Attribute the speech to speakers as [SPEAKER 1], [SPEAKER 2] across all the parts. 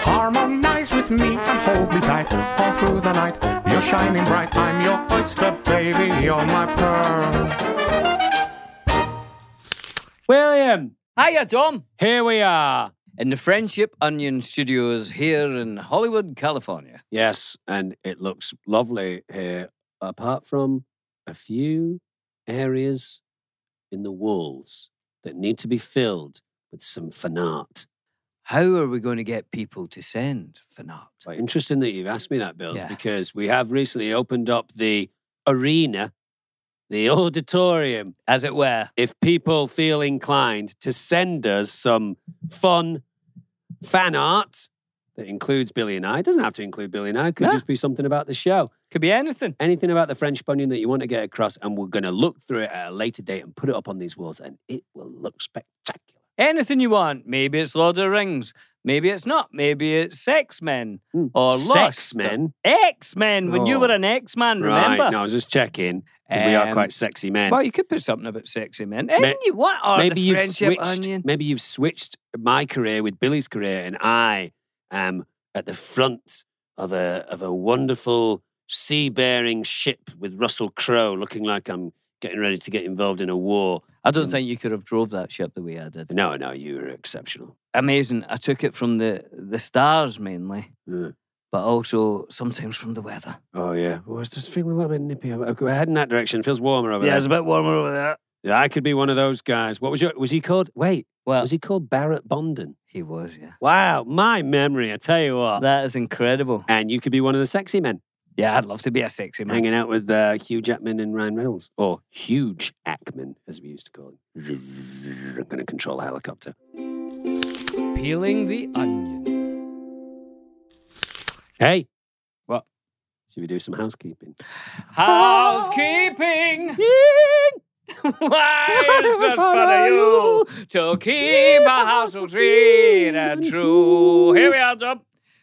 [SPEAKER 1] Harmonize with me and hold me tight all through the night. You're shining bright. I'm your oyster, baby. You're my pearl.
[SPEAKER 2] William,
[SPEAKER 3] Hiya, Tom.
[SPEAKER 2] here we are.
[SPEAKER 3] In the Friendship Onion Studios here in Hollywood, California.
[SPEAKER 2] Yes, and it looks lovely here, apart from a few areas in the walls that need to be filled with some fan art.
[SPEAKER 3] How are we going to get people to send for not?
[SPEAKER 2] Right, interesting that you've asked me that, Bills,
[SPEAKER 3] Yeah.
[SPEAKER 2] because we have recently opened up the arena, the auditorium.
[SPEAKER 3] As it were.
[SPEAKER 2] If people feel inclined to send us some fun fan art that includes Billy and I, it doesn't have to include Billy and I, it could
[SPEAKER 3] No.
[SPEAKER 2] just be something about the show,
[SPEAKER 3] Could be anything.
[SPEAKER 2] anything about the French bunion that you want to get across, and we're going to look through it at a later date and put it up on these walls, and it will look spectacular.
[SPEAKER 3] Anything you want. Maybe it's Lord of the Rings. Maybe it's not. Maybe it's Sex Men
[SPEAKER 2] Hmm.
[SPEAKER 3] or
[SPEAKER 2] Sex
[SPEAKER 3] Lust.
[SPEAKER 2] men.
[SPEAKER 3] X Men. When you
[SPEAKER 2] Oh.
[SPEAKER 3] were an X Man, remember?
[SPEAKER 2] Right, no, I was just checking because we are
[SPEAKER 3] Um,
[SPEAKER 2] quite sexy men.
[SPEAKER 3] Well, you could put something about sexy men. Anything you want. Or
[SPEAKER 2] maybe
[SPEAKER 3] the
[SPEAKER 2] you've
[SPEAKER 3] Friendship
[SPEAKER 2] switched.
[SPEAKER 3] Onion.
[SPEAKER 2] Maybe you've switched my career with Billy's career, and I am at the front of a of a wonderful sea bearing ship with Russell Crowe, looking like I'm getting ready to get involved in a war.
[SPEAKER 3] I don't think you could have drove that ship the way I did.
[SPEAKER 2] No, no, you were exceptional.
[SPEAKER 3] Amazing. I took it from the the stars mainly,
[SPEAKER 2] Yeah.
[SPEAKER 3] but also sometimes from the weather.
[SPEAKER 2] Oh yeah, well, it's just feeling a little bit nippy. over- okay, We're heading that direction. feels warmer over
[SPEAKER 3] Yeah, it's
[SPEAKER 2] there.
[SPEAKER 3] a bit warmer over there.
[SPEAKER 2] Yeah, I could be one of those guys. What was your? Was he called? Wait,
[SPEAKER 3] Well,
[SPEAKER 2] was
[SPEAKER 3] he?
[SPEAKER 2] he called Barrett Bonden?
[SPEAKER 3] was, yeah.
[SPEAKER 2] Wow, my memory. I tell you what.
[SPEAKER 3] That is incredible.
[SPEAKER 2] and you could be one of the sexy men.
[SPEAKER 3] Yeah, I'd love to be a sexy man.
[SPEAKER 2] hanging out with uh, Hugh Jackman and Ryan Reynolds, or Huge Ackman, as we used to call him. Zzzz, I'm going to control a helicopter.
[SPEAKER 3] Peeling the onion.
[SPEAKER 2] Hey,
[SPEAKER 3] What?
[SPEAKER 2] should we do some housekeeping?
[SPEAKER 3] Housekeeping. Why is it for you to keep a household tree and true? Here we are, Dub.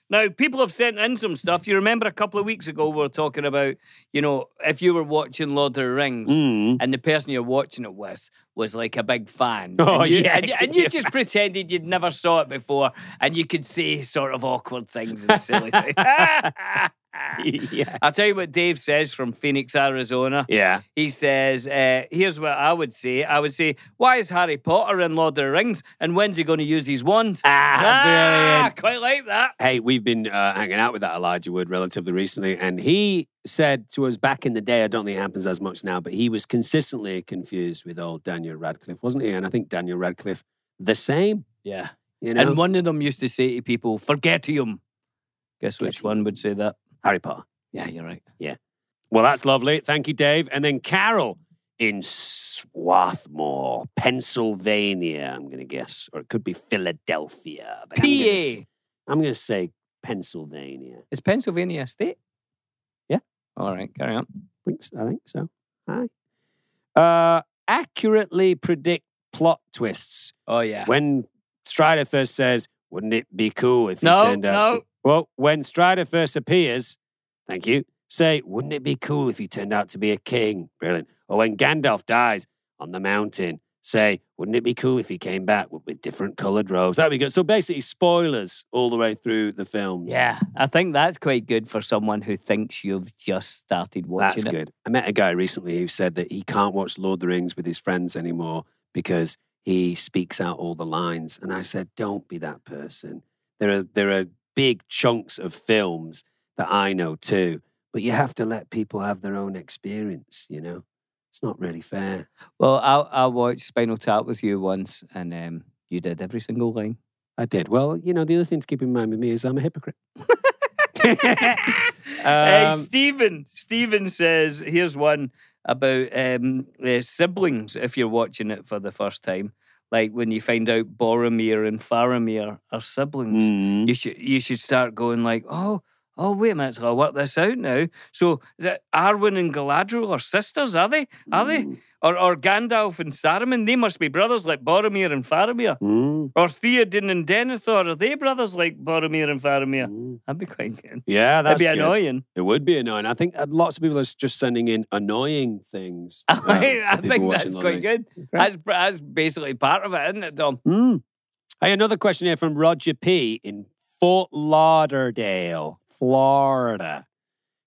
[SPEAKER 3] Now, people have sent in some stuff. You remember a couple of weeks ago, we were talking about, you know, if you were watching Lord of the Rings,
[SPEAKER 2] Mm.
[SPEAKER 3] and the person you're watching it with was like a big fan.
[SPEAKER 2] Oh,
[SPEAKER 3] and you,
[SPEAKER 2] yeah,
[SPEAKER 3] and, you-
[SPEAKER 2] I
[SPEAKER 3] and
[SPEAKER 2] can
[SPEAKER 3] you
[SPEAKER 2] do
[SPEAKER 3] just pretended you'd never saw it before, and you could say sort of awkward things and silly things.
[SPEAKER 2] yeah.
[SPEAKER 3] I'll tell you what Dave says from Phoenix, Arizona.
[SPEAKER 2] Yeah.
[SPEAKER 3] He says, uh, here's what I would say. I would say, why is Harry Potter in Lord of the Rings, and when's he going to use his wand?
[SPEAKER 2] Ah, brilliant.
[SPEAKER 3] Quite like that.
[SPEAKER 2] Hey, we've been uh, hanging out with that Elijah Wood relatively recently, and he said to us back in the day, I don't think it happens as much now, but he was consistently confused with old Daniel Radcliffe, wasn't he? And I think Daniel Radcliffe, the same,
[SPEAKER 3] Yeah.
[SPEAKER 2] you know?
[SPEAKER 3] And one of them used to say to people, forgetium. Guess which one would say that?
[SPEAKER 2] Harry Potter.
[SPEAKER 3] Yeah, you're right.
[SPEAKER 2] Well, that's lovely. Thank you, Dave. And then Carol in Swarthmore, Pennsylvania, I'm going to guess. Or it could be Philadelphia. but I'm gonna s-
[SPEAKER 3] PA.
[SPEAKER 2] I'm going to say Pennsylvania.
[SPEAKER 3] Is Pennsylvania a state?
[SPEAKER 2] Yeah.
[SPEAKER 3] All right, carry on.
[SPEAKER 2] I think so. I think so. Hi. Uh, accurately predict plot twists.
[SPEAKER 3] Oh yeah.
[SPEAKER 2] When Strider first says, wouldn't it be cool if
[SPEAKER 3] No,
[SPEAKER 2] it turned out
[SPEAKER 3] no.
[SPEAKER 2] to... Well, when Strider first appears, thank you, say, wouldn't it be cool if he turned out to be a king? Brilliant. Or when Gandalf dies on the mountain, say, wouldn't it be cool if he came back with, with different coloured robes? That'd be good. So basically spoilers all the way through the films.
[SPEAKER 3] yeah, I think that's quite good for someone who thinks you've just started watching
[SPEAKER 2] That's
[SPEAKER 3] it.
[SPEAKER 2] good. I met a guy recently who said that he can't watch Lord of the Rings with his friends anymore because he speaks out all the lines. And I said, Don't be that person. There are there are big chunks of films that I know too, but you have to let people have their own experience, you know? It's not really fair.
[SPEAKER 3] Well, I I watched Spinal Tap with you once, and um, you did every single line.
[SPEAKER 2] I did. Well, you know, the other thing to keep in mind with me is I'm a hypocrite.
[SPEAKER 3] Hey,
[SPEAKER 2] Um,
[SPEAKER 3] Stephen. Stephen says, here's one about um, uh, siblings. If you're watching it for the first time, like when you find out Boromir and Faramir are siblings.
[SPEAKER 2] Mm.
[SPEAKER 3] You should you should start going like, oh, oh, wait a minute, till I work this out now. So is it Arwen and Galadriel are sisters, are they? Are they?
[SPEAKER 2] Mm.
[SPEAKER 3] Or or Gandalf and Saruman, they must be brothers like Boromir and Faramir.
[SPEAKER 2] Mm.
[SPEAKER 3] Or Theoden and Denethor, are they brothers like Boromir and Faramir?
[SPEAKER 2] Mm.
[SPEAKER 3] That'd be quite good.
[SPEAKER 2] Yeah,
[SPEAKER 3] That'd
[SPEAKER 2] that's
[SPEAKER 3] be
[SPEAKER 2] good.
[SPEAKER 3] annoying.
[SPEAKER 2] It would be annoying. I think uh, lots of people are s- just sending in annoying things.
[SPEAKER 3] I
[SPEAKER 2] um, for people
[SPEAKER 3] think
[SPEAKER 2] watching
[SPEAKER 3] that's
[SPEAKER 2] on
[SPEAKER 3] quite
[SPEAKER 2] the-
[SPEAKER 3] good. That's that's basically part of it, isn't it, Dom?
[SPEAKER 2] Mm. Hey, another question here from Roger P in Fort Lauderdale, Florida.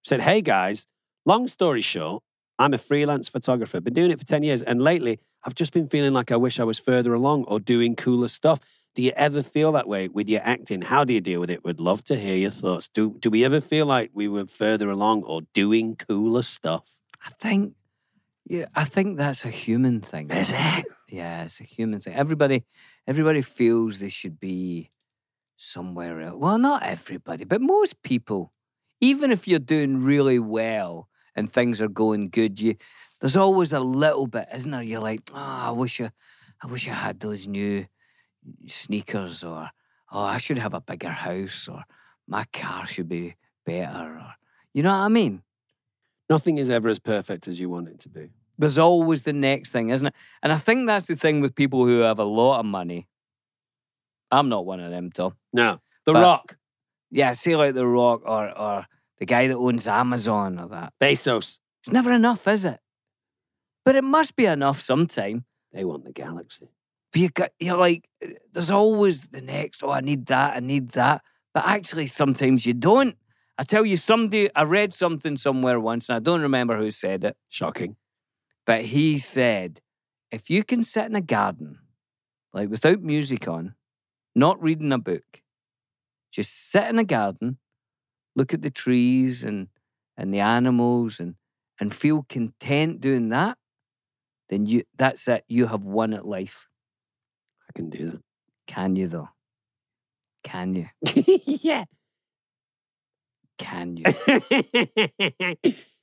[SPEAKER 2] Said, "Hey guys, long story short, I'm a freelance photographer. Been doing it for ten years, and lately I've just been feeling like I wish I was further along or doing cooler stuff. Do you ever feel that way with your acting? How do you deal with it? Would love to hear your thoughts. Do do we ever feel like we were further along or doing cooler stuff?
[SPEAKER 3] I think yeah, I think that's a human thing.
[SPEAKER 2] Is it?
[SPEAKER 3] Yeah, it's a human thing. Everybody everybody feels they should be somewhere else. Well, not everybody, but most people. Even if you're doing really well and things are going good, you there's always a little bit, isn't there? You're like, oh, I wish I, I wish I had those new sneakers, or oh, I should have a bigger house, or my car should be better, or you know what I mean?
[SPEAKER 2] Nothing is ever as perfect as you want it to be.
[SPEAKER 3] there's always the next thing, isn't it? And I think that's the thing with people who have a lot of money. I'm not one of them, Tom.
[SPEAKER 2] No, The
[SPEAKER 3] But-
[SPEAKER 2] Rock,
[SPEAKER 3] Yeah, say like The Rock or or the guy that owns Amazon or that.
[SPEAKER 2] Bezos.
[SPEAKER 3] It's never enough, is it? But it must be enough sometime.
[SPEAKER 2] They want the galaxy."
[SPEAKER 3] But you got, you're like, eh, there's always the next. Oh, I need that. I need that. But actually, sometimes you don't. I tell you, somebody. I read something somewhere once, and I don't remember who said it.
[SPEAKER 2] Shocking.
[SPEAKER 3] But he said, if you can sit in a garden, like without music on, not reading a book, just sit in a garden, look at the trees and and the animals and and feel content doing that, then you that's it. You have won at life.
[SPEAKER 2] I can do
[SPEAKER 3] Can you though? Can you?
[SPEAKER 2] that. yeah.
[SPEAKER 3] Can you?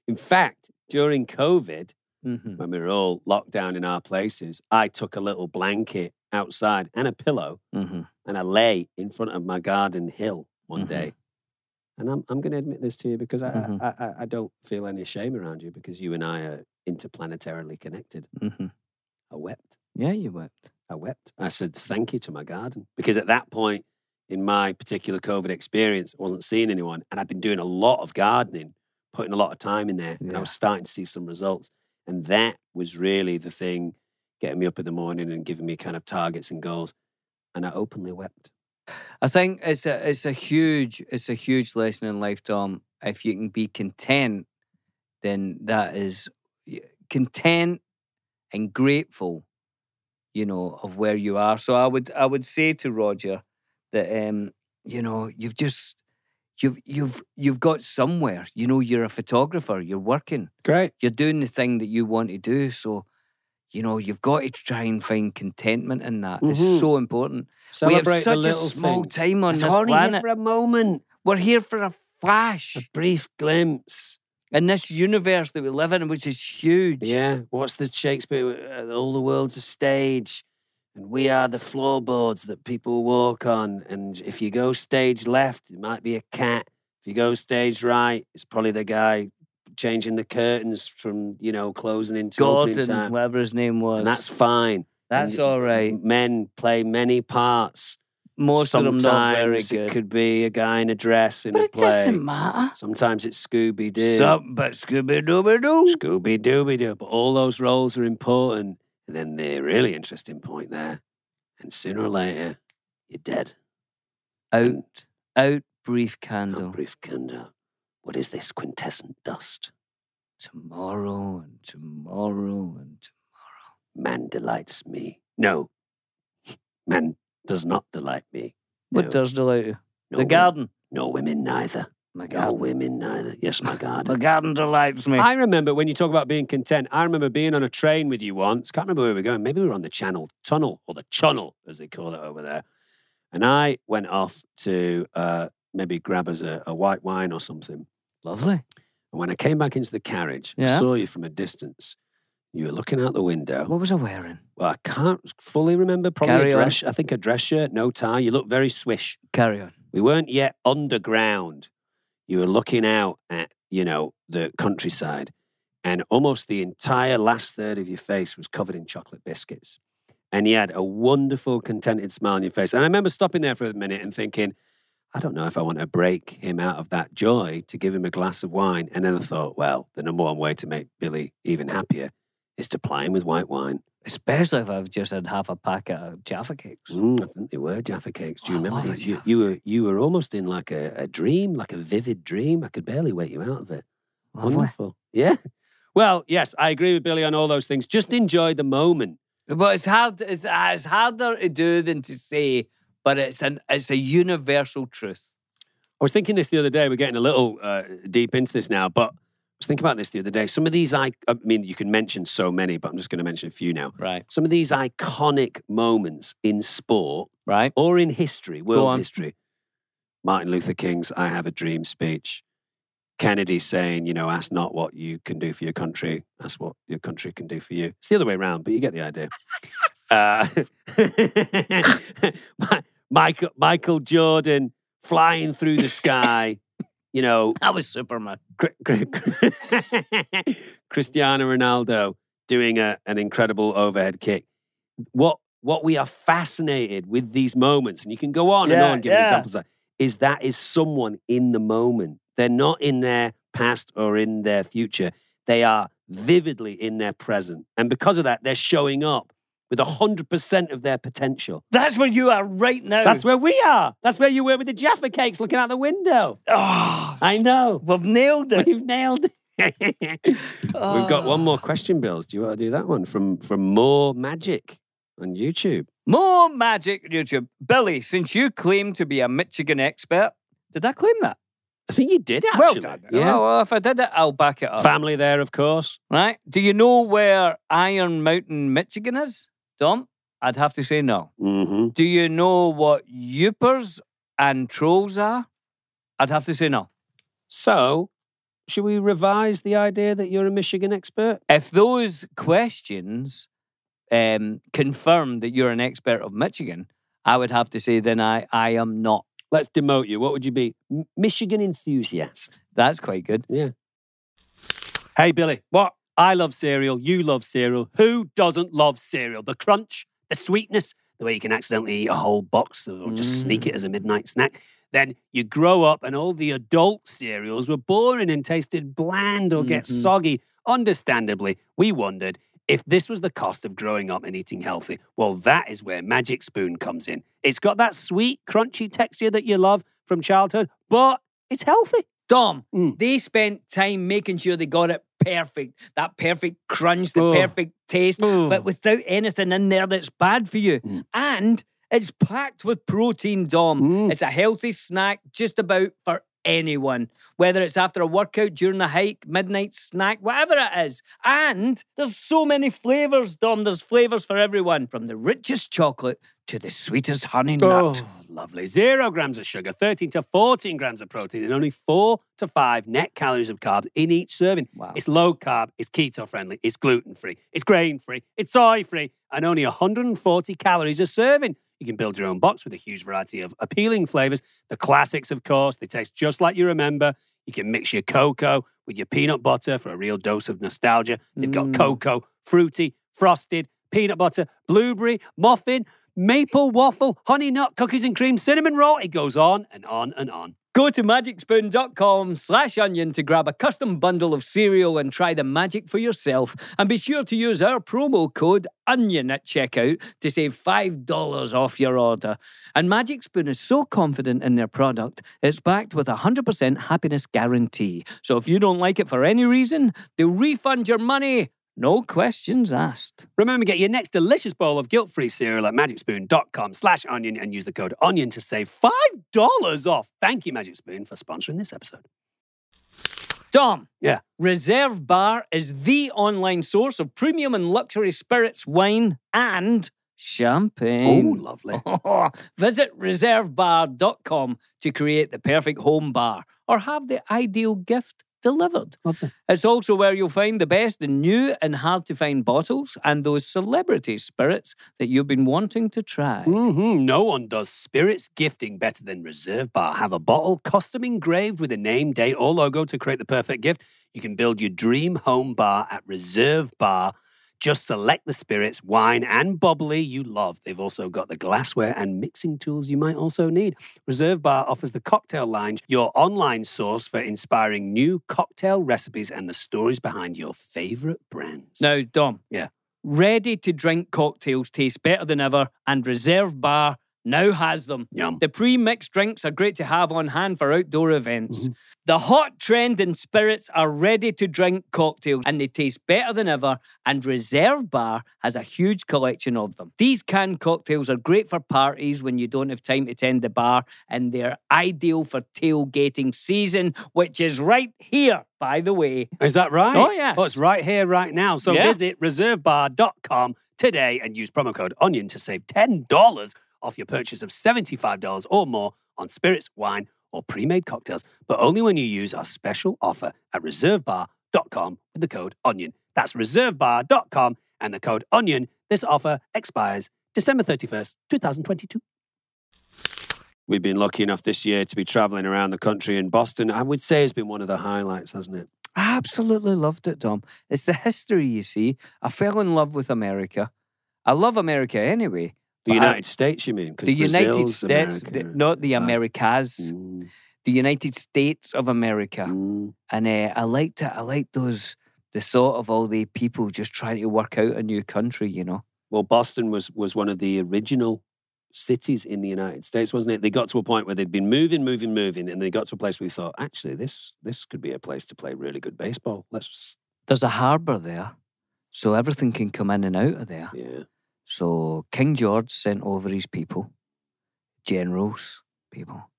[SPEAKER 2] in fact, during COVID,
[SPEAKER 3] Mhm.
[SPEAKER 2] when we were all locked down in our places, I took a little blanket outside and a pillow
[SPEAKER 3] Mhm.
[SPEAKER 2] and I lay in front of my garden hill one
[SPEAKER 3] Mhm.
[SPEAKER 2] day. And I'm, I'm going to admit this to you because I,
[SPEAKER 3] Mhm.
[SPEAKER 2] I, I, I don't feel any shame around you because you and I are interplanetarily connected.
[SPEAKER 3] Mhm.
[SPEAKER 2] I wept.
[SPEAKER 3] Yeah, you wept.
[SPEAKER 2] I wept. I said thank you to my garden because at that point in my particular COVID experience, I wasn't seeing anyone, and I'd been doing a lot of gardening, putting a lot of time in there, and
[SPEAKER 3] Yeah.
[SPEAKER 2] I was starting to see some results. And that was really the thing getting me up in the morning and giving me kind of targets and goals. And I openly wept.
[SPEAKER 3] I think it's a it's a huge it's a huge lesson in life, Tom. If you can be content, then that is y- content and grateful, you know, of where you are. So I would I would say to Roger that um, you know, you've just you've you've you've got somewhere. You know, you're a photographer, you're working
[SPEAKER 2] Great.
[SPEAKER 3] you're doing the thing that you want to do. So, you know, you've got to try and find contentment in that.
[SPEAKER 2] Mhm.
[SPEAKER 3] It's so important. we
[SPEAKER 2] Celebrate
[SPEAKER 3] have
[SPEAKER 2] the
[SPEAKER 3] such a
[SPEAKER 2] little
[SPEAKER 3] small
[SPEAKER 2] things.
[SPEAKER 3] time on
[SPEAKER 2] it's
[SPEAKER 3] this
[SPEAKER 2] only
[SPEAKER 3] planet.
[SPEAKER 2] here for a moment,
[SPEAKER 3] We're here for a
[SPEAKER 2] a
[SPEAKER 3] flash
[SPEAKER 2] brief glimpse.
[SPEAKER 3] in this universe that we live in, which is huge.
[SPEAKER 2] Yeah. What's the Shakespeare? uh, All the world's a stage, and we are the floorboards that people walk on. And if you go stage left, it might be a cat. If you go stage right, it's probably the guy changing the curtains from you know closing into opening
[SPEAKER 3] Gordon,
[SPEAKER 2] time.
[SPEAKER 3] whatever his name was.
[SPEAKER 2] And that's fine.
[SPEAKER 3] That's
[SPEAKER 2] And
[SPEAKER 3] all right.
[SPEAKER 2] Men play many parts.
[SPEAKER 3] Most
[SPEAKER 2] Sometimes
[SPEAKER 3] of them not very
[SPEAKER 2] It
[SPEAKER 3] good.
[SPEAKER 2] could be a guy in a dress in
[SPEAKER 3] but
[SPEAKER 2] a
[SPEAKER 3] it
[SPEAKER 2] play.
[SPEAKER 3] doesn't matter.
[SPEAKER 2] Sometimes it's Scooby Doo.
[SPEAKER 3] Some, but Scooby Dooby Doo.
[SPEAKER 2] Scooby Dooby Doo. But all those roles are important. And then the really interesting point there. And sooner or later, you're dead.
[SPEAKER 3] Out, out, brief
[SPEAKER 2] How
[SPEAKER 3] candle.
[SPEAKER 2] brief candor. What is this quintessent dust?
[SPEAKER 3] Tomorrow and tomorrow and
[SPEAKER 2] Man delights me. No. Man does not delight me.
[SPEAKER 3] what
[SPEAKER 2] No.
[SPEAKER 3] does delight you?
[SPEAKER 2] No
[SPEAKER 3] the
[SPEAKER 2] wo-
[SPEAKER 3] garden.
[SPEAKER 2] No women neither.
[SPEAKER 3] My
[SPEAKER 2] No
[SPEAKER 3] garden.
[SPEAKER 2] women neither. Yes, my
[SPEAKER 3] The
[SPEAKER 2] garden.
[SPEAKER 3] garden delights me.
[SPEAKER 2] I remember when you talk about being content. I remember being on a train with you once. Can't remember where we were going. Maybe we were on the Channel Tunnel or the Channel, as they call it over there. And I went off to uh, maybe grab us a, a white wine or something.
[SPEAKER 3] Lovely.
[SPEAKER 2] And when I came back into the carriage, I
[SPEAKER 3] Yeah.
[SPEAKER 2] saw you from a distance. You were looking out the window.
[SPEAKER 4] What was I wearing?
[SPEAKER 2] Well, I can't fully remember. Probably
[SPEAKER 4] Carry
[SPEAKER 2] a
[SPEAKER 4] on.
[SPEAKER 2] dress. I think a dress shirt, no tie. You look very swish.
[SPEAKER 4] Carry on.
[SPEAKER 2] We weren't yet underground. You were looking out at, you know, the countryside, and almost the entire last third of your face was covered in chocolate biscuits. And you had a wonderful, contented smile on your face. And I remember stopping there for a minute and thinking, I don't know if I want to break him out of that joy to give him a glass of wine. And then I thought, well, the number one way to make Billy even happier is to ply him with white wine.
[SPEAKER 4] Especially if I've just had half a packet of Jaffa cakes.
[SPEAKER 2] Mm, I think they were Jaffa cakes. Do you
[SPEAKER 4] Oh, I
[SPEAKER 2] remember
[SPEAKER 4] love a
[SPEAKER 2] these? You,
[SPEAKER 4] Jaffa
[SPEAKER 2] you were you were almost in like a, a dream, like a vivid dream. I could barely wake you out of it.
[SPEAKER 4] Lovely.
[SPEAKER 2] Wonderful. Yeah. Well, yes, I agree with Billy on all those things. Just enjoy the moment.
[SPEAKER 3] But it's hard. It's, uh, it's harder to do than to say. But it's an it's a universal truth.
[SPEAKER 2] I was thinking this the other day. We're getting a little uh, deep into this now, but I was thinking about this the other day. Some of these, I, I mean, you can mention so many, but I'm just going to mention a few now.
[SPEAKER 3] Right.
[SPEAKER 2] Some of these iconic moments in sport
[SPEAKER 3] Right.
[SPEAKER 2] or in history,
[SPEAKER 3] on.
[SPEAKER 2] world history. Martin Luther King's I Have a Dream speech. Kennedy saying, you know, ask not what you can do for your country, ask what your country can do for you. It's the other way around, but you get the idea. uh, Mi- Michael, Michael Jordan flying through the sky, you know,
[SPEAKER 3] That was Superman.
[SPEAKER 2] Cri- cri- cri- Cristiano Ronaldo doing a, an incredible overhead kick. What what we are fascinated with these moments, and you can go on and
[SPEAKER 3] Yeah,
[SPEAKER 2] on giving
[SPEAKER 3] yeah.
[SPEAKER 2] examples, of, is that is someone in the moment. They're not in their past or in their future. They are vividly in their present, and because of that, they're showing up with hundred percent of their potential.
[SPEAKER 3] That's where you are right now.
[SPEAKER 2] That's where we are. That's where you were with the Jaffa cakes, looking out the window.
[SPEAKER 3] Oh,
[SPEAKER 2] I know.
[SPEAKER 3] we've nailed it.
[SPEAKER 2] We've nailed it. Oh. We've got one more question, Bill. Do you want to do that one from from More Magic on YouTube?
[SPEAKER 3] More magic YouTube. Billy, since you claim to be a Michigan expert, did I claim that?
[SPEAKER 2] I think you did
[SPEAKER 3] Well
[SPEAKER 2] actually.
[SPEAKER 3] done. Oh,
[SPEAKER 2] Yeah.
[SPEAKER 3] Well, well, if I did it, I'll back it up.
[SPEAKER 2] Family there, of course.
[SPEAKER 3] Right? Do you know where Iron Mountain, Michigan is? Dom? I'd have to say no.
[SPEAKER 2] Mm-hmm.
[SPEAKER 3] Do you know what youpers and trolls are? I'd have to say no.
[SPEAKER 2] So, should we revise the idea that you're a Michigan expert?
[SPEAKER 3] If those questions um, confirm that you're an expert of Michigan, I would have to say then I, I am not.
[SPEAKER 2] Let's demote you. What would you be? M- Michigan enthusiast.
[SPEAKER 3] That's quite good.
[SPEAKER 2] Yeah. Hey, Billy.
[SPEAKER 3] What?
[SPEAKER 2] I love cereal. You love cereal. Who doesn't love cereal? The crunch, the sweetness, the way you can accidentally eat a whole box or just sneak it as a midnight snack. Then you grow up and all the adult cereals were boring and tasted bland or get soggy. Understandably, we wondered if this was the cost of growing up and eating healthy. Well, that is where Magic Spoon comes in. It's got that sweet, crunchy texture that you love from childhood, but it's healthy.
[SPEAKER 3] Dom,
[SPEAKER 2] Mm.
[SPEAKER 3] they spent time making sure they got it perfect. That perfect crunch, the
[SPEAKER 2] Ugh.
[SPEAKER 3] perfect taste,
[SPEAKER 2] Ugh.
[SPEAKER 3] but without anything in there that's bad for you. And it's packed with protein, Dom.
[SPEAKER 2] Mm.
[SPEAKER 3] It's a healthy snack just about for anyone, whether it's after a workout, during a hike, midnight snack, whatever it is. And there's so many flavours, Dom. There's flavours for everyone, from the richest chocolate to the sweetest honey nut.
[SPEAKER 2] Oh, lovely. Zero grams of sugar, 13 to 14 grams of protein, and only four to five net calories of carbs in each serving.
[SPEAKER 3] Wow.
[SPEAKER 2] It's low carb, it's keto friendly, it's gluten free, it's grain free, it's soy free, and only 140 calories a serving. You can build your own box with a huge variety of appealing flavors. The classics, of course, they taste just like you remember. You can mix your cocoa with your peanut butter for a real dose of nostalgia. They've got cocoa, fruity, frosted, peanut butter, blueberry, muffin, maple waffle, honey nut, cookies and cream, cinnamon roll. It goes on and on and on.
[SPEAKER 3] Go to magicspoon.com slash onion to grab a custom bundle of cereal and try the magic for yourself. And be sure to use our promo code ONION at checkout to save $5 off your order. And Magic Spoon is so confident in their product, it's backed with a 100% happiness guarantee. So if you don't like it for any reason, they'll refund your money. No questions asked.
[SPEAKER 2] Remember, get your next delicious bowl of guilt-free cereal at magicspoon.com slash onion and use the code onion to save $5 off. Thank you, Magic Spoon, for sponsoring this episode.
[SPEAKER 3] Dom.
[SPEAKER 2] Yeah.
[SPEAKER 3] Reserve Bar is the online source of premium and luxury spirits, wine, and
[SPEAKER 2] Oh,
[SPEAKER 3] champagne.
[SPEAKER 2] lovely.
[SPEAKER 3] Visit reservebar.com to create the perfect home bar or have the ideal gift delivered.
[SPEAKER 2] Lovely.
[SPEAKER 3] It's also where you'll find the best in new and hard to find bottles and those celebrity spirits that you've been wanting to try.
[SPEAKER 2] Mm-hmm. No one does spirits gifting better than Reserve Bar. Have a bottle custom engraved with a name, date, or logo to create the perfect gift. You can build your dream home bar at Reserve Bar. Just select the spirits, wine, and bubbly you love. They've also got the glassware and mixing tools you might also need. Reserve Bar offers the Cocktail Lounge, your online source for inspiring new cocktail recipes and the stories behind your favorite brands.
[SPEAKER 3] Now, Dom.
[SPEAKER 2] Yeah.
[SPEAKER 3] Ready to drink cocktails taste better than ever, and Reserve Bar now has them.
[SPEAKER 2] Yum.
[SPEAKER 3] The pre mixed drinks are great to have on hand for outdoor events. The hot trend in spirits are ready to drink cocktails and they taste better than ever. And Reserve Bar has a huge collection of them. These canned cocktails are great for parties when you don't have time to tend the bar, and they're ideal for tailgating season, which is right here, by the way.
[SPEAKER 2] Is that right?
[SPEAKER 3] Oh, yes.
[SPEAKER 2] Oh, it's right here, right now. So
[SPEAKER 3] Yeah.
[SPEAKER 2] visit reservebar.com today and use promo code ONION to save $10 off your purchase of $75 or more on spirits, wine, or pre made cocktails, but only when you use our special offer at reservebar.com with the code ONION. That's reservebar.com and the code ONION. This offer expires December 31st, 2022. We've been lucky enough this year to be traveling around the country in Boston. I would say it's been one of the highlights, hasn't it?
[SPEAKER 3] I absolutely loved it, Dom. It's the history, you see. I fell in love with America. I love America anyway. but
[SPEAKER 2] The
[SPEAKER 3] I-
[SPEAKER 2] United States, you mean? 'Cause
[SPEAKER 3] the United
[SPEAKER 2] Brazil's
[SPEAKER 3] States, the-
[SPEAKER 2] American.
[SPEAKER 3] not the
[SPEAKER 2] Ah.
[SPEAKER 3] Americas,
[SPEAKER 2] Mm,
[SPEAKER 3] the United States of America.
[SPEAKER 2] mm.
[SPEAKER 3] And uh, I liked it. I liked those, the thought of all the people just trying to work out a new country, you know.
[SPEAKER 2] Well, Boston was was one of the original cities in the United States, wasn't it? They got to a point where they'd been moving, moving, moving, and they got to a place where we thought, actually, this this could be a place to play really good baseball. Let's,
[SPEAKER 3] There's a harbour there, so everything can come in and out of there.
[SPEAKER 2] yeah,
[SPEAKER 3] So King George sent over his people, generals, people,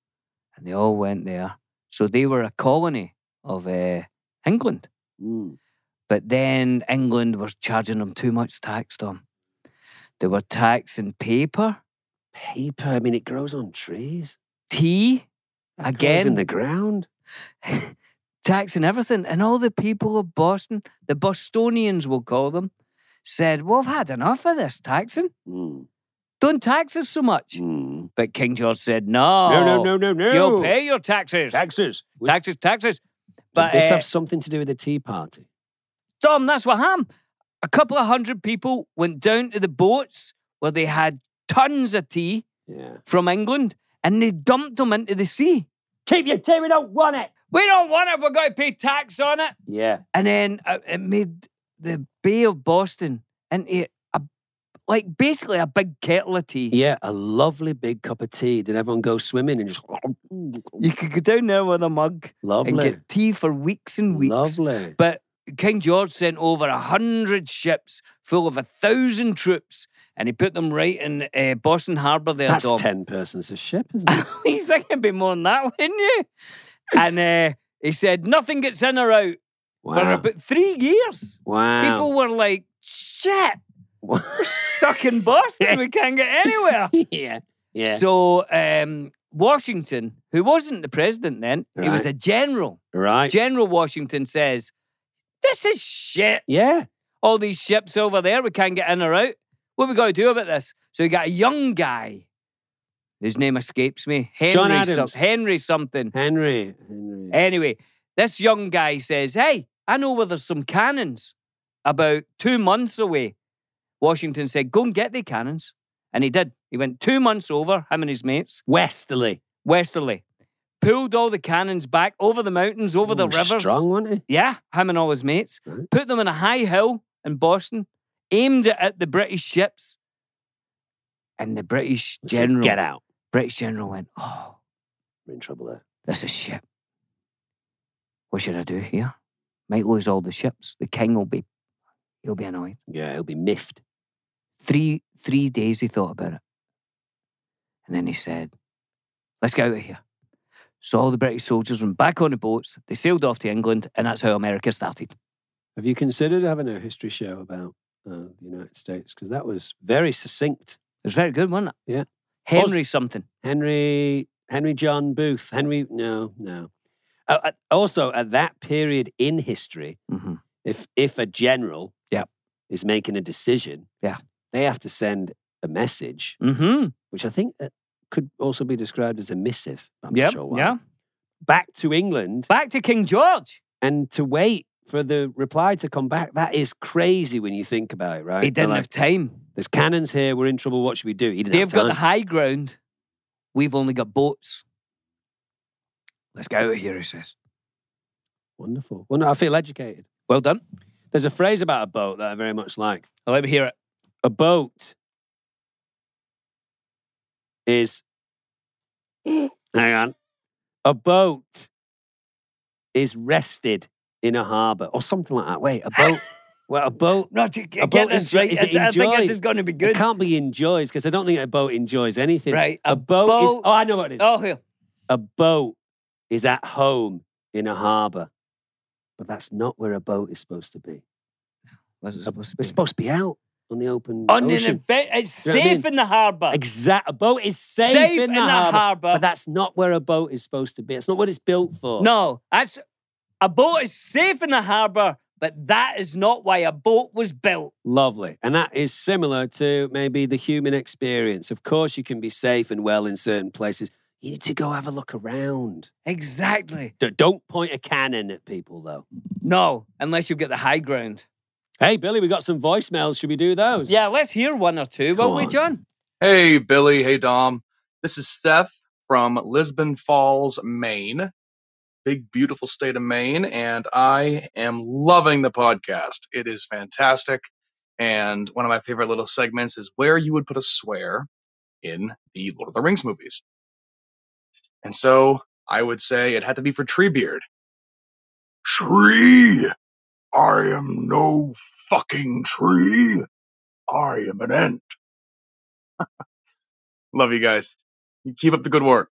[SPEAKER 3] and they all went there. So they were a colony of uh, England.
[SPEAKER 2] Mm.
[SPEAKER 3] But then England was charging them too much tax, Tom. They were taxing paper,
[SPEAKER 2] paper. I mean, it grows on trees
[SPEAKER 3] tea,
[SPEAKER 2] It grows
[SPEAKER 3] Again?
[SPEAKER 2] in the ground.
[SPEAKER 3] taxing everything. And all the people of Boston, the Bostonians we'll call them, said, Well, I've had enough of this taxing.
[SPEAKER 2] Mm,
[SPEAKER 3] Don't tax us so much.
[SPEAKER 2] mm.
[SPEAKER 3] But King George said, No.
[SPEAKER 2] no, no.
[SPEAKER 3] You'll pay Oh, your taxes.
[SPEAKER 2] taxes. Would-
[SPEAKER 3] taxes, taxes. But
[SPEAKER 2] But this
[SPEAKER 3] uh,
[SPEAKER 2] have something to do with the Tea Party.
[SPEAKER 3] Dom, that's what happened. A couple of hundred people went down to the boats where they had tons of tea
[SPEAKER 2] Yeah.
[SPEAKER 3] from England and they dumped them into the sea. Keep your tea, we don't want it. We don't want it, we're going to pay tax on it.
[SPEAKER 2] Yeah.
[SPEAKER 3] And then uh, it made the Bay of Boston into a, like basically a big kettle of tea.
[SPEAKER 2] Yeah, a lovely big cup of tea. Did everyone go swimming and just
[SPEAKER 3] You could go down there with a mug and
[SPEAKER 2] lovely,
[SPEAKER 3] get tea for weeks and weeks.
[SPEAKER 2] lovely?
[SPEAKER 3] But King George sent over a hundred ships full of a thousand troops, and he put them right in uh, Boston Harbour there.
[SPEAKER 2] That's
[SPEAKER 3] Dom.
[SPEAKER 2] ten persons a ship, isn't it?
[SPEAKER 3] He's thinking it'd be more than that, wouldn't you? And uh, he said nothing gets in or out for
[SPEAKER 2] wow!
[SPEAKER 3] about three years.
[SPEAKER 2] wow!
[SPEAKER 3] uh, People were like, "Shit, we're stuck in Boston. we can't get anywhere."
[SPEAKER 2] yeah, yeah.
[SPEAKER 3] So um, Washington, who wasn't the president then, he was
[SPEAKER 2] Right.
[SPEAKER 3] a general.
[SPEAKER 2] right?
[SPEAKER 3] General Washington says, "This is shit."
[SPEAKER 2] yeah,
[SPEAKER 3] all these ships over there. We can't get in or out. What we got to do about this? So we got a young guy. His name escapes me. Henry
[SPEAKER 2] John
[SPEAKER 3] some-
[SPEAKER 2] Adams.
[SPEAKER 3] Henry something.
[SPEAKER 2] Henry, Henry.
[SPEAKER 3] Anyway, this young guy says, Hey, I know where there's some cannons about two months away. Washington said, Go and get the cannons. And he did. He went two months over, him and his mates,
[SPEAKER 2] Westerly
[SPEAKER 3] westerly, pulled all the cannons back over the mountains, over the
[SPEAKER 2] Mm,
[SPEAKER 3] rivers.
[SPEAKER 2] Strong, wasn't he?
[SPEAKER 3] Yeah, him and all his mates.
[SPEAKER 2] Right.
[SPEAKER 3] Put them on a high hill in Boston, aimed it at the British ships. And the British
[SPEAKER 2] He said,
[SPEAKER 3] general,
[SPEAKER 2] get out.
[SPEAKER 3] British general went, oh,
[SPEAKER 2] We're in trouble there.
[SPEAKER 3] this is shit. What should I do here? Might lose all the ships. The king will be, he'll be annoyed.
[SPEAKER 2] Yeah, he'll be miffed.
[SPEAKER 3] Three, three days he thought about it. And then he said, let's get out of here. So all the British soldiers went back on the boats. They sailed off to England. And that's how America started.
[SPEAKER 2] Have you considered having a history show about uh, the United States? Because that was very succinct.
[SPEAKER 3] It was very good, wasn't it?
[SPEAKER 2] Yeah.
[SPEAKER 3] Henry something.
[SPEAKER 2] Henry, Henry John Booth. Henry, no, no. Uh, uh, also, at that period in history,
[SPEAKER 4] hmm
[SPEAKER 2] if if a general
[SPEAKER 4] Yeah.
[SPEAKER 2] is making a decision,
[SPEAKER 4] Yeah.
[SPEAKER 2] they have to send a message,
[SPEAKER 3] Mm-hmm.
[SPEAKER 2] which I think uh, could also be described as a missive. I'm
[SPEAKER 3] Yep.
[SPEAKER 2] not sure why.
[SPEAKER 3] yeah.
[SPEAKER 2] Back to England
[SPEAKER 3] Back to King George.
[SPEAKER 2] and to wait for the reply to come back. That is crazy when you think about it, right?
[SPEAKER 3] He
[SPEAKER 2] They're
[SPEAKER 3] didn't
[SPEAKER 2] like,
[SPEAKER 3] have time.
[SPEAKER 2] There's cannons here. We're in trouble. What should we do? He didn't
[SPEAKER 3] They've
[SPEAKER 2] have time.
[SPEAKER 3] got the high ground. We've only got boats. Let's get out of here, he says.
[SPEAKER 2] Wonderful. Well, no, I feel educated.
[SPEAKER 3] Well done.
[SPEAKER 2] There's a phrase about a boat that I very much like.
[SPEAKER 3] Well, let me hear it.
[SPEAKER 2] A boat is. hang on. A boat is rested in a harbour or something like that. Wait, a boat. well, a boat.
[SPEAKER 3] No, to
[SPEAKER 2] A
[SPEAKER 3] get,
[SPEAKER 2] boat
[SPEAKER 3] this
[SPEAKER 2] is-
[SPEAKER 3] right.
[SPEAKER 2] is
[SPEAKER 3] I,
[SPEAKER 2] it
[SPEAKER 3] I think
[SPEAKER 2] enjoy?
[SPEAKER 3] this is going to be
[SPEAKER 2] It
[SPEAKER 3] good.
[SPEAKER 2] can't be enjoys because I don't think a boat enjoys anything.
[SPEAKER 3] Right,
[SPEAKER 2] A,
[SPEAKER 3] a
[SPEAKER 2] boat, is.
[SPEAKER 3] boat-
[SPEAKER 2] Oh, I know what it is.
[SPEAKER 3] Oh, here.
[SPEAKER 2] A boat is at home in a harbour, but that's not where a boat is supposed to be.
[SPEAKER 4] Was it
[SPEAKER 2] A-
[SPEAKER 4] supposed to
[SPEAKER 2] We're
[SPEAKER 4] be?
[SPEAKER 2] supposed to be out on the open
[SPEAKER 3] Hmm. On an
[SPEAKER 2] ocean.
[SPEAKER 3] event. It's
[SPEAKER 2] You know what I
[SPEAKER 3] safe
[SPEAKER 2] mean?
[SPEAKER 3] in the harbour.
[SPEAKER 2] Exact. A boat is safe,
[SPEAKER 3] Safe
[SPEAKER 2] in the
[SPEAKER 3] in the
[SPEAKER 2] harbour,
[SPEAKER 3] harbour.
[SPEAKER 2] but that's not where a boat is supposed to be. It's not what it's built for.
[SPEAKER 3] No, that's a boat is safe in the harbour, but that is not why a boat was built.
[SPEAKER 2] Lovely. And that is similar to maybe the human experience. Of course, you can be safe and well in certain places. You need to go have a look around.
[SPEAKER 3] Exactly.
[SPEAKER 2] D- don't point a cannon at people, though.
[SPEAKER 3] No, unless you get the high ground.
[SPEAKER 2] Hey, Billy, we got some voicemails. Should we do those?
[SPEAKER 3] Yeah, let's hear one or two,
[SPEAKER 2] Come
[SPEAKER 3] will we,
[SPEAKER 2] on.
[SPEAKER 3] John?
[SPEAKER 5] Hey, Billy. Hey, Dom. This is Seth from Lisbon Falls, Maine. Big, beautiful state of Maine. And I am loving the podcast. It is fantastic. And one of my favorite little segments is where you would put a swear in the Lord of the Rings movies. And so I would say it had to be for Treebeard. Tree! I am no fucking tree. I am an ant. Love you guys. You Keep up the good work.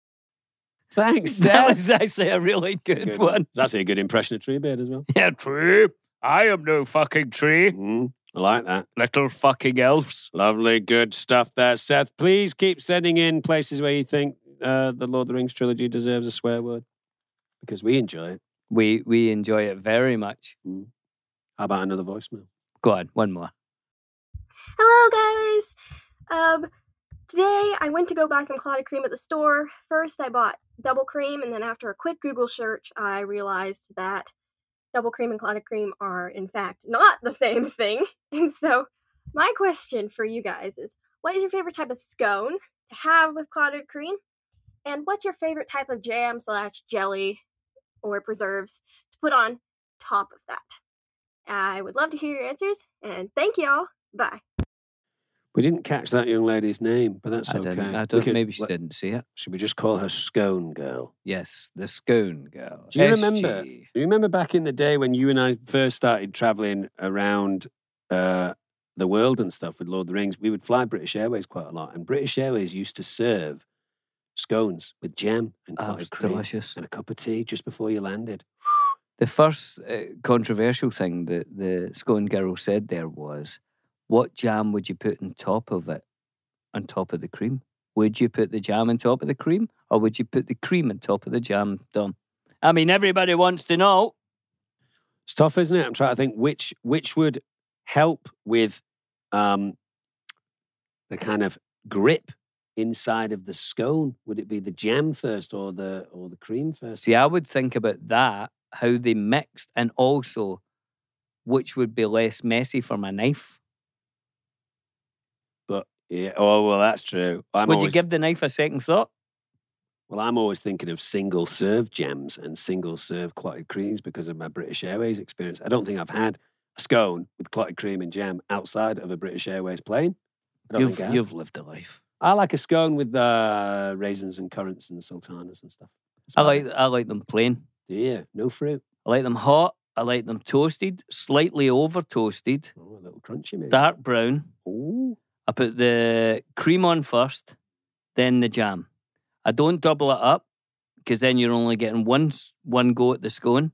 [SPEAKER 2] Thanks,
[SPEAKER 3] That
[SPEAKER 2] Seth.
[SPEAKER 3] was actually a really good,
[SPEAKER 2] Good
[SPEAKER 3] one.
[SPEAKER 2] That's actually a good impression of Treebeard as well.
[SPEAKER 3] Yeah, tree. I am no fucking tree.
[SPEAKER 2] Mm, I like that.
[SPEAKER 3] Little fucking elves.
[SPEAKER 2] Lovely, good stuff there, Seth. Please keep sending in places where you think uh, the Lord of the Rings trilogy deserves a swear word because we enjoy it.
[SPEAKER 3] We we enjoy it very much.
[SPEAKER 2] How about another voicemail?
[SPEAKER 3] Go on, one more.
[SPEAKER 6] Hello, guys. Um, today I went to go buy some clotted cream at the store. First, I bought double cream, and then after a quick Google search, I realized that double cream and clotted cream are, in fact, not the same thing. And so, my question for you guys is what is your favorite type of scone to have with clotted cream? And what's your favorite type of jam slash jelly or preserves to put on top of that? I would love to hear your answers, and thank y'all. Bye.
[SPEAKER 2] We didn't catch that young lady's name, but that's
[SPEAKER 4] I
[SPEAKER 2] okay.
[SPEAKER 4] didn't. I
[SPEAKER 2] We
[SPEAKER 4] don't.
[SPEAKER 2] could-
[SPEAKER 4] maybe she
[SPEAKER 2] let-
[SPEAKER 4] didn't see it.
[SPEAKER 2] Should we just call her Scone Girl?
[SPEAKER 4] Yes, the scone girl.
[SPEAKER 2] Do you remember?
[SPEAKER 4] SG.
[SPEAKER 2] Do you remember back in the day when you and I first started traveling around uh, the world and stuff with Lord of the Rings? We would fly British Airways quite a lot, and British Airways used to serve scones with jam and
[SPEAKER 4] That
[SPEAKER 2] clotted
[SPEAKER 4] was
[SPEAKER 2] cream.
[SPEAKER 4] delicious.
[SPEAKER 2] and a cup of tea just before you landed.
[SPEAKER 4] The first uh, controversial thing that the scone girl said there was, "What jam would you put on top of it? On top of the cream? Would you put the jam on top of the cream, or would you put the cream on top of the jam?" Done.
[SPEAKER 3] I mean, everybody wants to know.
[SPEAKER 2] It's tough, isn't it? I'm trying to think which which would help with um, the kind of grip inside of the scone. Would it be the jam first or the or the cream first?
[SPEAKER 4] See, I would think about that, how they mixed, and also which would be less messy for my knife.
[SPEAKER 2] But yeah, oh well, that's true. I'm
[SPEAKER 4] would
[SPEAKER 2] always,
[SPEAKER 4] you give the knife a second thought?
[SPEAKER 2] Well, I'm always thinking of single serve jams and single serve clotted creams because of my British Airways experience. I don't think I've had a scone with clotted cream and jam outside of a British Airways plane. I don't
[SPEAKER 4] You've
[SPEAKER 2] think I have.
[SPEAKER 4] you've lived a life.
[SPEAKER 2] I like a scone with uh, raisins and currants and sultanas and stuff. That's
[SPEAKER 4] I
[SPEAKER 2] about
[SPEAKER 4] like
[SPEAKER 2] it.
[SPEAKER 4] I like them plain.
[SPEAKER 2] Yeah, no fruit.
[SPEAKER 4] I like them hot. I like them toasted, slightly over toasted,
[SPEAKER 2] Oh, a little crunchy, maybe.
[SPEAKER 4] dark brown.
[SPEAKER 2] Ooh.
[SPEAKER 4] I put the cream on first, then the jam. I don't double it up because then you're only getting one s- one go at the scone.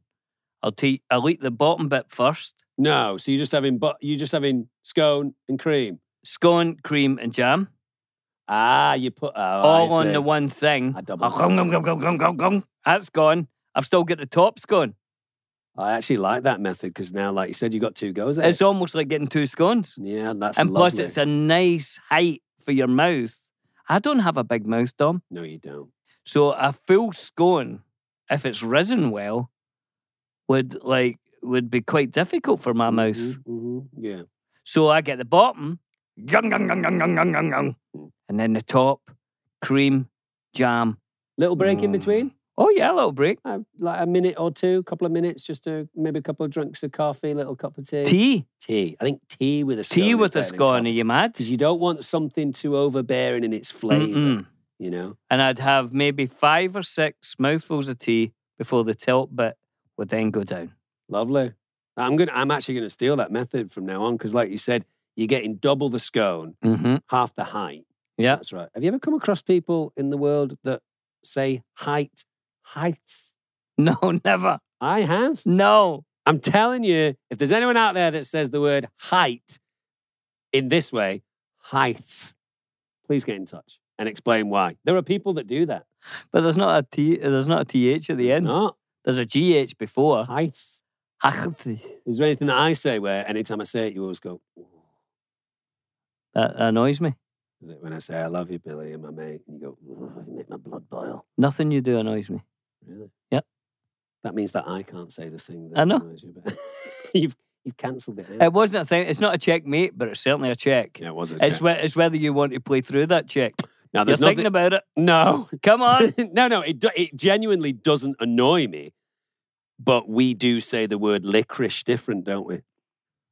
[SPEAKER 4] I'll take I'll eat the bottom bit first,
[SPEAKER 2] No, so you're just having but you're just having scone and cream.
[SPEAKER 4] scone, cream, and jam.
[SPEAKER 2] Ah, you put oh, I
[SPEAKER 4] all on
[SPEAKER 2] see.
[SPEAKER 4] the one thing.
[SPEAKER 2] I double
[SPEAKER 4] Ah,
[SPEAKER 2] it.
[SPEAKER 4] gong, gong, gong, gong, gong, gong, gong. That's gone.
[SPEAKER 3] I've still got the tops going.
[SPEAKER 2] I actually like that method because now, like you said, you got two goes at
[SPEAKER 3] It's
[SPEAKER 2] it.
[SPEAKER 3] almost like getting two scones.
[SPEAKER 2] Yeah, that's
[SPEAKER 3] and plus,
[SPEAKER 2] lovely.
[SPEAKER 3] it's a nice height for your mouth. I don't have a big mouth, Dom.
[SPEAKER 2] no, you don't.
[SPEAKER 3] So a full scone, if it's risen well, would like would be quite difficult for my mouth.
[SPEAKER 2] hmm Yeah.
[SPEAKER 3] So I get the bottom, gung, gung, gung, gung, gung, gung, gung, gung, and then the top, cream, jam.
[SPEAKER 2] Little break in
[SPEAKER 3] Mm.
[SPEAKER 2] between,
[SPEAKER 3] Oh yeah, a little break.
[SPEAKER 2] uh, like a minute or two, couple of minutes, just a, maybe a couple of drinks of coffee, little cup of tea.
[SPEAKER 3] Tea,
[SPEAKER 2] Tea. I think tea with a scone.
[SPEAKER 3] tea
[SPEAKER 2] is
[SPEAKER 3] with a
[SPEAKER 2] better than
[SPEAKER 3] scone. Are
[SPEAKER 2] coffee.
[SPEAKER 3] you mad?
[SPEAKER 2] because you don't want something too overbearing in its flavor.
[SPEAKER 3] Mm-mm.
[SPEAKER 2] You know,
[SPEAKER 3] And I'd have maybe five or six mouthfuls of tea before the tilt bit would then go down.
[SPEAKER 2] lovely. I'm gonna. I'm actually gonna steal that method from now on because, like you said, you're getting double the scone,
[SPEAKER 3] Mm-hmm.
[SPEAKER 2] half the height.
[SPEAKER 3] Yeah.
[SPEAKER 2] That's right. Have you ever come across people in the world that say height, height?
[SPEAKER 3] No, never.
[SPEAKER 2] I have.
[SPEAKER 3] No.
[SPEAKER 2] I'm telling you, if there's anyone out there that says the word height in this way, height, please get in touch and explain why. There are people that do that.
[SPEAKER 3] But there's not a T. There's not a th at the
[SPEAKER 2] It's
[SPEAKER 3] end.
[SPEAKER 2] not Ah.
[SPEAKER 3] There's a gh before.
[SPEAKER 2] height.
[SPEAKER 3] that
[SPEAKER 2] Is there anything that I say where anytime I say it, you always go, "Ooh."
[SPEAKER 3] annoys me.
[SPEAKER 2] Is it when I say I love you, Billy, and my mate, and you go, "Ugh, you make my blood boil.
[SPEAKER 3] Nothing you do annoys me.
[SPEAKER 2] Really?
[SPEAKER 3] Yep.
[SPEAKER 2] That means that I can't say the thing that
[SPEAKER 3] I know. Uh,
[SPEAKER 2] annoys you. But you've you've cancelled it.
[SPEAKER 3] It
[SPEAKER 2] Out.
[SPEAKER 3] wasn't a thing. It's not a checkmate, but it's certainly a check.
[SPEAKER 2] yeah, it was a
[SPEAKER 3] It's
[SPEAKER 2] check.
[SPEAKER 3] whe- it's whether you want to play through that check.
[SPEAKER 2] now
[SPEAKER 3] You're
[SPEAKER 2] there's
[SPEAKER 3] thinking
[SPEAKER 2] nothing.
[SPEAKER 3] about it.
[SPEAKER 2] no,
[SPEAKER 3] Come on.
[SPEAKER 2] no, no. It do- it genuinely doesn't annoy me, but we do say the word licorice different, don't we?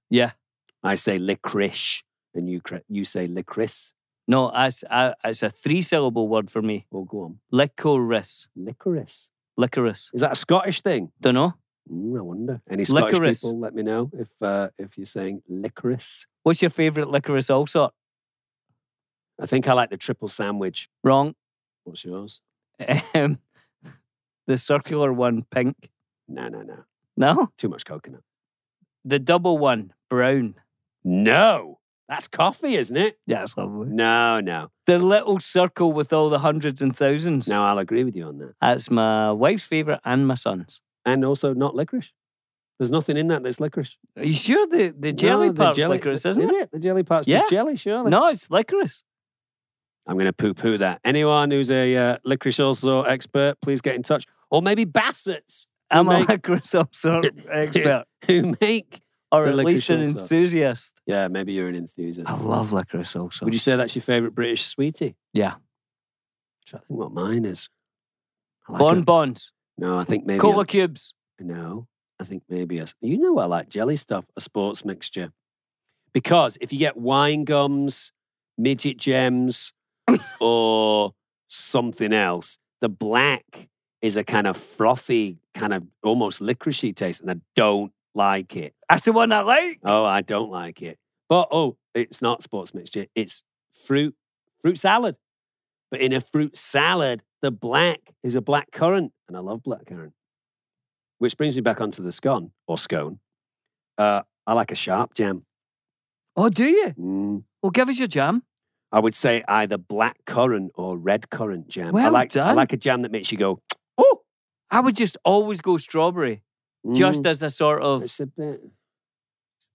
[SPEAKER 3] yeah.
[SPEAKER 2] I say licorice, and you cri- you say licorice.
[SPEAKER 3] No, it's, I, it's a three syllable word for me.
[SPEAKER 2] Oh, go on,
[SPEAKER 3] Licorice.
[SPEAKER 2] licorice.
[SPEAKER 3] Licorice.
[SPEAKER 2] Is that a Scottish thing?
[SPEAKER 3] Don't know.
[SPEAKER 2] Mm, I wonder. Any Scottish
[SPEAKER 3] Licorice.
[SPEAKER 2] people, let me know if uh, if you're saying licorice.
[SPEAKER 3] What's your favourite licorice all sort?
[SPEAKER 2] I think I like the triple sandwich.
[SPEAKER 3] Wrong.
[SPEAKER 2] What's yours?
[SPEAKER 3] Um, the circular one, pink.
[SPEAKER 2] No, no, no.
[SPEAKER 3] No.
[SPEAKER 2] Too much coconut.
[SPEAKER 3] The double one, brown.
[SPEAKER 2] No. That's coffee, isn't it?
[SPEAKER 3] Yeah, it's lovely.
[SPEAKER 2] No, no.
[SPEAKER 3] The little circle with all the hundreds and thousands.
[SPEAKER 2] No, I'll agree with you on that.
[SPEAKER 3] That's my wife's favourite and my son's.
[SPEAKER 2] And also not licorice. There's nothing in that that's licorice.
[SPEAKER 3] Are you sure the, the jelly
[SPEAKER 2] No, the
[SPEAKER 3] part's
[SPEAKER 2] jelly-
[SPEAKER 3] licorice, isn't
[SPEAKER 2] is
[SPEAKER 3] it?
[SPEAKER 2] it? The jelly part's
[SPEAKER 3] Yeah.
[SPEAKER 2] just jelly, surely.
[SPEAKER 3] No, it's licorice.
[SPEAKER 2] I'm going to poo poo that. Anyone who's a uh, licorice also expert, please get in touch. Or maybe Bassett's,
[SPEAKER 3] I'm
[SPEAKER 2] make-
[SPEAKER 3] a licorice all sort expert,
[SPEAKER 2] who make.
[SPEAKER 3] or
[SPEAKER 2] The
[SPEAKER 3] at least
[SPEAKER 2] licorice
[SPEAKER 3] an
[SPEAKER 2] all sort.
[SPEAKER 3] enthusiast.
[SPEAKER 2] Yeah, maybe you're an enthusiast.
[SPEAKER 3] love licorice also.
[SPEAKER 2] Would you say that's your favourite British sweetie?
[SPEAKER 3] Yeah.
[SPEAKER 2] Try to think what mine is. I like a-
[SPEAKER 3] bonbons,
[SPEAKER 2] No, I think maybe. a-
[SPEAKER 3] cola cubes?
[SPEAKER 2] No, I think maybe a. You know, I like jelly stuff, a sports mixture. Because if you get wine gums, midget gems, or something else, the black is a kind of frothy, kind of almost licoricey taste, and I don't like it.
[SPEAKER 3] That's the one I like.
[SPEAKER 2] Oh, I don't like it. But oh, it's not sports mixture. It's fruit, fruit salad. But in a fruit salad, the black is a black currant, and I love black currant. Which brings me back onto the scone or scone. Uh, I like a sharp jam.
[SPEAKER 3] Oh, do you?
[SPEAKER 2] Mm.
[SPEAKER 3] Well, give us your jam.
[SPEAKER 2] I would say either black currant or red currant jam. I
[SPEAKER 3] Well
[SPEAKER 2] like I
[SPEAKER 3] done.
[SPEAKER 2] like a jam that makes you go, oh,
[SPEAKER 3] I would just always go strawberry, just as a sort of.
[SPEAKER 2] Mm. it's a bit,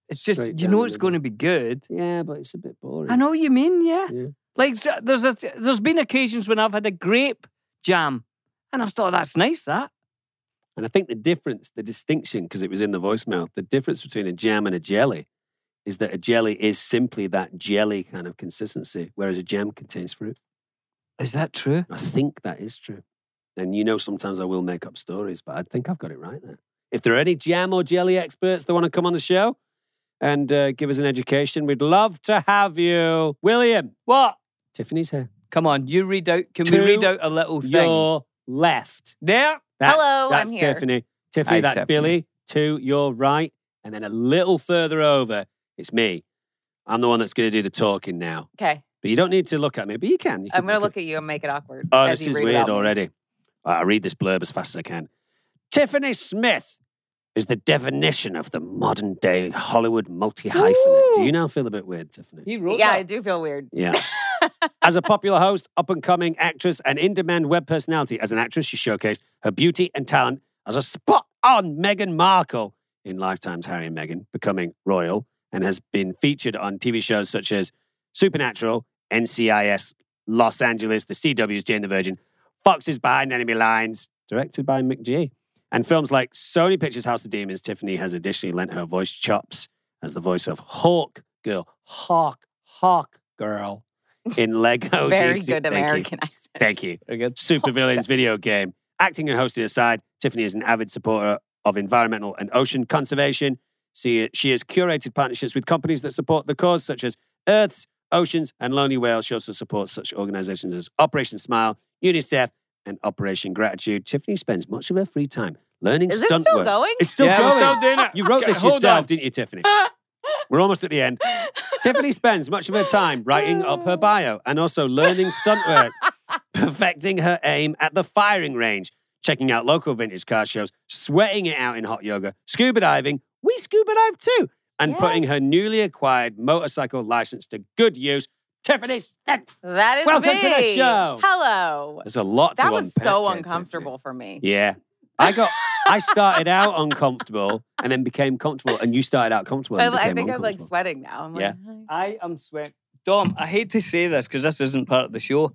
[SPEAKER 3] It's just
[SPEAKER 2] straight
[SPEAKER 3] you
[SPEAKER 2] down
[SPEAKER 3] know
[SPEAKER 2] the
[SPEAKER 3] it's going to be good.
[SPEAKER 2] yeah, but it's a bit boring.
[SPEAKER 3] I know what you mean, yeah.
[SPEAKER 2] Yeah.
[SPEAKER 3] Like so- there's a there's been occasions when I've had a grape jam, and I've thought that's nice. That
[SPEAKER 2] And I think the difference, the distinction, because it was in the voicemail, the difference between a jam and a jelly is that a jelly is simply that jelly kind of consistency, whereas a jam contains fruit.
[SPEAKER 3] is that true?
[SPEAKER 2] I think that is true. And you know, sometimes I will make up stories, but I think I've got it right there. If there are any jam or jelly experts that want to come on the show and uh, give us an education, we'd love to have you. William,
[SPEAKER 3] What?
[SPEAKER 2] Tiffany's here.
[SPEAKER 3] Come on, you read out. Can we read
[SPEAKER 2] To
[SPEAKER 3] out a little thing?
[SPEAKER 2] Your left.
[SPEAKER 3] There.
[SPEAKER 2] That's,
[SPEAKER 7] Hello,
[SPEAKER 2] that's
[SPEAKER 7] I'm here.
[SPEAKER 2] Tiffany. Tiffany,
[SPEAKER 4] Hi,
[SPEAKER 2] that's
[SPEAKER 4] Tiffany.
[SPEAKER 2] Billy. To your right, and then a little further over, it's me. I'm the one that's going to do the talking now.
[SPEAKER 7] Okay.
[SPEAKER 2] But you don't need to look at me. But you can. You
[SPEAKER 7] I'm
[SPEAKER 2] can
[SPEAKER 7] going to look at you and make it awkward.
[SPEAKER 2] Oh,
[SPEAKER 7] as
[SPEAKER 2] this
[SPEAKER 7] you
[SPEAKER 2] is
[SPEAKER 7] read
[SPEAKER 2] weird
[SPEAKER 7] about me.
[SPEAKER 2] already. I read this blurb as fast as I can. Tiffany Smith is the definition of the modern day Hollywood multi hyphenate. Do you now feel a bit weird, Tiffany?
[SPEAKER 3] He wrote
[SPEAKER 7] Yeah,
[SPEAKER 3] that.
[SPEAKER 7] I do feel weird.
[SPEAKER 2] Yeah. as a popular host, up and coming actress, and in demand web personality, as an actress, she showcased her beauty and talent as a spot on Meghan Markle in Lifetime's Harry and Meghan Becoming Royal and has been featured on TV shows such as Supernatural, NCIS, Los Angeles, The CW's Jane the Virgin, Fox's Behind Enemy Lines, directed by Mick G. And films like Sony Pictures House of Demons, Tiffany has additionally lent her voice chops as the voice of Hawk Girl, Hawk, Hawk Girl in Lego
[SPEAKER 7] Very
[SPEAKER 2] DC.
[SPEAKER 7] good
[SPEAKER 2] Oh, Thank you.
[SPEAKER 7] American accent.
[SPEAKER 2] Thank you.
[SPEAKER 4] Very good.
[SPEAKER 2] Supervillains video game. Acting and hosting aside, Tiffany is an avid supporter of environmental and ocean conservation. She, she has curated partnerships with companies that support the cause, such as Earth's, Oceans, and Lonely Whale. She also supports such organizations as Operation Smile, UNICEF, and Operation Gratitude. Tiffany spends much of her free time learning
[SPEAKER 7] Is this
[SPEAKER 2] stunt
[SPEAKER 7] still
[SPEAKER 2] work.
[SPEAKER 7] going?
[SPEAKER 2] It's still
[SPEAKER 3] yeah,
[SPEAKER 2] going.
[SPEAKER 3] we're still doing it.
[SPEAKER 2] You wrote
[SPEAKER 3] Okay,
[SPEAKER 2] this
[SPEAKER 3] hold
[SPEAKER 2] yourself,
[SPEAKER 3] on.
[SPEAKER 2] didn't you, Tiffany? We're almost at the end. Tiffany spends much of her time writing up her bio and also learning stunt work, perfecting her aim at the firing range, checking out local vintage car shows, sweating it out in hot yoga, scuba diving. We scuba dive too. And putting her newly acquired motorcycle license to good use. Tiffany, Stent.
[SPEAKER 7] That is
[SPEAKER 2] Welcome to the
[SPEAKER 7] me.
[SPEAKER 2] show.
[SPEAKER 7] Hello.
[SPEAKER 2] there's a lot to
[SPEAKER 7] That was
[SPEAKER 2] unpack
[SPEAKER 7] so
[SPEAKER 2] here, Tiffany.
[SPEAKER 7] uncomfortable for me.
[SPEAKER 2] Yeah. I got I started out uncomfortable and then became comfortable and you started out comfortable and
[SPEAKER 7] I, I
[SPEAKER 2] became
[SPEAKER 7] think I'm like
[SPEAKER 2] uncomfortable.
[SPEAKER 7] sweating now. I'm like,
[SPEAKER 2] Yeah.
[SPEAKER 7] "Hi."
[SPEAKER 3] I am sweating. Dom, I hate to say this because this isn't part of the show.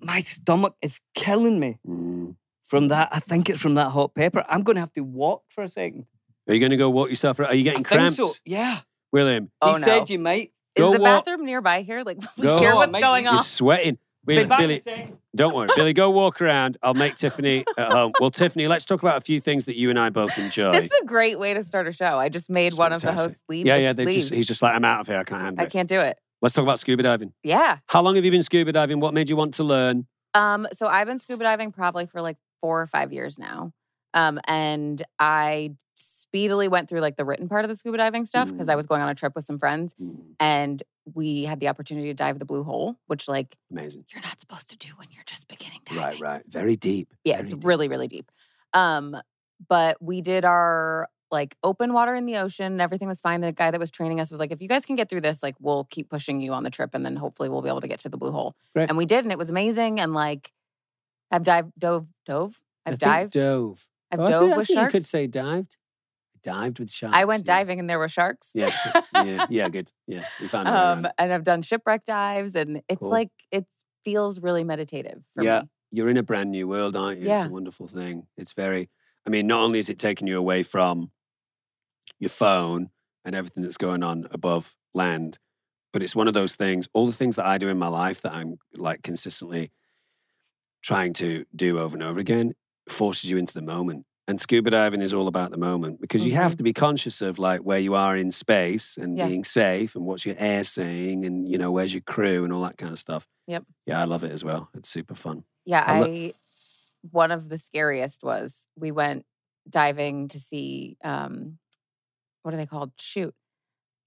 [SPEAKER 3] My stomach is killing me
[SPEAKER 2] Mm.
[SPEAKER 3] from that. I think it's from that hot pepper. I'm going to have to walk for a second.
[SPEAKER 2] Are you going to go walk yourself around? Are you
[SPEAKER 3] I
[SPEAKER 2] getting
[SPEAKER 3] think
[SPEAKER 2] cramps?
[SPEAKER 3] so. Yeah.
[SPEAKER 2] William,
[SPEAKER 7] Oh,
[SPEAKER 3] he
[SPEAKER 7] no.
[SPEAKER 3] said you might.
[SPEAKER 7] Is
[SPEAKER 2] go
[SPEAKER 7] the
[SPEAKER 2] walk.
[SPEAKER 7] bathroom nearby here? Like, we
[SPEAKER 2] Go.
[SPEAKER 7] hear
[SPEAKER 2] Oh,
[SPEAKER 7] what's
[SPEAKER 3] mate,
[SPEAKER 7] going
[SPEAKER 2] You're
[SPEAKER 7] on.
[SPEAKER 2] sweating.
[SPEAKER 3] Be
[SPEAKER 2] Billy,
[SPEAKER 3] back in a
[SPEAKER 2] Billy,
[SPEAKER 3] second.
[SPEAKER 2] don't worry. Billy, go walk around. I'll make Tiffany at home. Well, Tiffany, let's talk about a few things that you and I both enjoy.
[SPEAKER 7] This is a great way to start a show. I just made
[SPEAKER 2] It's
[SPEAKER 7] one of the
[SPEAKER 2] fantastic.
[SPEAKER 7] hosts leave.
[SPEAKER 2] yeah,
[SPEAKER 7] I
[SPEAKER 2] yeah.
[SPEAKER 7] should
[SPEAKER 2] They
[SPEAKER 7] leave.
[SPEAKER 2] just, he's just like, I'm out of here. I can't handle
[SPEAKER 7] I
[SPEAKER 2] it.
[SPEAKER 7] can't do it.
[SPEAKER 2] Let's talk about scuba diving.
[SPEAKER 7] Yeah.
[SPEAKER 2] How long have you been scuba diving? What made you want to learn?
[SPEAKER 7] Um, so I've been scuba diving probably for like four or five years now. Um, and I speedily went through like the written part of the scuba diving stuff because I
[SPEAKER 2] Mm.
[SPEAKER 7] was going on a trip with some friends and we had the opportunity to dive the blue hole, which like
[SPEAKER 2] Amazing.
[SPEAKER 7] you're not supposed to do when you're just beginning diving.
[SPEAKER 2] Right, right. Very deep.
[SPEAKER 7] Yeah,
[SPEAKER 2] Very
[SPEAKER 7] it's
[SPEAKER 2] deep.
[SPEAKER 7] really, really deep. Um, but we did our like open water in the ocean and everything was fine. The guy that was training us was like, if you guys can get through this, like we'll keep pushing you on the trip and then hopefully we'll be able to get to the blue hole.
[SPEAKER 2] Right.
[SPEAKER 7] And we did, and it was amazing. And like I've dived dove dove. I've
[SPEAKER 2] I think
[SPEAKER 7] dived.
[SPEAKER 2] Dove.
[SPEAKER 7] I've
[SPEAKER 2] Oh, I
[SPEAKER 7] dove
[SPEAKER 2] think- I
[SPEAKER 7] with
[SPEAKER 2] think
[SPEAKER 7] sharks.
[SPEAKER 2] You could say dived. Dived with sharks.
[SPEAKER 7] I went
[SPEAKER 2] yeah.
[SPEAKER 7] diving and there were sharks.
[SPEAKER 2] Yeah, yeah, yeah. Good. Yeah, we found. a way around
[SPEAKER 7] um,
[SPEAKER 2] it.
[SPEAKER 7] and I've done shipwreck dives and it's
[SPEAKER 2] Cool.
[SPEAKER 7] like it feels really meditative for
[SPEAKER 2] Yeah.
[SPEAKER 7] me.
[SPEAKER 2] you're in a brand new world, aren't you? It's a
[SPEAKER 7] Yeah.
[SPEAKER 2] wonderful thing. It's very, I mean, not only is it taking you away from your phone and everything that's going on above land, but it's one of those things, all the things that I do in my life that I'm like consistently trying to do over and over again forces you into the moment. And scuba diving is all about the moment because you have to be conscious of like where you are in space and
[SPEAKER 7] Mm-hmm. Yeah.
[SPEAKER 2] being safe and what's your air saying and you know where's your crew and all that kind of stuff.
[SPEAKER 7] Yep.
[SPEAKER 2] Yeah, I love it as well. It's super fun.
[SPEAKER 7] Yeah,
[SPEAKER 2] I
[SPEAKER 7] I,
[SPEAKER 2] lo-
[SPEAKER 7] one of the scariest was we went diving to see um what are they called? Shoot.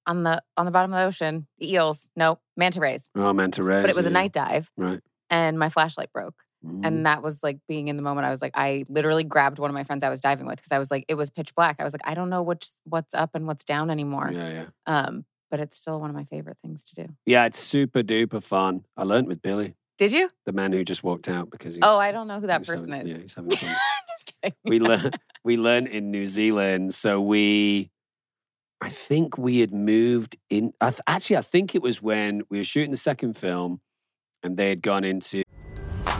[SPEAKER 7] On the on the bottom of the ocean, the eels. No, manta rays.
[SPEAKER 2] Oh, manta rays.
[SPEAKER 7] But it was a
[SPEAKER 2] yeah.
[SPEAKER 7] night dive
[SPEAKER 2] Right.
[SPEAKER 7] and my flashlight broke.
[SPEAKER 2] Mm.
[SPEAKER 7] And that was like being in the moment. I was like, I literally grabbed one of my friends I was diving with because I was like, it was pitch black. I was like, I don't know which what's up and what's down anymore.
[SPEAKER 2] Yeah, yeah.
[SPEAKER 7] Um, but it's still one of my favorite things to do.
[SPEAKER 2] Yeah, it's super duper fun. I learnt with Billy,
[SPEAKER 7] Did you?
[SPEAKER 2] the man who just walked out because he's.
[SPEAKER 7] Oh, I don't know who that
[SPEAKER 2] he's
[SPEAKER 7] person
[SPEAKER 2] having- Yeah,
[SPEAKER 7] is.
[SPEAKER 2] he's having fun.
[SPEAKER 7] Just kidding.
[SPEAKER 2] we learned we learned in New Zealand. So we, I think we had moved in. I th- actually, I think it was when we were shooting the second film, and they had gone into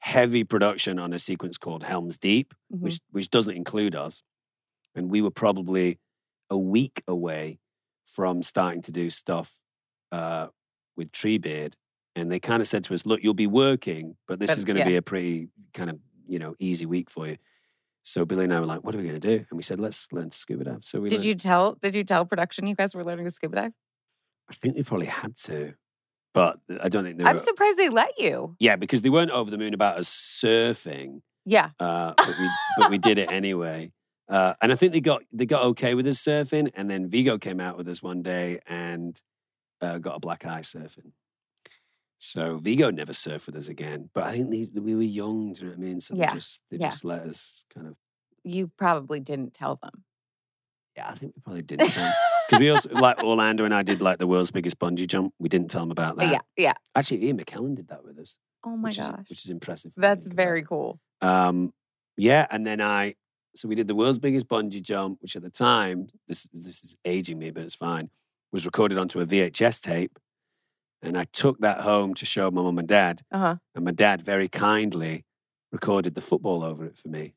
[SPEAKER 2] heavy production on a sequence called Helm's Deep,
[SPEAKER 7] Mhm.
[SPEAKER 2] which which doesn't include us, and we were probably a week away from starting to do stuff uh, with Treebeard, and they kind of said to us, "Look, you'll be working, but this
[SPEAKER 7] But-
[SPEAKER 2] is going to
[SPEAKER 7] yeah.
[SPEAKER 2] be a pretty kind of you know easy week for you." So Billy and I were like, "What are we going to do?" And we said, "Let's learn to scuba dive." So we
[SPEAKER 7] Did
[SPEAKER 2] learned-
[SPEAKER 7] you tell? Did you tell production you guys were learning to scuba dive?
[SPEAKER 2] I think they probably had to, but I don't think they
[SPEAKER 7] I'm
[SPEAKER 2] were.
[SPEAKER 7] surprised they let you.
[SPEAKER 2] yeah, because they weren't over the moon about us surfing.
[SPEAKER 7] Yeah.
[SPEAKER 2] uh, but we but we did it anyway. Uh, and I think they got they got okay with us surfing, and then Vigo came out with us one day and uh, got a black eye surfing. So Vigo never surfed with us again. But I think they, we were young, do you know what I mean? So
[SPEAKER 7] Yeah,
[SPEAKER 2] they just they
[SPEAKER 7] yeah.
[SPEAKER 2] just let us kind of
[SPEAKER 7] You probably didn't tell them.
[SPEAKER 2] yeah. I think we probably didn't tell because we also like oh, Orlando and I did like the world's biggest bungee jump. We didn't tell them about that.
[SPEAKER 7] yeah. Yeah.
[SPEAKER 2] Actually, Ian McKellen did that with us.
[SPEAKER 7] Oh my
[SPEAKER 2] which
[SPEAKER 7] gosh.
[SPEAKER 2] is, which is impressive. if you
[SPEAKER 7] That's
[SPEAKER 2] think about
[SPEAKER 7] very
[SPEAKER 2] it.
[SPEAKER 7] cool.
[SPEAKER 2] Um, yeah, and then I so we did the world's biggest bungee jump, which at the time this this is aging me, but it's fine. Was recorded onto a VHS tape, and I took that home to show my mum and dad,
[SPEAKER 7] Uh huh.
[SPEAKER 2] and my dad very kindly recorded the football over it for me.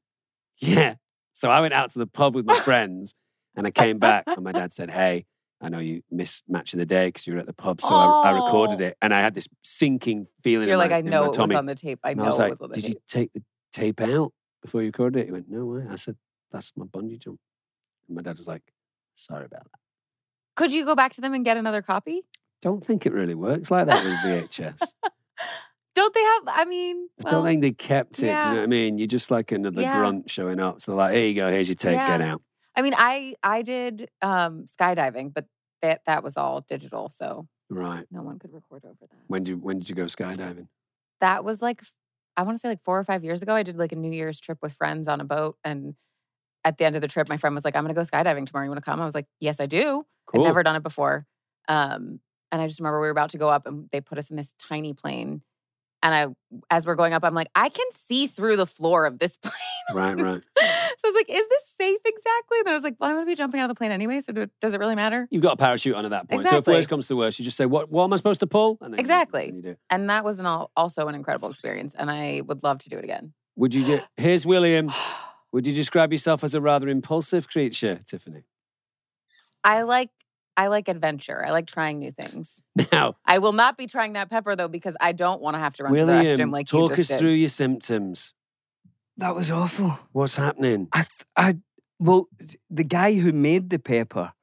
[SPEAKER 2] Yeah, so I went out to the pub with my friends, and I came back, and my dad said, "Hey." I know you missed match of the day because you were at the pub, so I, I recorded
[SPEAKER 7] Oh.
[SPEAKER 2] it, and I had this sinking feeling.
[SPEAKER 7] You're
[SPEAKER 2] in
[SPEAKER 7] like,
[SPEAKER 2] my,
[SPEAKER 7] I
[SPEAKER 2] in my
[SPEAKER 7] know it was
[SPEAKER 2] tummy.
[SPEAKER 7] on the tape. I
[SPEAKER 2] And
[SPEAKER 7] know
[SPEAKER 2] was
[SPEAKER 7] it
[SPEAKER 2] like,
[SPEAKER 7] was on the
[SPEAKER 2] Did
[SPEAKER 7] tape.
[SPEAKER 2] you take the tape out before you recorded it? He went, No way. I said, That's my bungee jump. And my dad was like, Sorry about that.
[SPEAKER 7] Could you go back to them and get another copy?
[SPEAKER 2] Don't think it really works like that with VHS.
[SPEAKER 7] Don't they have? I mean,
[SPEAKER 2] I don't
[SPEAKER 7] well,
[SPEAKER 2] think they kept it. Do
[SPEAKER 7] Oh, yeah.
[SPEAKER 2] you know what I mean? You're just like another
[SPEAKER 7] Yeah.
[SPEAKER 2] grunt showing up. So, like, here you go. Here's your tape. Get
[SPEAKER 7] Yeah.
[SPEAKER 2] out.
[SPEAKER 7] I mean, I I did um skydiving, but that that was all digital, so
[SPEAKER 2] Right.
[SPEAKER 7] no one could record over that.
[SPEAKER 2] When did, when did you go skydiving?
[SPEAKER 7] That was like f- I want to say like 4 or 5 years ago I did like a New Year's trip with friends on a boat and at the end of the trip my friend was like I'm going to go skydiving tomorrow. You want to come? I was like, "Yes, I do."
[SPEAKER 2] Cool.
[SPEAKER 7] I'd never done it before. Um, and I just remember we were about to go up and they put us in this tiny plane. And I, as we're going up, I'm like, I can see through the floor of this plane.
[SPEAKER 2] Right, right.
[SPEAKER 7] so I was like, is this safe exactly? And then I was like, well, I'm going to be jumping out of the plane anyway. So do, does it really matter?
[SPEAKER 2] You've got a parachute on at that point. So, if
[SPEAKER 7] Exactly.
[SPEAKER 2] worst comes to worst, you just say, What, what am I supposed to pull? And then you-
[SPEAKER 7] Exactly.
[SPEAKER 2] and you do it.
[SPEAKER 7] And that was an all, also an incredible experience. And I would love to do it again.
[SPEAKER 2] Would you, ju- here's William. Would you describe yourself as a rather impulsive creature, Tiffany?
[SPEAKER 7] I like, I like adventure. I like trying new things.
[SPEAKER 2] Now,
[SPEAKER 7] I will not be trying that pepper though, because I don't want to have to run
[SPEAKER 2] William,
[SPEAKER 7] to the restroom like
[SPEAKER 2] talk
[SPEAKER 7] you just
[SPEAKER 2] us
[SPEAKER 7] did.
[SPEAKER 2] through your symptoms.
[SPEAKER 3] That was awful.
[SPEAKER 2] What's happening?
[SPEAKER 3] I, th- I, well, th- the guy who made the pepper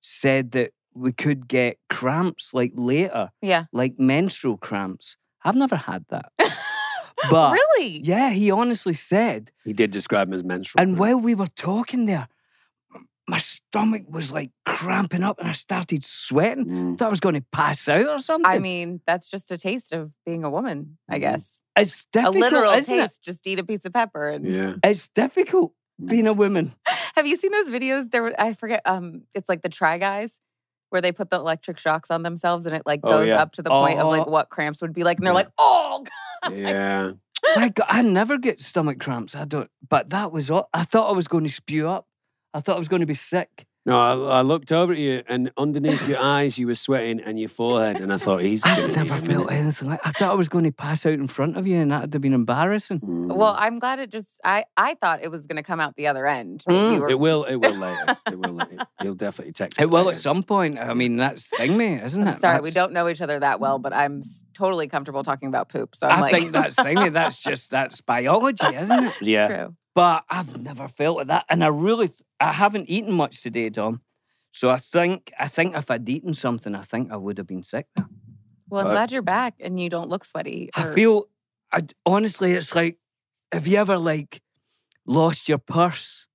[SPEAKER 3] said that we could get cramps like later,
[SPEAKER 7] Yeah.
[SPEAKER 3] like menstrual cramps. I've never had that. But
[SPEAKER 7] really?
[SPEAKER 3] yeah, he honestly said.
[SPEAKER 2] He did describe him as menstrual.
[SPEAKER 3] And while we were talking there, m- my stomach was like cramping up and I started sweating.
[SPEAKER 2] Mm.
[SPEAKER 3] thought I was going to pass out or something.
[SPEAKER 7] I mean, that's just a taste of being a woman, I
[SPEAKER 2] Mhm.
[SPEAKER 7] guess.
[SPEAKER 3] it's
[SPEAKER 7] A
[SPEAKER 3] difficult,
[SPEAKER 7] literal
[SPEAKER 3] isn't
[SPEAKER 7] taste. Just eat a piece of pepper. And
[SPEAKER 2] Yeah.
[SPEAKER 3] it? It's difficult
[SPEAKER 2] Mm.
[SPEAKER 3] being a woman.
[SPEAKER 7] have you seen those videos? There, were- I forget. Um, it's like the try guys. Where they put the electric shocks on themselves and it like
[SPEAKER 2] Oh,
[SPEAKER 7] goes
[SPEAKER 2] yeah.
[SPEAKER 7] up to the point of like
[SPEAKER 3] Oh.
[SPEAKER 7] what cramps would be like, and they're
[SPEAKER 2] Yeah.
[SPEAKER 7] like, "Oh,
[SPEAKER 2] Yeah.
[SPEAKER 3] My God, I never get stomach cramps. I don't. But that was. aw- I thought I was going to spew up. I thought I was going to be sick.
[SPEAKER 2] No, I, I looked over at you, and underneath your eyes, you were sweating, and your forehead, and I thought he's.
[SPEAKER 3] I
[SPEAKER 2] gonna
[SPEAKER 3] never
[SPEAKER 2] need
[SPEAKER 3] felt
[SPEAKER 2] a minute."
[SPEAKER 3] anything like. I thought I was going to pass out in front of you, and that'd have been embarrassing.
[SPEAKER 2] Mm.
[SPEAKER 7] well, I'm glad it just." I I thought it was gonna come out the other end. that
[SPEAKER 3] Mm.
[SPEAKER 7] you were-
[SPEAKER 2] it will. It will later. It will. Later. He'll definitely text. me
[SPEAKER 3] It will
[SPEAKER 2] later.
[SPEAKER 3] at some point. I mean, that's the thing, mate, isn't
[SPEAKER 7] I'm
[SPEAKER 3] it?
[SPEAKER 7] sorry, we
[SPEAKER 3] That's-
[SPEAKER 7] don't know each other that well, but I'm s- totally comfortable talking about poop. So I'm
[SPEAKER 3] I
[SPEAKER 7] like,
[SPEAKER 3] think that's the thing. mate, That's just that's biology, isn't it?
[SPEAKER 7] it's
[SPEAKER 2] Yeah.
[SPEAKER 7] true.
[SPEAKER 3] But I've never felt like that, and I really, th- I haven't eaten much today, Tom. So I think, I think if I'd eaten something, I think I would have been sick. Then.
[SPEAKER 7] Well, I'm
[SPEAKER 2] But-
[SPEAKER 7] glad you're back and you don't look sweaty.
[SPEAKER 3] I
[SPEAKER 7] or-
[SPEAKER 3] feel, I d- honestly, it's like, have you ever like lost your purse,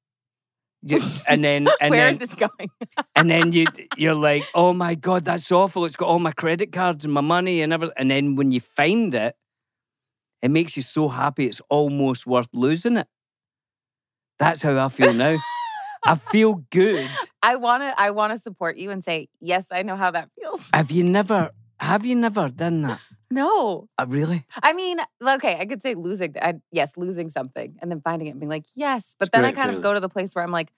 [SPEAKER 3] You- and then and then
[SPEAKER 7] Where is this going?
[SPEAKER 3] and then you d- you're like, oh my god, that's awful. It's got all my credit cards and my money and everything. And then when you find it, it makes you so happy. It's almost worth losing it. That's how I feel now. I feel good.
[SPEAKER 7] I want to I want to support you and say yes I know how that feels.
[SPEAKER 3] Have you never? Have you never done that?
[SPEAKER 7] No.
[SPEAKER 3] Uh, really?
[SPEAKER 7] I mean, okay, I could say losing I, yes, losing something and then finding it and being like, "Yes." But
[SPEAKER 2] It's
[SPEAKER 7] then I
[SPEAKER 2] great
[SPEAKER 7] kind of
[SPEAKER 2] feeling.
[SPEAKER 7] go to the place where I'm like,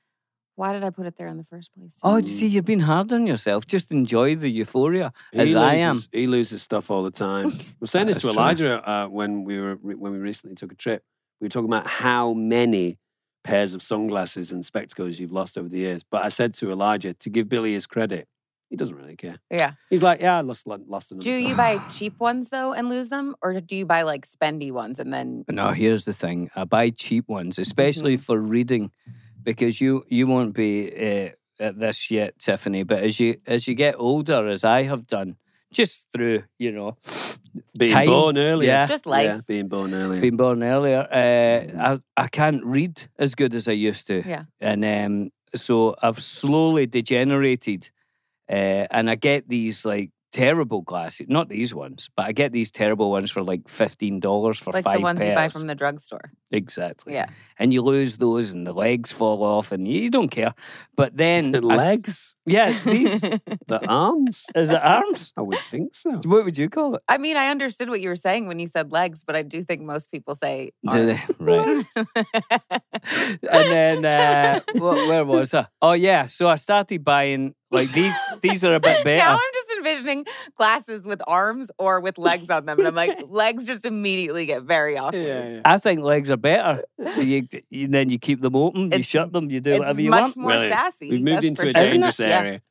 [SPEAKER 7] Why did I put it there in the first place?
[SPEAKER 3] Oh,
[SPEAKER 7] Tim?
[SPEAKER 3] you see, you've been hard on yourself. Just enjoy the euphoria
[SPEAKER 2] He
[SPEAKER 3] as
[SPEAKER 2] loses,
[SPEAKER 3] I am.
[SPEAKER 2] He loses stuff all the time. I was saying this
[SPEAKER 3] That's
[SPEAKER 2] to
[SPEAKER 3] true.
[SPEAKER 2] Elijah uh, when we were re- when we recently took a trip. We were talking about how many pairs of sunglasses and spectacles you've lost over the years. But I said to Elijah to give Billy his credit. He doesn't really care.
[SPEAKER 7] yeah.
[SPEAKER 2] He's like, yeah, I lost lost another.
[SPEAKER 7] Do
[SPEAKER 2] pair."
[SPEAKER 7] you buy cheap ones though and lose them, or do you buy like spendy ones and then?
[SPEAKER 3] No, here's the thing. I buy cheap ones, especially
[SPEAKER 7] Mm-hmm.
[SPEAKER 3] for reading, because you you won't be uh, at this yet, Tiffany. But as you as you get older, as I have done, just through you know
[SPEAKER 2] being
[SPEAKER 3] time-
[SPEAKER 2] born earlier?
[SPEAKER 3] yeah.
[SPEAKER 7] Just
[SPEAKER 2] Yeah,
[SPEAKER 7] life.
[SPEAKER 2] being born earlier.
[SPEAKER 3] being born earlier, uh, I I can't read as good as I used to.
[SPEAKER 7] Yeah.
[SPEAKER 3] and um, so I've slowly degenerated, uh, and I get these like terrible glasses. Not these ones, but I get these terrible ones for like fifteen dollars for
[SPEAKER 7] Like
[SPEAKER 3] five
[SPEAKER 7] the ones
[SPEAKER 3] pairs.
[SPEAKER 7] you buy from the drugstore.
[SPEAKER 3] exactly.
[SPEAKER 7] Yeah.
[SPEAKER 3] and you lose those and the legs fall off and you don't care. But then
[SPEAKER 2] the
[SPEAKER 3] I s-
[SPEAKER 2] legs,
[SPEAKER 3] yeah, these
[SPEAKER 2] the arms.
[SPEAKER 3] is it arms?
[SPEAKER 2] I would think so.
[SPEAKER 3] What would you call it?
[SPEAKER 7] I mean, I understood what you were saying when you said legs, but I do think most people say
[SPEAKER 3] Do they?
[SPEAKER 7] arms.
[SPEAKER 3] Right. and then uh, wh- where was I? Oh yeah, so I started buying like these. These are a bit better.
[SPEAKER 7] Now I'm just envisioning glasses with arms or with legs on them, and I'm like, legs just immediately get very awkward.
[SPEAKER 3] I think legs are better. You, you- then you keep them open, you
[SPEAKER 7] It's-
[SPEAKER 3] shut them, you do
[SPEAKER 7] It's
[SPEAKER 3] whatever you
[SPEAKER 7] much
[SPEAKER 3] want.
[SPEAKER 7] more
[SPEAKER 2] Really?
[SPEAKER 7] sassy.
[SPEAKER 2] We've moved
[SPEAKER 7] that's
[SPEAKER 2] into
[SPEAKER 7] for
[SPEAKER 2] a
[SPEAKER 7] sure.
[SPEAKER 2] dangerous
[SPEAKER 7] Yeah.
[SPEAKER 2] area.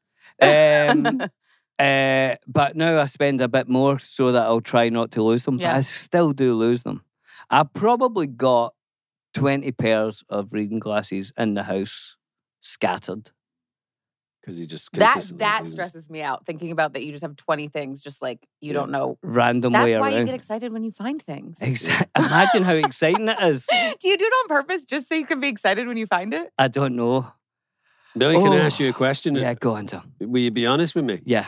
[SPEAKER 3] Um, uh, but now I spend a bit more so that I'll try not to lose them. But
[SPEAKER 7] Yeah.
[SPEAKER 3] I still do lose them. I probably got 20 pairs of reading glasses in the house scattered.
[SPEAKER 2] Because he just
[SPEAKER 7] That
[SPEAKER 2] consistently
[SPEAKER 7] that
[SPEAKER 2] loses.
[SPEAKER 7] stresses me out. Thinking about that, you just have 20 things, just like you
[SPEAKER 2] Yeah.
[SPEAKER 7] don't know.
[SPEAKER 3] Randomly
[SPEAKER 7] That's why you
[SPEAKER 3] around.
[SPEAKER 7] get excited when you find things.
[SPEAKER 3] Exa- Imagine how exciting it is.
[SPEAKER 7] do you do it on purpose just so you can be excited when you find it?
[SPEAKER 3] I don't know.
[SPEAKER 2] Billy, can I ask
[SPEAKER 3] Oh.
[SPEAKER 2] you a question?
[SPEAKER 3] Yeah, go on, Tom.
[SPEAKER 2] Will you be honest with me?
[SPEAKER 3] Yeah.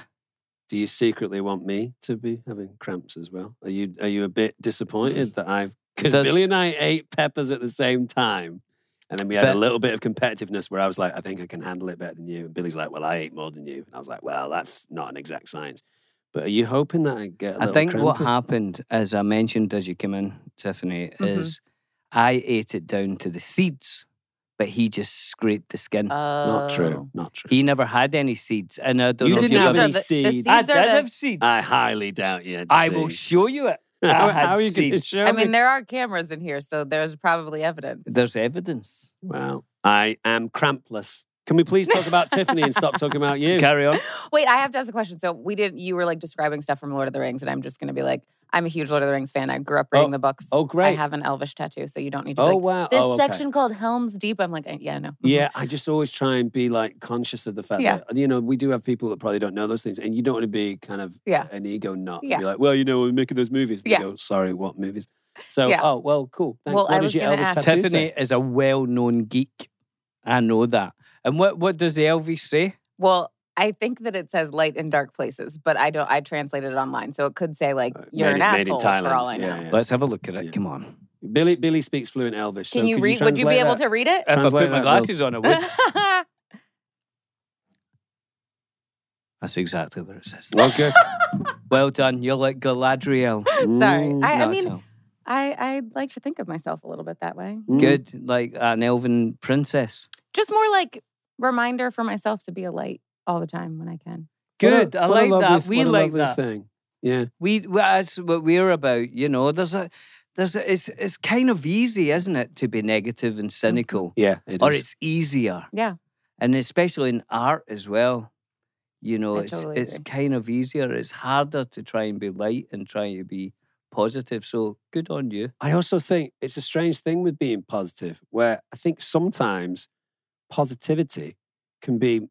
[SPEAKER 2] Do you secretly want me to be having cramps as well? Are you are you a bit disappointed that I've because
[SPEAKER 3] Does-
[SPEAKER 2] Billy and I ate peppers at the same time, and then we had
[SPEAKER 3] But-
[SPEAKER 2] a little bit of competitiveness where I was like, I think I can handle it better than you, and Billy's like, Well, I ate more than you, and I was like, Well, that's not an exact science. But are you hoping that I get? a
[SPEAKER 3] I
[SPEAKER 2] little
[SPEAKER 3] think what
[SPEAKER 2] crampy?
[SPEAKER 3] happened, as I mentioned as you came in, Tiffany,
[SPEAKER 7] Mhm.
[SPEAKER 3] is I ate it down to the seeds, but he just scraped the skin.
[SPEAKER 2] Not
[SPEAKER 7] Oh.
[SPEAKER 2] true. Not true.
[SPEAKER 3] he never had any seeds, and I don't
[SPEAKER 2] You
[SPEAKER 3] know if
[SPEAKER 2] didn't
[SPEAKER 3] you
[SPEAKER 2] have
[SPEAKER 7] These are
[SPEAKER 2] any
[SPEAKER 7] the- the
[SPEAKER 2] seeds.
[SPEAKER 3] I
[SPEAKER 7] seeds
[SPEAKER 3] did
[SPEAKER 7] are the-
[SPEAKER 3] have seeds.
[SPEAKER 2] I highly doubt you. Had
[SPEAKER 3] I will
[SPEAKER 2] seeds.
[SPEAKER 3] show you it.
[SPEAKER 2] how,
[SPEAKER 3] I had
[SPEAKER 2] how are you going to
[SPEAKER 3] seeds.
[SPEAKER 2] show
[SPEAKER 7] I
[SPEAKER 2] me?
[SPEAKER 7] mean, there are cameras in here, so there's probably evidence.
[SPEAKER 3] There's evidence.
[SPEAKER 2] Well, I am crampless. Can we please talk about Tiffany and stop talking about you?
[SPEAKER 3] Carry on.
[SPEAKER 7] Wait, I have to ask a question. So we did. You were like describing stuff from Lord of the Rings, and I'm just going to be like, I'm a huge Lord of the Rings fan. I grew up reading
[SPEAKER 2] Oh,
[SPEAKER 7] the books.
[SPEAKER 2] oh,
[SPEAKER 7] I
[SPEAKER 2] great.
[SPEAKER 7] have an Elvish tattoo, so you don't need to. be
[SPEAKER 2] Oh
[SPEAKER 7] like,
[SPEAKER 2] wow!
[SPEAKER 7] This
[SPEAKER 2] oh, okay.
[SPEAKER 7] section called Helm's Deep. I'm like, "Uh, yeah, no.
[SPEAKER 2] Yeah, I just always try and be like conscious of the fact
[SPEAKER 7] Yeah.
[SPEAKER 2] that you know we do have people that probably don't know those things, and you don't want to be kind of
[SPEAKER 7] Yeah.
[SPEAKER 2] an ego nut. and
[SPEAKER 7] Yeah.
[SPEAKER 2] Be like, well, you know, we're making those movies. They
[SPEAKER 7] Yeah.
[SPEAKER 2] go, sorry, what movies? So,
[SPEAKER 7] Yeah.
[SPEAKER 2] oh well, cool. Thanks.
[SPEAKER 7] Well,
[SPEAKER 2] what
[SPEAKER 7] I
[SPEAKER 2] does
[SPEAKER 7] was
[SPEAKER 2] your
[SPEAKER 7] gonna
[SPEAKER 2] Elvis
[SPEAKER 7] ask-
[SPEAKER 2] tattoo say?
[SPEAKER 3] Tiffany is a well-known geek. I know that. And what what does the Elvis say?
[SPEAKER 7] Well, I think that it says light in dark places, but I don't. I translated it online, so it could say like
[SPEAKER 2] Uh,
[SPEAKER 7] you're
[SPEAKER 2] made
[SPEAKER 7] an
[SPEAKER 2] in- made in
[SPEAKER 7] asshole
[SPEAKER 2] Thailand.
[SPEAKER 7] for all I know.
[SPEAKER 2] Yeah, yeah.
[SPEAKER 3] Let's have a look at it.
[SPEAKER 2] Yeah.
[SPEAKER 3] Come on.
[SPEAKER 2] Billy Billy speaks fluent Elvish.
[SPEAKER 7] Can
[SPEAKER 2] so
[SPEAKER 7] you
[SPEAKER 2] could
[SPEAKER 7] read? would you be
[SPEAKER 2] translate
[SPEAKER 7] able
[SPEAKER 2] that?
[SPEAKER 7] to read it?
[SPEAKER 3] If I
[SPEAKER 2] Translate
[SPEAKER 3] put my
[SPEAKER 2] that, Will.
[SPEAKER 3] glasses on, I would. That's exactly what it says.
[SPEAKER 2] Well, good.
[SPEAKER 3] Well done. You're like Galadriel.
[SPEAKER 7] Sorry,
[SPEAKER 2] Mm,
[SPEAKER 7] I, I
[SPEAKER 3] Not
[SPEAKER 7] mean,
[SPEAKER 3] so.
[SPEAKER 7] I I like to think of myself a little bit that way.
[SPEAKER 2] Mm.
[SPEAKER 3] good like an elven princess
[SPEAKER 7] Just more like reminder for myself to be a light all the time when I can.
[SPEAKER 2] What a-
[SPEAKER 3] good i
[SPEAKER 2] what a
[SPEAKER 3] like
[SPEAKER 2] lovely-
[SPEAKER 3] that we
[SPEAKER 2] what a
[SPEAKER 3] like
[SPEAKER 2] lovely
[SPEAKER 3] that
[SPEAKER 2] thing. Yeah.
[SPEAKER 3] we well, that's what we're about you know there's a there's a, it's it's kind of easy isn't it to be negative and cynical
[SPEAKER 2] Yeah. Mm-hmm. It
[SPEAKER 3] or
[SPEAKER 2] is.
[SPEAKER 3] it's easier
[SPEAKER 7] Yeah.
[SPEAKER 3] and especially in art as well you know
[SPEAKER 7] I
[SPEAKER 3] it's
[SPEAKER 7] totally
[SPEAKER 3] it's
[SPEAKER 7] agree.
[SPEAKER 3] kind of easier it's harder to try and be light and try to be positive so good on you
[SPEAKER 2] I also think it's a strange thing with being positive, where I think sometimes positivity can be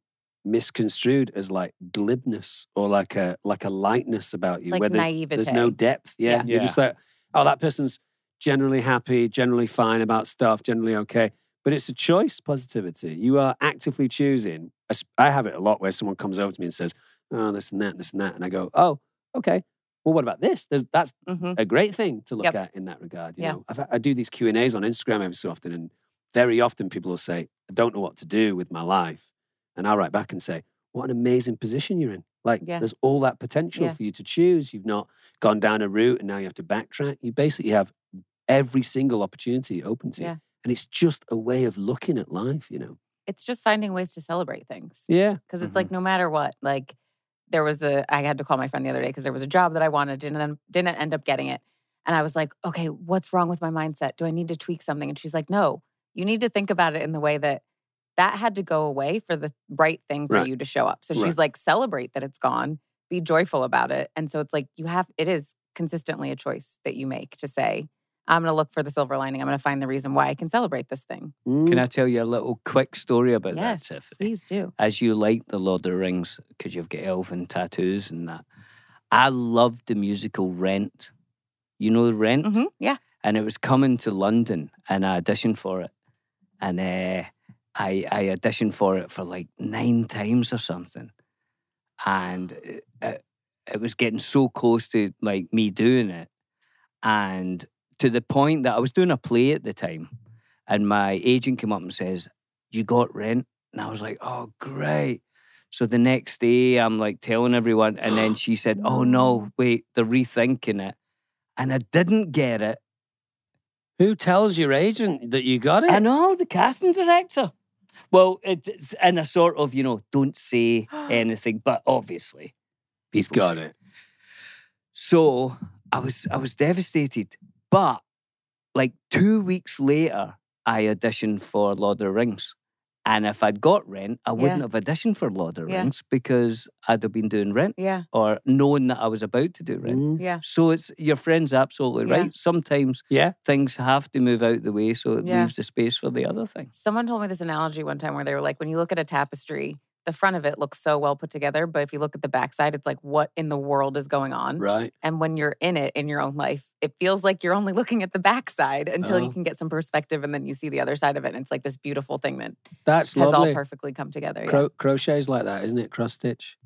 [SPEAKER 2] misconstrued as like glibness or like a like a lightness about you,
[SPEAKER 7] Like
[SPEAKER 2] where there's, there's no
[SPEAKER 7] naivete.
[SPEAKER 2] depth. Yeah,
[SPEAKER 7] Yeah.
[SPEAKER 2] you're just like, oh, that person's generally happy, generally fine about stuff, generally okay. But it's a choice, positivity. You are actively choosing. I s- I have it a lot where someone comes over to me and says, oh, this and that, this and that, and I go, oh, okay. Well, what about this? There's, that's
[SPEAKER 7] Mm-hmm.
[SPEAKER 2] a great thing to look
[SPEAKER 7] Yep.
[SPEAKER 2] at in that regard. You
[SPEAKER 7] Yeah.
[SPEAKER 2] know, I've, I do these Q and A's on Instagram every so often, and very often people will say, "I don't know what to do with my life," and I'll write back and say, "What an amazing position you're in! Like,
[SPEAKER 7] Yeah.
[SPEAKER 2] there's all that potential
[SPEAKER 7] Yeah.
[SPEAKER 2] for you to choose. You've not gone down a route, and now you have to backtrack. You basically have every single opportunity open to you,
[SPEAKER 7] Yeah.
[SPEAKER 2] and it's just a way of looking at life. You know,
[SPEAKER 7] it's just finding ways to celebrate things
[SPEAKER 3] Yeah.
[SPEAKER 7] because it's
[SPEAKER 8] Mhm.
[SPEAKER 2] Mm-hmm.
[SPEAKER 7] like no matter what, like there was a I had to call my friend the other day because there was a job that I wanted didn't en- didn't end up getting it, and I was like, okay, what's wrong with my mindset? Do I need to tweak something? And she's like, no, you need to think about it in the way that that had to go away for the right thing for
[SPEAKER 2] Right.
[SPEAKER 7] you to show up. So
[SPEAKER 2] Right.
[SPEAKER 7] she's like, celebrate that it's gone, be joyful about it, and so it's like you have it is consistently a choice that you make to say. I'm going to look for the silver lining. I'm going to find the reason why I can celebrate this thing.
[SPEAKER 3] Can I tell you a little quick story about
[SPEAKER 7] Mm. yes,
[SPEAKER 3] that, Tiffany?
[SPEAKER 7] please do.
[SPEAKER 3] as you like the Lord of the Rings because you've got elven tattoos and that. I loved the musical Rent. You know Rent,
[SPEAKER 2] Mm.
[SPEAKER 7] Mhm, Yeah.
[SPEAKER 3] and it was coming to London, and I auditioned for it, and uh, I I auditioned for it for like nine times or something, and it, it, it was getting so close to like me doing it, and to the point that I was doing a play at the time, and my agent came up and says, "You got Rent." And I was like, oh, great. So the next day, I'm like telling everyone. And then she said, oh, no, wait, they're rethinking it. And I didn't get it.
[SPEAKER 2] Who tells your agent that you got it?
[SPEAKER 3] I know, the casting director. Well, it's in a sort of, you know, don't say anything, but obviously.
[SPEAKER 2] He's
[SPEAKER 3] people
[SPEAKER 2] got it.
[SPEAKER 3] So I was I was devastated. But like two weeks later, I auditioned for Lord of the Rings. And if I'd got Rent, I wouldn't have auditioned for Lord of the
[SPEAKER 7] Yeah.
[SPEAKER 3] Rings because I'd have been doing Rent
[SPEAKER 7] Yeah.
[SPEAKER 3] or knowing that I was about to do Rent.
[SPEAKER 7] Yeah.
[SPEAKER 3] So it's your friend's absolutely
[SPEAKER 7] Yeah.
[SPEAKER 3] right. Sometimes
[SPEAKER 2] Yeah.
[SPEAKER 3] things have to move out the way so it
[SPEAKER 7] Yeah.
[SPEAKER 3] leaves the space for the other thing.
[SPEAKER 7] Someone told me this analogy one time where they were like, when you look at a tapestry, the front of it looks so well put together, but if you look at the backside, it's like, what in the world is going on?
[SPEAKER 2] Right.
[SPEAKER 7] And when you're in it in your own life, it feels like you're only looking at the backside until you
[SPEAKER 2] Oh.
[SPEAKER 7] can get some perspective and then you see the other side of it. And it's like this beautiful thing that
[SPEAKER 2] That's
[SPEAKER 7] has all
[SPEAKER 2] lovely.
[SPEAKER 7] perfectly come together. yeah.
[SPEAKER 2] Cro- crochet's like that, isn't it? Cross stitch.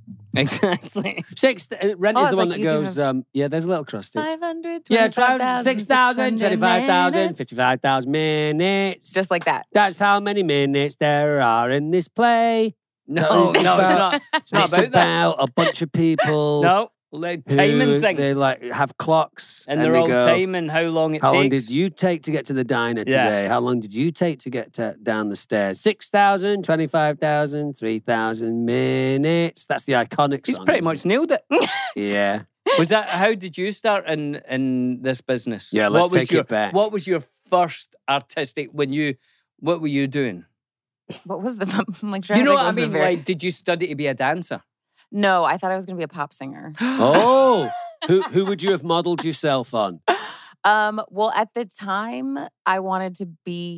[SPEAKER 3] Exactly.
[SPEAKER 2] Six. Uh, rent
[SPEAKER 7] Oh,
[SPEAKER 2] is the
[SPEAKER 7] it's
[SPEAKER 2] one
[SPEAKER 7] like
[SPEAKER 2] that
[SPEAKER 7] you do
[SPEAKER 2] goes. Um, yeah, there's a little cross stitch.
[SPEAKER 7] 500,
[SPEAKER 2] Yeah,
[SPEAKER 7] 25,000,
[SPEAKER 2] 6,000,
[SPEAKER 7] 600
[SPEAKER 2] 25,000,
[SPEAKER 7] minutes.
[SPEAKER 2] 55,000 minutes.
[SPEAKER 7] Just like that.
[SPEAKER 2] That's how many minutes there are in this play.
[SPEAKER 3] Oh, No, no,
[SPEAKER 2] it's
[SPEAKER 3] it's
[SPEAKER 2] about,
[SPEAKER 3] not. It's not
[SPEAKER 2] it's
[SPEAKER 3] about that.
[SPEAKER 2] about a bunch of people.
[SPEAKER 3] No, like timing
[SPEAKER 2] who-
[SPEAKER 3] things.
[SPEAKER 2] They like have clocks
[SPEAKER 3] and they're
[SPEAKER 2] they
[SPEAKER 3] all
[SPEAKER 2] go,
[SPEAKER 3] timing how long it
[SPEAKER 2] How
[SPEAKER 3] takes.
[SPEAKER 2] long did you take to get to the diner
[SPEAKER 3] Yeah.
[SPEAKER 2] today? How long did you take to get to, down the stairs? 6,000, 25,000, 3,000 minutes. That's the iconic
[SPEAKER 3] He's
[SPEAKER 2] song,
[SPEAKER 3] pretty
[SPEAKER 2] isn't
[SPEAKER 3] much nailed it.
[SPEAKER 2] it? Yeah.
[SPEAKER 3] was that how did you start in in this business?
[SPEAKER 2] Yeah, let's
[SPEAKER 3] what was
[SPEAKER 2] take it
[SPEAKER 3] your,
[SPEAKER 2] back.
[SPEAKER 3] What was your first artistic when you what were you doing?
[SPEAKER 7] What was the, I'm like, trying
[SPEAKER 3] You
[SPEAKER 7] to
[SPEAKER 3] know
[SPEAKER 7] think
[SPEAKER 3] what I
[SPEAKER 7] was the
[SPEAKER 3] mean?
[SPEAKER 7] very-
[SPEAKER 3] Like, did you study to be a dancer?
[SPEAKER 7] no, I thought I was going to be a pop singer.
[SPEAKER 2] Oh, who, who would you have modeled yourself on?
[SPEAKER 7] Um, well, at the time, I wanted to be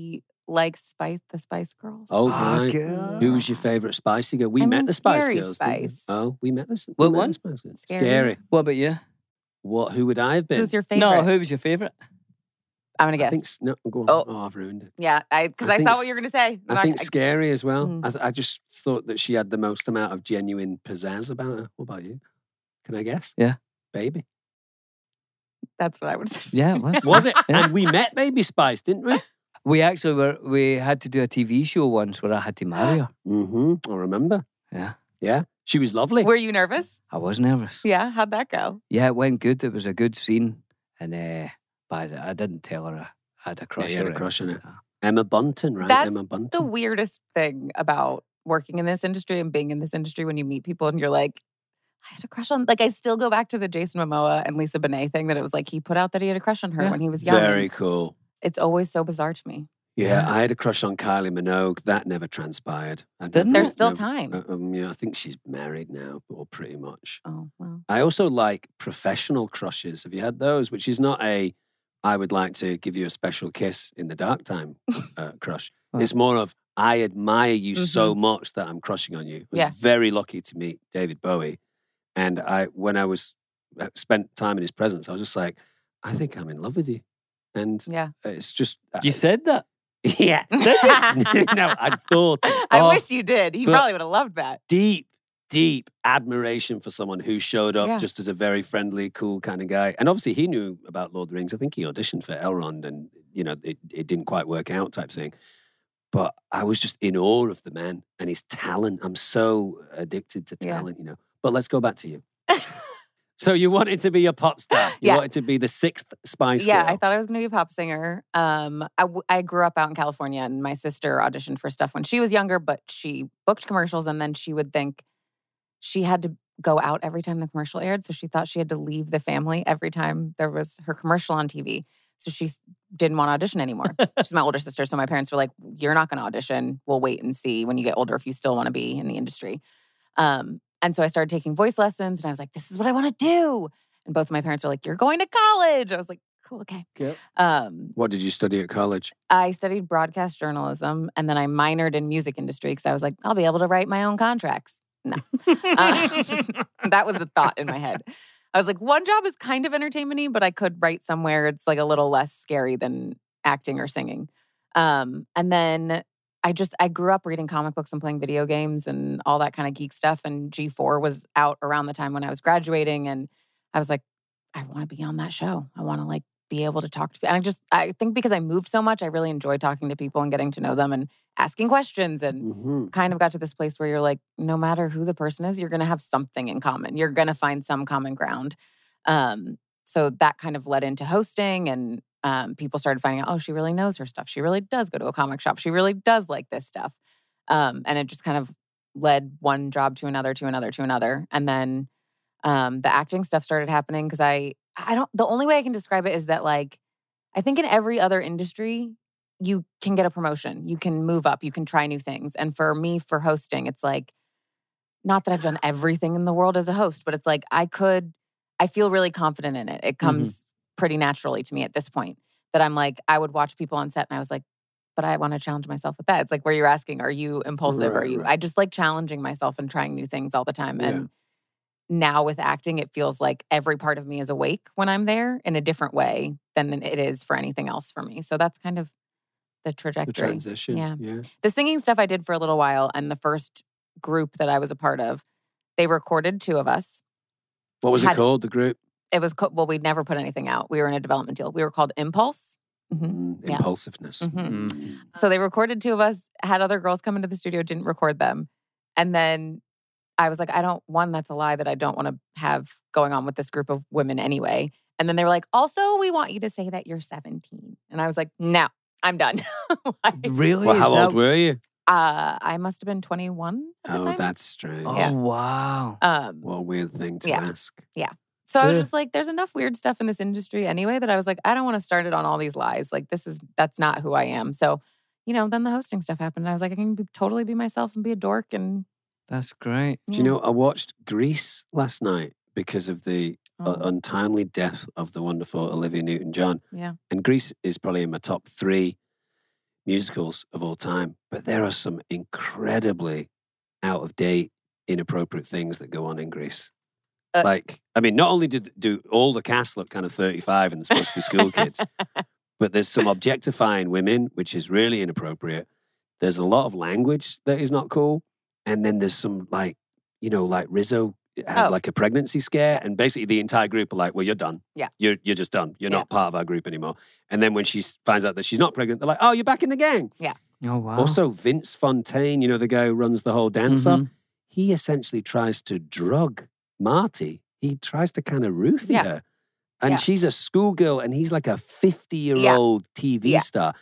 [SPEAKER 7] like Spice, the Spice Girls.
[SPEAKER 2] Oh,
[SPEAKER 9] Ah,
[SPEAKER 2] right.
[SPEAKER 9] girl.
[SPEAKER 2] Who was your favourite Spicy Girl? We
[SPEAKER 7] I
[SPEAKER 2] met
[SPEAKER 7] mean,
[SPEAKER 2] the Spice
[SPEAKER 7] Scary
[SPEAKER 2] Girls. didn't we?
[SPEAKER 7] Spice.
[SPEAKER 2] Oh, we met the, s- we
[SPEAKER 3] What
[SPEAKER 2] met the
[SPEAKER 3] one?
[SPEAKER 2] Spice Girls.
[SPEAKER 7] Scary.
[SPEAKER 3] What about you?
[SPEAKER 2] What? Who would I have been?
[SPEAKER 7] who's your favorite?
[SPEAKER 3] No, who was your favorite?
[SPEAKER 7] I'm gonna
[SPEAKER 2] I
[SPEAKER 7] guess.
[SPEAKER 2] think. s- No, go on. Oh.
[SPEAKER 7] Oh.
[SPEAKER 2] I've ruined it.
[SPEAKER 7] yeah, I because
[SPEAKER 2] I
[SPEAKER 7] I,
[SPEAKER 2] think
[SPEAKER 7] saw
[SPEAKER 2] s-
[SPEAKER 7] what you were gonna say.
[SPEAKER 2] I think Scary as well.
[SPEAKER 7] Mm.
[SPEAKER 2] I, th- I just thought that she had the most amount of genuine pizzazz about her. What about you? Can I guess?
[SPEAKER 3] Yeah.
[SPEAKER 2] Baby.
[SPEAKER 7] that's what I would say.
[SPEAKER 3] Yeah, it was.
[SPEAKER 2] Was it?
[SPEAKER 3] Yeah.
[SPEAKER 2] And we met Baby Spice, didn't we?
[SPEAKER 3] We actually were. We had to do a TV show once where I had to marry her.
[SPEAKER 2] Mm-hmm. I remember.
[SPEAKER 3] Yeah,
[SPEAKER 2] Yeah. She was lovely.
[SPEAKER 7] Were you nervous?
[SPEAKER 3] I was nervous.
[SPEAKER 7] Yeah, how'd that go?
[SPEAKER 3] Yeah, it went good. It was a good scene, and uh, but I didn't tell her I had a crush.
[SPEAKER 2] you had
[SPEAKER 3] or
[SPEAKER 2] a crush
[SPEAKER 3] anything.
[SPEAKER 2] on Emma Bunton, right?
[SPEAKER 7] That's
[SPEAKER 2] Emma Bunton.
[SPEAKER 7] The weirdest thing about working in this industry and being in this industry when you meet people and you're like. I had a crush on, like, I still go back to the Jason Momoa and Lisa Bonet thing that it was like he put out that he had a crush on her
[SPEAKER 3] Yeah.
[SPEAKER 7] when he was young. and
[SPEAKER 2] Very cool.
[SPEAKER 7] It's always so bizarre to me.
[SPEAKER 2] Yeah,
[SPEAKER 3] Yeah.
[SPEAKER 2] I had a crush on Kylie Minogue. That never transpired. I
[SPEAKER 3] Didn't
[SPEAKER 2] never-
[SPEAKER 7] There's still
[SPEAKER 2] no,
[SPEAKER 7] time.
[SPEAKER 2] uh, Um, yeah, I think she's married now, or pretty much.
[SPEAKER 7] Oh, well.
[SPEAKER 2] I also like professional crushes. Have you had those? Which is not a, I would like to give you a special kiss in the dark time uh, crush.
[SPEAKER 3] Oh.
[SPEAKER 2] It's more of, I admire you so much that I'm crushing on you. I was
[SPEAKER 7] Mm-hmm. Yeah.
[SPEAKER 2] very lucky to meet David Bowie. And I, when I was I spent time in his presence, I was just like, I think I'm in love with you. And uh,
[SPEAKER 7] Yeah.
[SPEAKER 2] it's just,
[SPEAKER 3] You said that.
[SPEAKER 2] yeah. no, I thought it.
[SPEAKER 7] I
[SPEAKER 2] Oh,
[SPEAKER 7] wish you did. He
[SPEAKER 2] but-
[SPEAKER 7] probably would have loved that.
[SPEAKER 2] deep, deep admiration for someone who showed up
[SPEAKER 7] Yeah.
[SPEAKER 2] just as a very friendly, cool kind of guy. And obviously, he knew about Lord of the Rings. I think he auditioned for Elrond, and you know, it, it didn't quite work out, type thing. But I was just in awe of the man and his talent. I'm so addicted to
[SPEAKER 7] Yeah.
[SPEAKER 2] talent, you know. But let's go back to you. So you wanted to be a pop star. You
[SPEAKER 7] Yeah.
[SPEAKER 2] wanted to be the sixth Spice
[SPEAKER 7] yeah,
[SPEAKER 2] Girl.
[SPEAKER 7] I thought I was going to be a pop singer. Um, I, w- I grew up out in California, and my sister auditioned for stuff when she was younger, but she booked commercials, and then she would think she had to go out every time the commercial aired, so she thought she had to leave the family every time there was her commercial on TV. So she s- didn't want to audition anymore. She's my older sister, so my parents were like, "You're not going to audition. We'll wait and see when you get older if you still want to be in the industry." Um, and so I started taking voice lessons, and I was like, "This is what I want to do." And both of my parents were like, "You're going to college." I was like, "Cool, okay."
[SPEAKER 4] Yep.
[SPEAKER 7] Um,
[SPEAKER 2] What did you study at college?
[SPEAKER 7] I studied broadcast journalism, and then I minored in music industry because I was like, "I'll be able to write my own contracts." Uh, that was the thought in my head. I was like, one job is kind of entertainment but I could write somewhere. It's like a little less scary than acting or singing. Um, and then I just I grew up reading comic books and playing video games and all that kind of geek stuff. And G4 was out around the time when I was graduating, and I was like, I want to be on that show. I want to like be able to talk to people. And I just I think because I moved so much, I really enjoy talking to people and getting to know them and asking questions and
[SPEAKER 2] Mm-hmm.
[SPEAKER 7] kind of got to this place where you're like, no matter who the person is, you're going to have something in common. You're going to find some common ground. Um, so that kind of led into hosting, and um, people started finding out, oh, she really knows her stuff. She really does go to a comic shop. She really does like this stuff. Um, and it just kind of led one job to another, to another, to another. And then um, the acting stuff started happening because I, I don't, the only way I can describe it is that, like, I think in every other industry, you can get a promotion, you can move up, you can try new things. And for me, for hosting, it's like, not that I've done everything in the world as a host, but it's like I could, I feel really confident in it. It
[SPEAKER 2] Mm-hmm.
[SPEAKER 7] comes pretty naturally to me at this point that I'm like, I would watch people on set and I was like, but I want to challenge myself with that. It's like where you're asking, are you impulsive? are
[SPEAKER 2] Right,
[SPEAKER 7] you?
[SPEAKER 2] right.
[SPEAKER 7] I just like challenging myself and trying new things all the time.
[SPEAKER 2] Yeah.
[SPEAKER 7] And now with acting, it feels like every part of me is awake when I'm there in a different way than it is for anything else for me. So that's kind of the
[SPEAKER 2] The
[SPEAKER 7] trajectory.
[SPEAKER 2] transition.
[SPEAKER 7] Yeah.
[SPEAKER 2] yeah.
[SPEAKER 7] The singing stuff I did for a little while, and the first group that I was a part of, they recorded two of us.
[SPEAKER 2] What was it
[SPEAKER 7] Had-
[SPEAKER 2] called? The group
[SPEAKER 7] It was co- well, we'd never put anything out. We were in a development deal. We were called Impulse. Mhm.
[SPEAKER 2] Mm,
[SPEAKER 7] Yeah.
[SPEAKER 2] impulsiveness.
[SPEAKER 7] Mhm.
[SPEAKER 4] Mm.
[SPEAKER 7] So they recorded two of us, had other girls come into the studio, didn't record them. And then I was like, I don't, one, that's a lie that I don't want to have going on with this group of women anyway. And then they were like, also, we want you to say that you're 17. And I was like, no, I'm done. Like,
[SPEAKER 4] Really?
[SPEAKER 2] Well,
[SPEAKER 4] Is
[SPEAKER 2] how
[SPEAKER 4] that-
[SPEAKER 2] old were you?
[SPEAKER 7] uh, I must have been 21. at the
[SPEAKER 2] Oh,
[SPEAKER 7] time.
[SPEAKER 2] that's strange.
[SPEAKER 4] Oh
[SPEAKER 7] Yeah.
[SPEAKER 4] wow!
[SPEAKER 7] Um,
[SPEAKER 2] What a weird thing to
[SPEAKER 7] Yeah.
[SPEAKER 2] ask.
[SPEAKER 7] so I was
[SPEAKER 2] eh.
[SPEAKER 4] Yeah.
[SPEAKER 7] just like, there's enough weird stuff in this industry anyway that I was like, I don't want to start it on all these lies. Like, this is, that's not who I am. So, you know, then the hosting stuff happened. And I was like, I can be, totally be myself and be a dork. And
[SPEAKER 4] That's great.
[SPEAKER 2] Do you
[SPEAKER 7] Mm.
[SPEAKER 2] know, I watched Grease last night because of the
[SPEAKER 7] Oh.
[SPEAKER 2] uh, untimely death of the wonderful Olivia Newton John.
[SPEAKER 7] Yeah.
[SPEAKER 2] And Grease is probably in my top three musicals of all time. But there are some incredibly out of date, inappropriate things that go on in Greece.
[SPEAKER 7] Uh,
[SPEAKER 2] like, I mean, not only did do all the cast look kind of 35 and they're supposed to be school kids, but there's some objectifying women, which is really inappropriate. There's a lot of language that is not cool. And then there's some like, you know, like Rizzo has
[SPEAKER 7] Oh.
[SPEAKER 2] like a pregnancy scare. And basically the entire group are like, well, you're done.
[SPEAKER 7] Yeah.
[SPEAKER 2] You're, you're just done. You're
[SPEAKER 7] Yeah.
[SPEAKER 2] not part of our group anymore. And then when she s- finds out that she's not pregnant, they're like, oh, you're back in the gang.
[SPEAKER 4] Oh wow!
[SPEAKER 2] Also, Vince Fontaine, you know, the guy who runs the whole dance off,
[SPEAKER 4] Mhm.
[SPEAKER 2] he essentially tries to drug Marty. He tries to kind of roofie
[SPEAKER 7] Yeah.
[SPEAKER 2] her. And
[SPEAKER 7] Yeah.
[SPEAKER 2] she's a schoolgirl and he's like a 50 year old TV
[SPEAKER 7] Yeah.
[SPEAKER 2] star.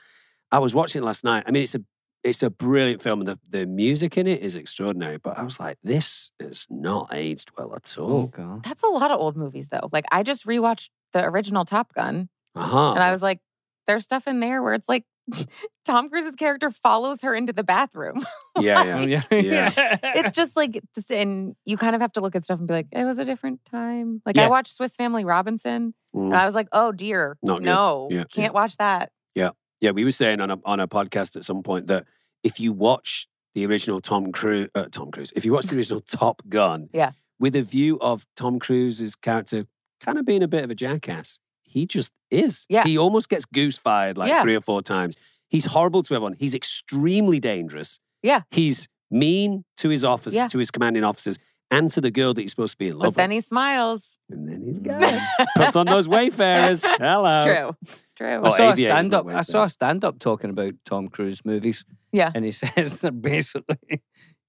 [SPEAKER 2] I was watching it last night. I mean, it's a it's a brilliant film and the, the music in it is extraordinary. But I was like, this is not aged well at
[SPEAKER 4] Oh
[SPEAKER 2] all.
[SPEAKER 7] Mm.
[SPEAKER 4] god!
[SPEAKER 7] that's a lot of old movies, though. Like, I just rewatched the original Top Gun
[SPEAKER 2] Uh-huh.
[SPEAKER 7] and I was like, there's stuff in there where it's like Tom Cruise's character follows her into the bathroom.
[SPEAKER 2] yeah,
[SPEAKER 4] Oh,
[SPEAKER 2] yeah.
[SPEAKER 4] yeah.
[SPEAKER 2] Yeah.
[SPEAKER 7] it's just like this, and you kind of have to look at stuff and be like, it was a different time. Like
[SPEAKER 2] Yeah.
[SPEAKER 7] I watched Swiss Family Robinson, and
[SPEAKER 2] Mm.
[SPEAKER 7] I was like, oh dear,
[SPEAKER 2] Not good.
[SPEAKER 7] no,
[SPEAKER 2] Yeah, yeah.
[SPEAKER 7] can't watch that.
[SPEAKER 2] Yeah, we were saying on a on a podcast at some point that if you watch the original Tom Cruise, uh, Tom Cruise, if you watch the original Top Gun,
[SPEAKER 7] Yeah.
[SPEAKER 2] with a view of Tom Cruise's character kind of being a bit of a jackass, he just is.
[SPEAKER 7] Yeah.
[SPEAKER 2] he almost gets goose fired like
[SPEAKER 7] Yeah.
[SPEAKER 2] three or four times. He's horrible to everyone. He's extremely dangerous.
[SPEAKER 7] Yeah.
[SPEAKER 2] he's mean to his officers,
[SPEAKER 7] Yeah.
[SPEAKER 2] to his commanding officers, and to the girl that he's supposed to be in love
[SPEAKER 7] But then
[SPEAKER 2] with.
[SPEAKER 7] he smiles.
[SPEAKER 2] and then he's
[SPEAKER 4] Mm.
[SPEAKER 2] gone. Puts on those wayfarers. Hello.
[SPEAKER 7] It's true. It's true.
[SPEAKER 2] Oh,
[SPEAKER 4] I saw a
[SPEAKER 2] AVA is not
[SPEAKER 4] stand up.
[SPEAKER 2] way
[SPEAKER 4] I saw a
[SPEAKER 2] better.
[SPEAKER 4] stand up talking about Tom Cruise movies.
[SPEAKER 7] Yeah.
[SPEAKER 4] and he says that basically,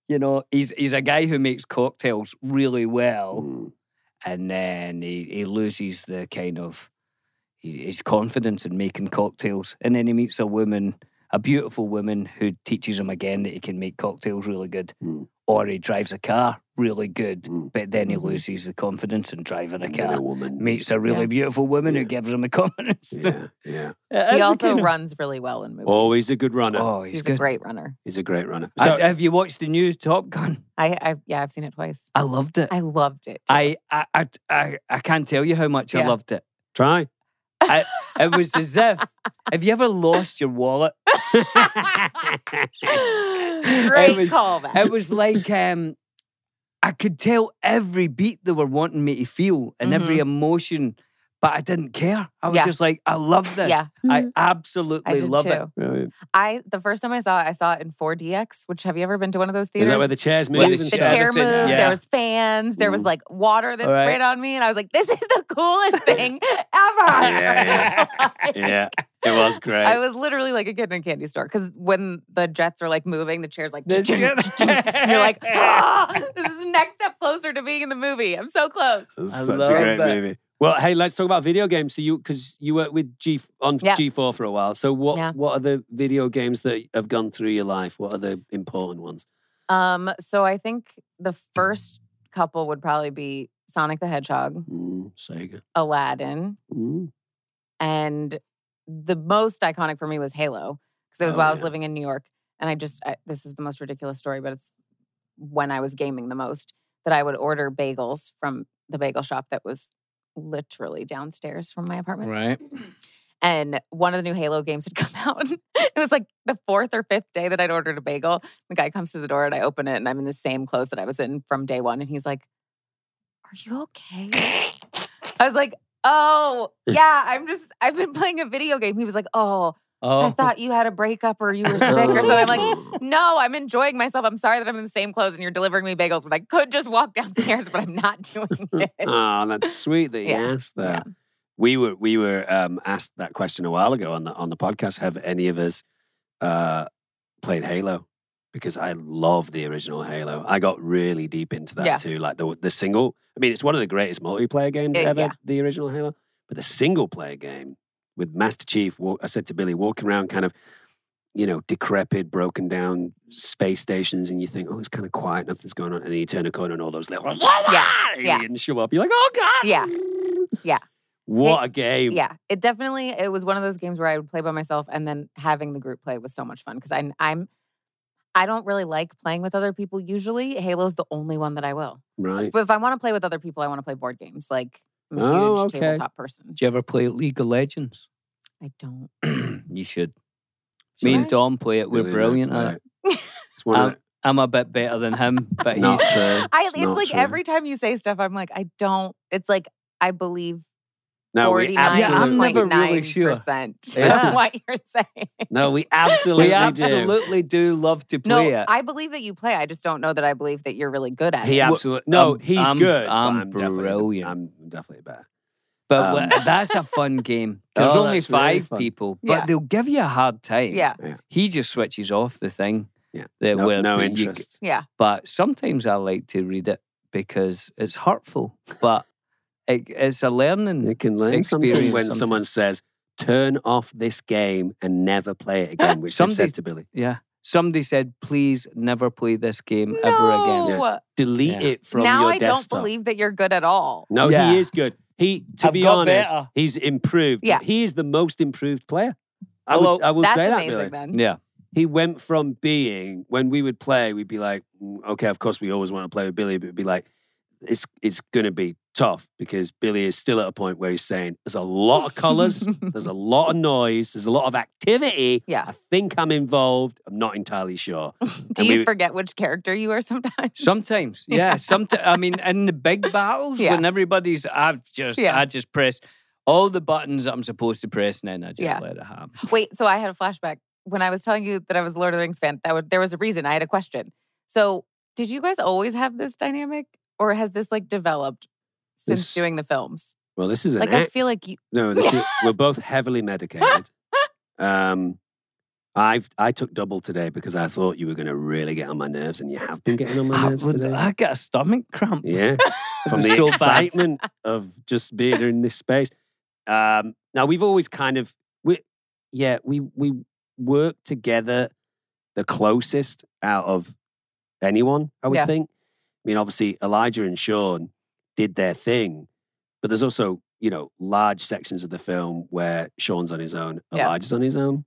[SPEAKER 4] you know, he's he's a guy who makes cocktails really well,
[SPEAKER 2] Mm.
[SPEAKER 3] and then he, he loses the kind of he- his confidence in making cocktails, and then he meets a woman, a beautiful woman, who teaches him again that he can make cocktails really good,
[SPEAKER 2] Mm.
[SPEAKER 3] or he drives a car really good,
[SPEAKER 2] Mm.
[SPEAKER 3] but then he
[SPEAKER 7] Mhm.
[SPEAKER 3] loses the confidence in driving a
[SPEAKER 2] And then
[SPEAKER 3] car.
[SPEAKER 2] a woman.
[SPEAKER 3] Meets a really
[SPEAKER 7] Yeah.
[SPEAKER 3] beautiful woman
[SPEAKER 2] Yeah.
[SPEAKER 3] who gives him the confidence.
[SPEAKER 2] Yeah, yeah.
[SPEAKER 3] It is
[SPEAKER 7] He
[SPEAKER 3] a
[SPEAKER 7] also
[SPEAKER 3] kind of-
[SPEAKER 7] runs really well in movies.
[SPEAKER 2] Oh, he's a good runner.
[SPEAKER 3] Oh, he's,
[SPEAKER 7] he's,
[SPEAKER 3] good.
[SPEAKER 7] a great runner.
[SPEAKER 2] He's a great runner.
[SPEAKER 3] I-
[SPEAKER 2] So,
[SPEAKER 3] have you watched the new Top Gun?
[SPEAKER 7] I, I yeah, I've seen it twice.
[SPEAKER 3] I loved it.
[SPEAKER 7] I loved it.
[SPEAKER 3] I I I I, I can't tell you how much I
[SPEAKER 7] Yeah.
[SPEAKER 3] loved it.
[SPEAKER 2] try.
[SPEAKER 3] I, it was as if have you ever lost your wallet?
[SPEAKER 7] Great
[SPEAKER 3] was-
[SPEAKER 7] callback.
[SPEAKER 3] It was like um, I could tell every beat they were wanting me to feel and every emotion, but I didn't care. I was
[SPEAKER 7] Mm-hmm. Yeah.
[SPEAKER 3] just like, I love this.
[SPEAKER 7] Yeah.
[SPEAKER 3] I absolutely
[SPEAKER 7] I did
[SPEAKER 3] love
[SPEAKER 7] too.
[SPEAKER 3] it.
[SPEAKER 2] Brilliant.
[SPEAKER 7] I the first time I saw it, I saw it in 4DX. Which have you ever been to one of those
[SPEAKER 2] Is
[SPEAKER 7] theaters?
[SPEAKER 2] that where the chairs move
[SPEAKER 3] Where
[SPEAKER 2] and
[SPEAKER 3] the
[SPEAKER 7] the
[SPEAKER 3] Yeah,
[SPEAKER 2] stuff?
[SPEAKER 7] chair
[SPEAKER 3] everything,
[SPEAKER 7] moved.
[SPEAKER 3] yeah.
[SPEAKER 7] There was fans. There was
[SPEAKER 2] Mm.
[SPEAKER 7] like water that
[SPEAKER 3] All right.
[SPEAKER 7] sprayed on me, and I was like, "This is the coolest thing ever!"
[SPEAKER 2] Yeah, yeah, it was great.
[SPEAKER 7] I was literally like a kid in a candy store because when the jets are like moving, the chair's like,
[SPEAKER 3] This-
[SPEAKER 7] and you're like, ah, "This is the next step closer to being in the movie. I'm so close."
[SPEAKER 2] That's
[SPEAKER 3] I
[SPEAKER 2] such
[SPEAKER 3] love
[SPEAKER 2] a great
[SPEAKER 3] that.
[SPEAKER 2] movie. Well, hey, let's talk about video games. So you, because you worked with G on
[SPEAKER 7] Yeah.
[SPEAKER 2] G4 for a while. So what?
[SPEAKER 7] Yeah.
[SPEAKER 2] What are the video games that have gone through your life? What are the important ones?
[SPEAKER 7] Um, so I think the first couple would probably be Sonic the Hedgehog,
[SPEAKER 2] Mm, Sega.
[SPEAKER 7] Aladdin,
[SPEAKER 2] Mm.
[SPEAKER 7] and the most iconic for me was Halo because it was
[SPEAKER 2] Oh,
[SPEAKER 7] while I was
[SPEAKER 2] yeah.
[SPEAKER 7] living in New York, and I just I, this is the most ridiculous story, but it's when I was gaming the most that I would order bagels from the bagel shop that was literally downstairs from my apartment.
[SPEAKER 3] Right.
[SPEAKER 7] And one of the new Halo games had come out. it was like the fourth or fifth day that I'd ordered a bagel. The guy comes to the door and I open it and I'm in the same clothes that I was in from day one. And he's like, Are you okay? I was like, Oh, yeah, I'm just, I've been playing a video game. He was like, Oh,
[SPEAKER 3] Oh,
[SPEAKER 7] I thought you had a breakup or you were sick or something. I'm
[SPEAKER 2] Oh.
[SPEAKER 7] like, no, I'm enjoying myself. I'm sorry that I'm in the same clothes and you're delivering me bagels, but I could just walk downstairs, but I'm not doing it.
[SPEAKER 2] Oh, that's sweet that you
[SPEAKER 7] Yeah,
[SPEAKER 2] asked that. We were we were um, asked that question a while ago on the on the podcast. Have any of us uh, played Halo? Because I love the original Halo. I got really deep into that
[SPEAKER 7] Yeah.
[SPEAKER 2] too. Like the the single. I mean, it's one of the greatest multiplayer games
[SPEAKER 7] Uh,
[SPEAKER 2] ever.
[SPEAKER 7] yeah.
[SPEAKER 2] The original Halo, but the single player game with Master Chief. wa- I said to Billy, walking around, kind of you know, decrepit, broken down space stations, and you think, oh, it's kind of quiet, nothing's going on. And then you turn a corner and all those little
[SPEAKER 7] Yeah, yeah.
[SPEAKER 2] and show up. You're like, oh God.
[SPEAKER 7] Yeah, yeah.
[SPEAKER 2] What a game.
[SPEAKER 7] yeah it definitely it was one of those games where i would play by myself and then having the group play was so much fun because i'm i'm i don't really like playing with other people usually halo's the only one that i will
[SPEAKER 2] Right.
[SPEAKER 7] but if i want to play with other people i want to play board games like i'm a
[SPEAKER 2] Oh,
[SPEAKER 7] huge
[SPEAKER 2] okay.
[SPEAKER 7] tabletop person
[SPEAKER 3] did you ever play League of Legends?
[SPEAKER 7] i don't
[SPEAKER 3] you should.
[SPEAKER 7] Should
[SPEAKER 3] Me and
[SPEAKER 7] I?
[SPEAKER 3] Tom play it. We're
[SPEAKER 2] Really
[SPEAKER 3] brilliant
[SPEAKER 2] like
[SPEAKER 3] at it.
[SPEAKER 2] that. It's one of
[SPEAKER 3] Um, I'm a bit better than him, but
[SPEAKER 2] not
[SPEAKER 3] he's
[SPEAKER 2] true.
[SPEAKER 7] I,
[SPEAKER 2] It's
[SPEAKER 7] it's
[SPEAKER 2] not
[SPEAKER 7] like
[SPEAKER 2] true.
[SPEAKER 7] every time you say stuff i'm like i don't it's like i believe
[SPEAKER 2] the- no, we
[SPEAKER 7] 49.9%
[SPEAKER 3] Yeah, I'm
[SPEAKER 2] absolutely,
[SPEAKER 3] never really sure. Yeah.
[SPEAKER 7] of what you're saying
[SPEAKER 2] no, we absolutely,
[SPEAKER 3] we
[SPEAKER 2] do.
[SPEAKER 3] absolutely do love to
[SPEAKER 7] no
[SPEAKER 3] play it.
[SPEAKER 7] i believe that you play i just don't know that i believe that you're really good at
[SPEAKER 2] He
[SPEAKER 7] it
[SPEAKER 2] absolutely no.
[SPEAKER 3] I'm-
[SPEAKER 2] he's
[SPEAKER 3] I'm-
[SPEAKER 2] good. but
[SPEAKER 3] I'm
[SPEAKER 2] definitely-
[SPEAKER 3] brilliant.
[SPEAKER 2] I'm definitely better.
[SPEAKER 3] But wha-
[SPEAKER 2] Um,
[SPEAKER 3] that's a fun game. There's
[SPEAKER 2] Oh,
[SPEAKER 3] only
[SPEAKER 2] that's really
[SPEAKER 3] five
[SPEAKER 2] fun.
[SPEAKER 3] people, but
[SPEAKER 7] Yeah.
[SPEAKER 3] they'll give you a hard time.
[SPEAKER 7] yeah
[SPEAKER 3] He just switches off the thing.
[SPEAKER 2] Yeah.
[SPEAKER 3] That
[SPEAKER 2] No,
[SPEAKER 3] where
[SPEAKER 2] no
[SPEAKER 3] you g-
[SPEAKER 2] interest.
[SPEAKER 7] yeah
[SPEAKER 3] but sometimes I like to read it because it's hurtful, but it, it's a
[SPEAKER 2] You
[SPEAKER 3] learning.
[SPEAKER 2] can learn something
[SPEAKER 3] Experience
[SPEAKER 2] when
[SPEAKER 3] something.
[SPEAKER 2] someone says, "Turn off this game and never play it again," which I've
[SPEAKER 3] Somebody-
[SPEAKER 2] said to Billy.
[SPEAKER 3] Yeah. Somebody said, please never play this game ever again.
[SPEAKER 2] Yeah.
[SPEAKER 7] No.
[SPEAKER 2] Delete
[SPEAKER 3] Yeah.
[SPEAKER 2] it from
[SPEAKER 7] now
[SPEAKER 2] your
[SPEAKER 7] I
[SPEAKER 2] desktop.
[SPEAKER 7] don't believe that you're good at all.
[SPEAKER 2] No,
[SPEAKER 3] Yeah.
[SPEAKER 2] he is good. He, to
[SPEAKER 3] I've
[SPEAKER 2] be
[SPEAKER 3] got
[SPEAKER 2] honest,
[SPEAKER 3] better.
[SPEAKER 2] he's improved.
[SPEAKER 7] Yeah.
[SPEAKER 2] he is the most improved player. I
[SPEAKER 3] Hello.
[SPEAKER 2] would, I will
[SPEAKER 7] That's
[SPEAKER 2] say that.
[SPEAKER 7] amazing
[SPEAKER 2] Billy.
[SPEAKER 7] then.
[SPEAKER 3] Yeah.
[SPEAKER 2] He went from being when we would play, we'd be like, "Mm, okay, of course we always want to play with Billy, but it'd be like, it's it's gonna be tough because Billy is still at a point where he's saying, there's a lot of colors, there's a lot of noise, there's a lot of activity.
[SPEAKER 7] Yeah.
[SPEAKER 2] I think I'm involved. I'm not entirely sure.
[SPEAKER 7] Do
[SPEAKER 2] And
[SPEAKER 7] you
[SPEAKER 2] we-
[SPEAKER 7] forget which character you are sometimes?
[SPEAKER 3] Sometimes, yeah. Sometimes, I mean, in the big battles
[SPEAKER 7] Yeah.
[SPEAKER 3] when everybody's, I've just,
[SPEAKER 7] Yeah.
[SPEAKER 3] I just press all the buttons that I'm supposed to press, and then I just
[SPEAKER 7] Yeah.
[SPEAKER 3] let it happen.
[SPEAKER 7] Wait, so I had a flashback when I was telling you that I was a Lord of the Rings fan. That was, there was a reason. I had a question. So, did you guys always have this dynamic, or has this like developed since
[SPEAKER 2] This-
[SPEAKER 7] doing the films?
[SPEAKER 2] Well, this is an e-,
[SPEAKER 7] Like, I
[SPEAKER 2] act.
[SPEAKER 7] feel like you.
[SPEAKER 2] No, this is, we're both heavily medicated. Um, I've I took double today because I thought you were going to really get on my nerves, and you have been getting on my
[SPEAKER 4] I,
[SPEAKER 2] nerves
[SPEAKER 4] would-
[SPEAKER 2] today.
[SPEAKER 4] I get a stomach cramp.
[SPEAKER 2] Yeah, from the
[SPEAKER 4] So bad.
[SPEAKER 2] excitement of just being in this space. Um, now we've always kind of we, yeah, we we work together the closest out of anyone. I would
[SPEAKER 7] Yeah.
[SPEAKER 2] think. I mean, obviously Elijah and Sean did their thing, but there's also you know large sections of the film where Sean's on his own,
[SPEAKER 7] Yeah.
[SPEAKER 2] Elijah's on his own,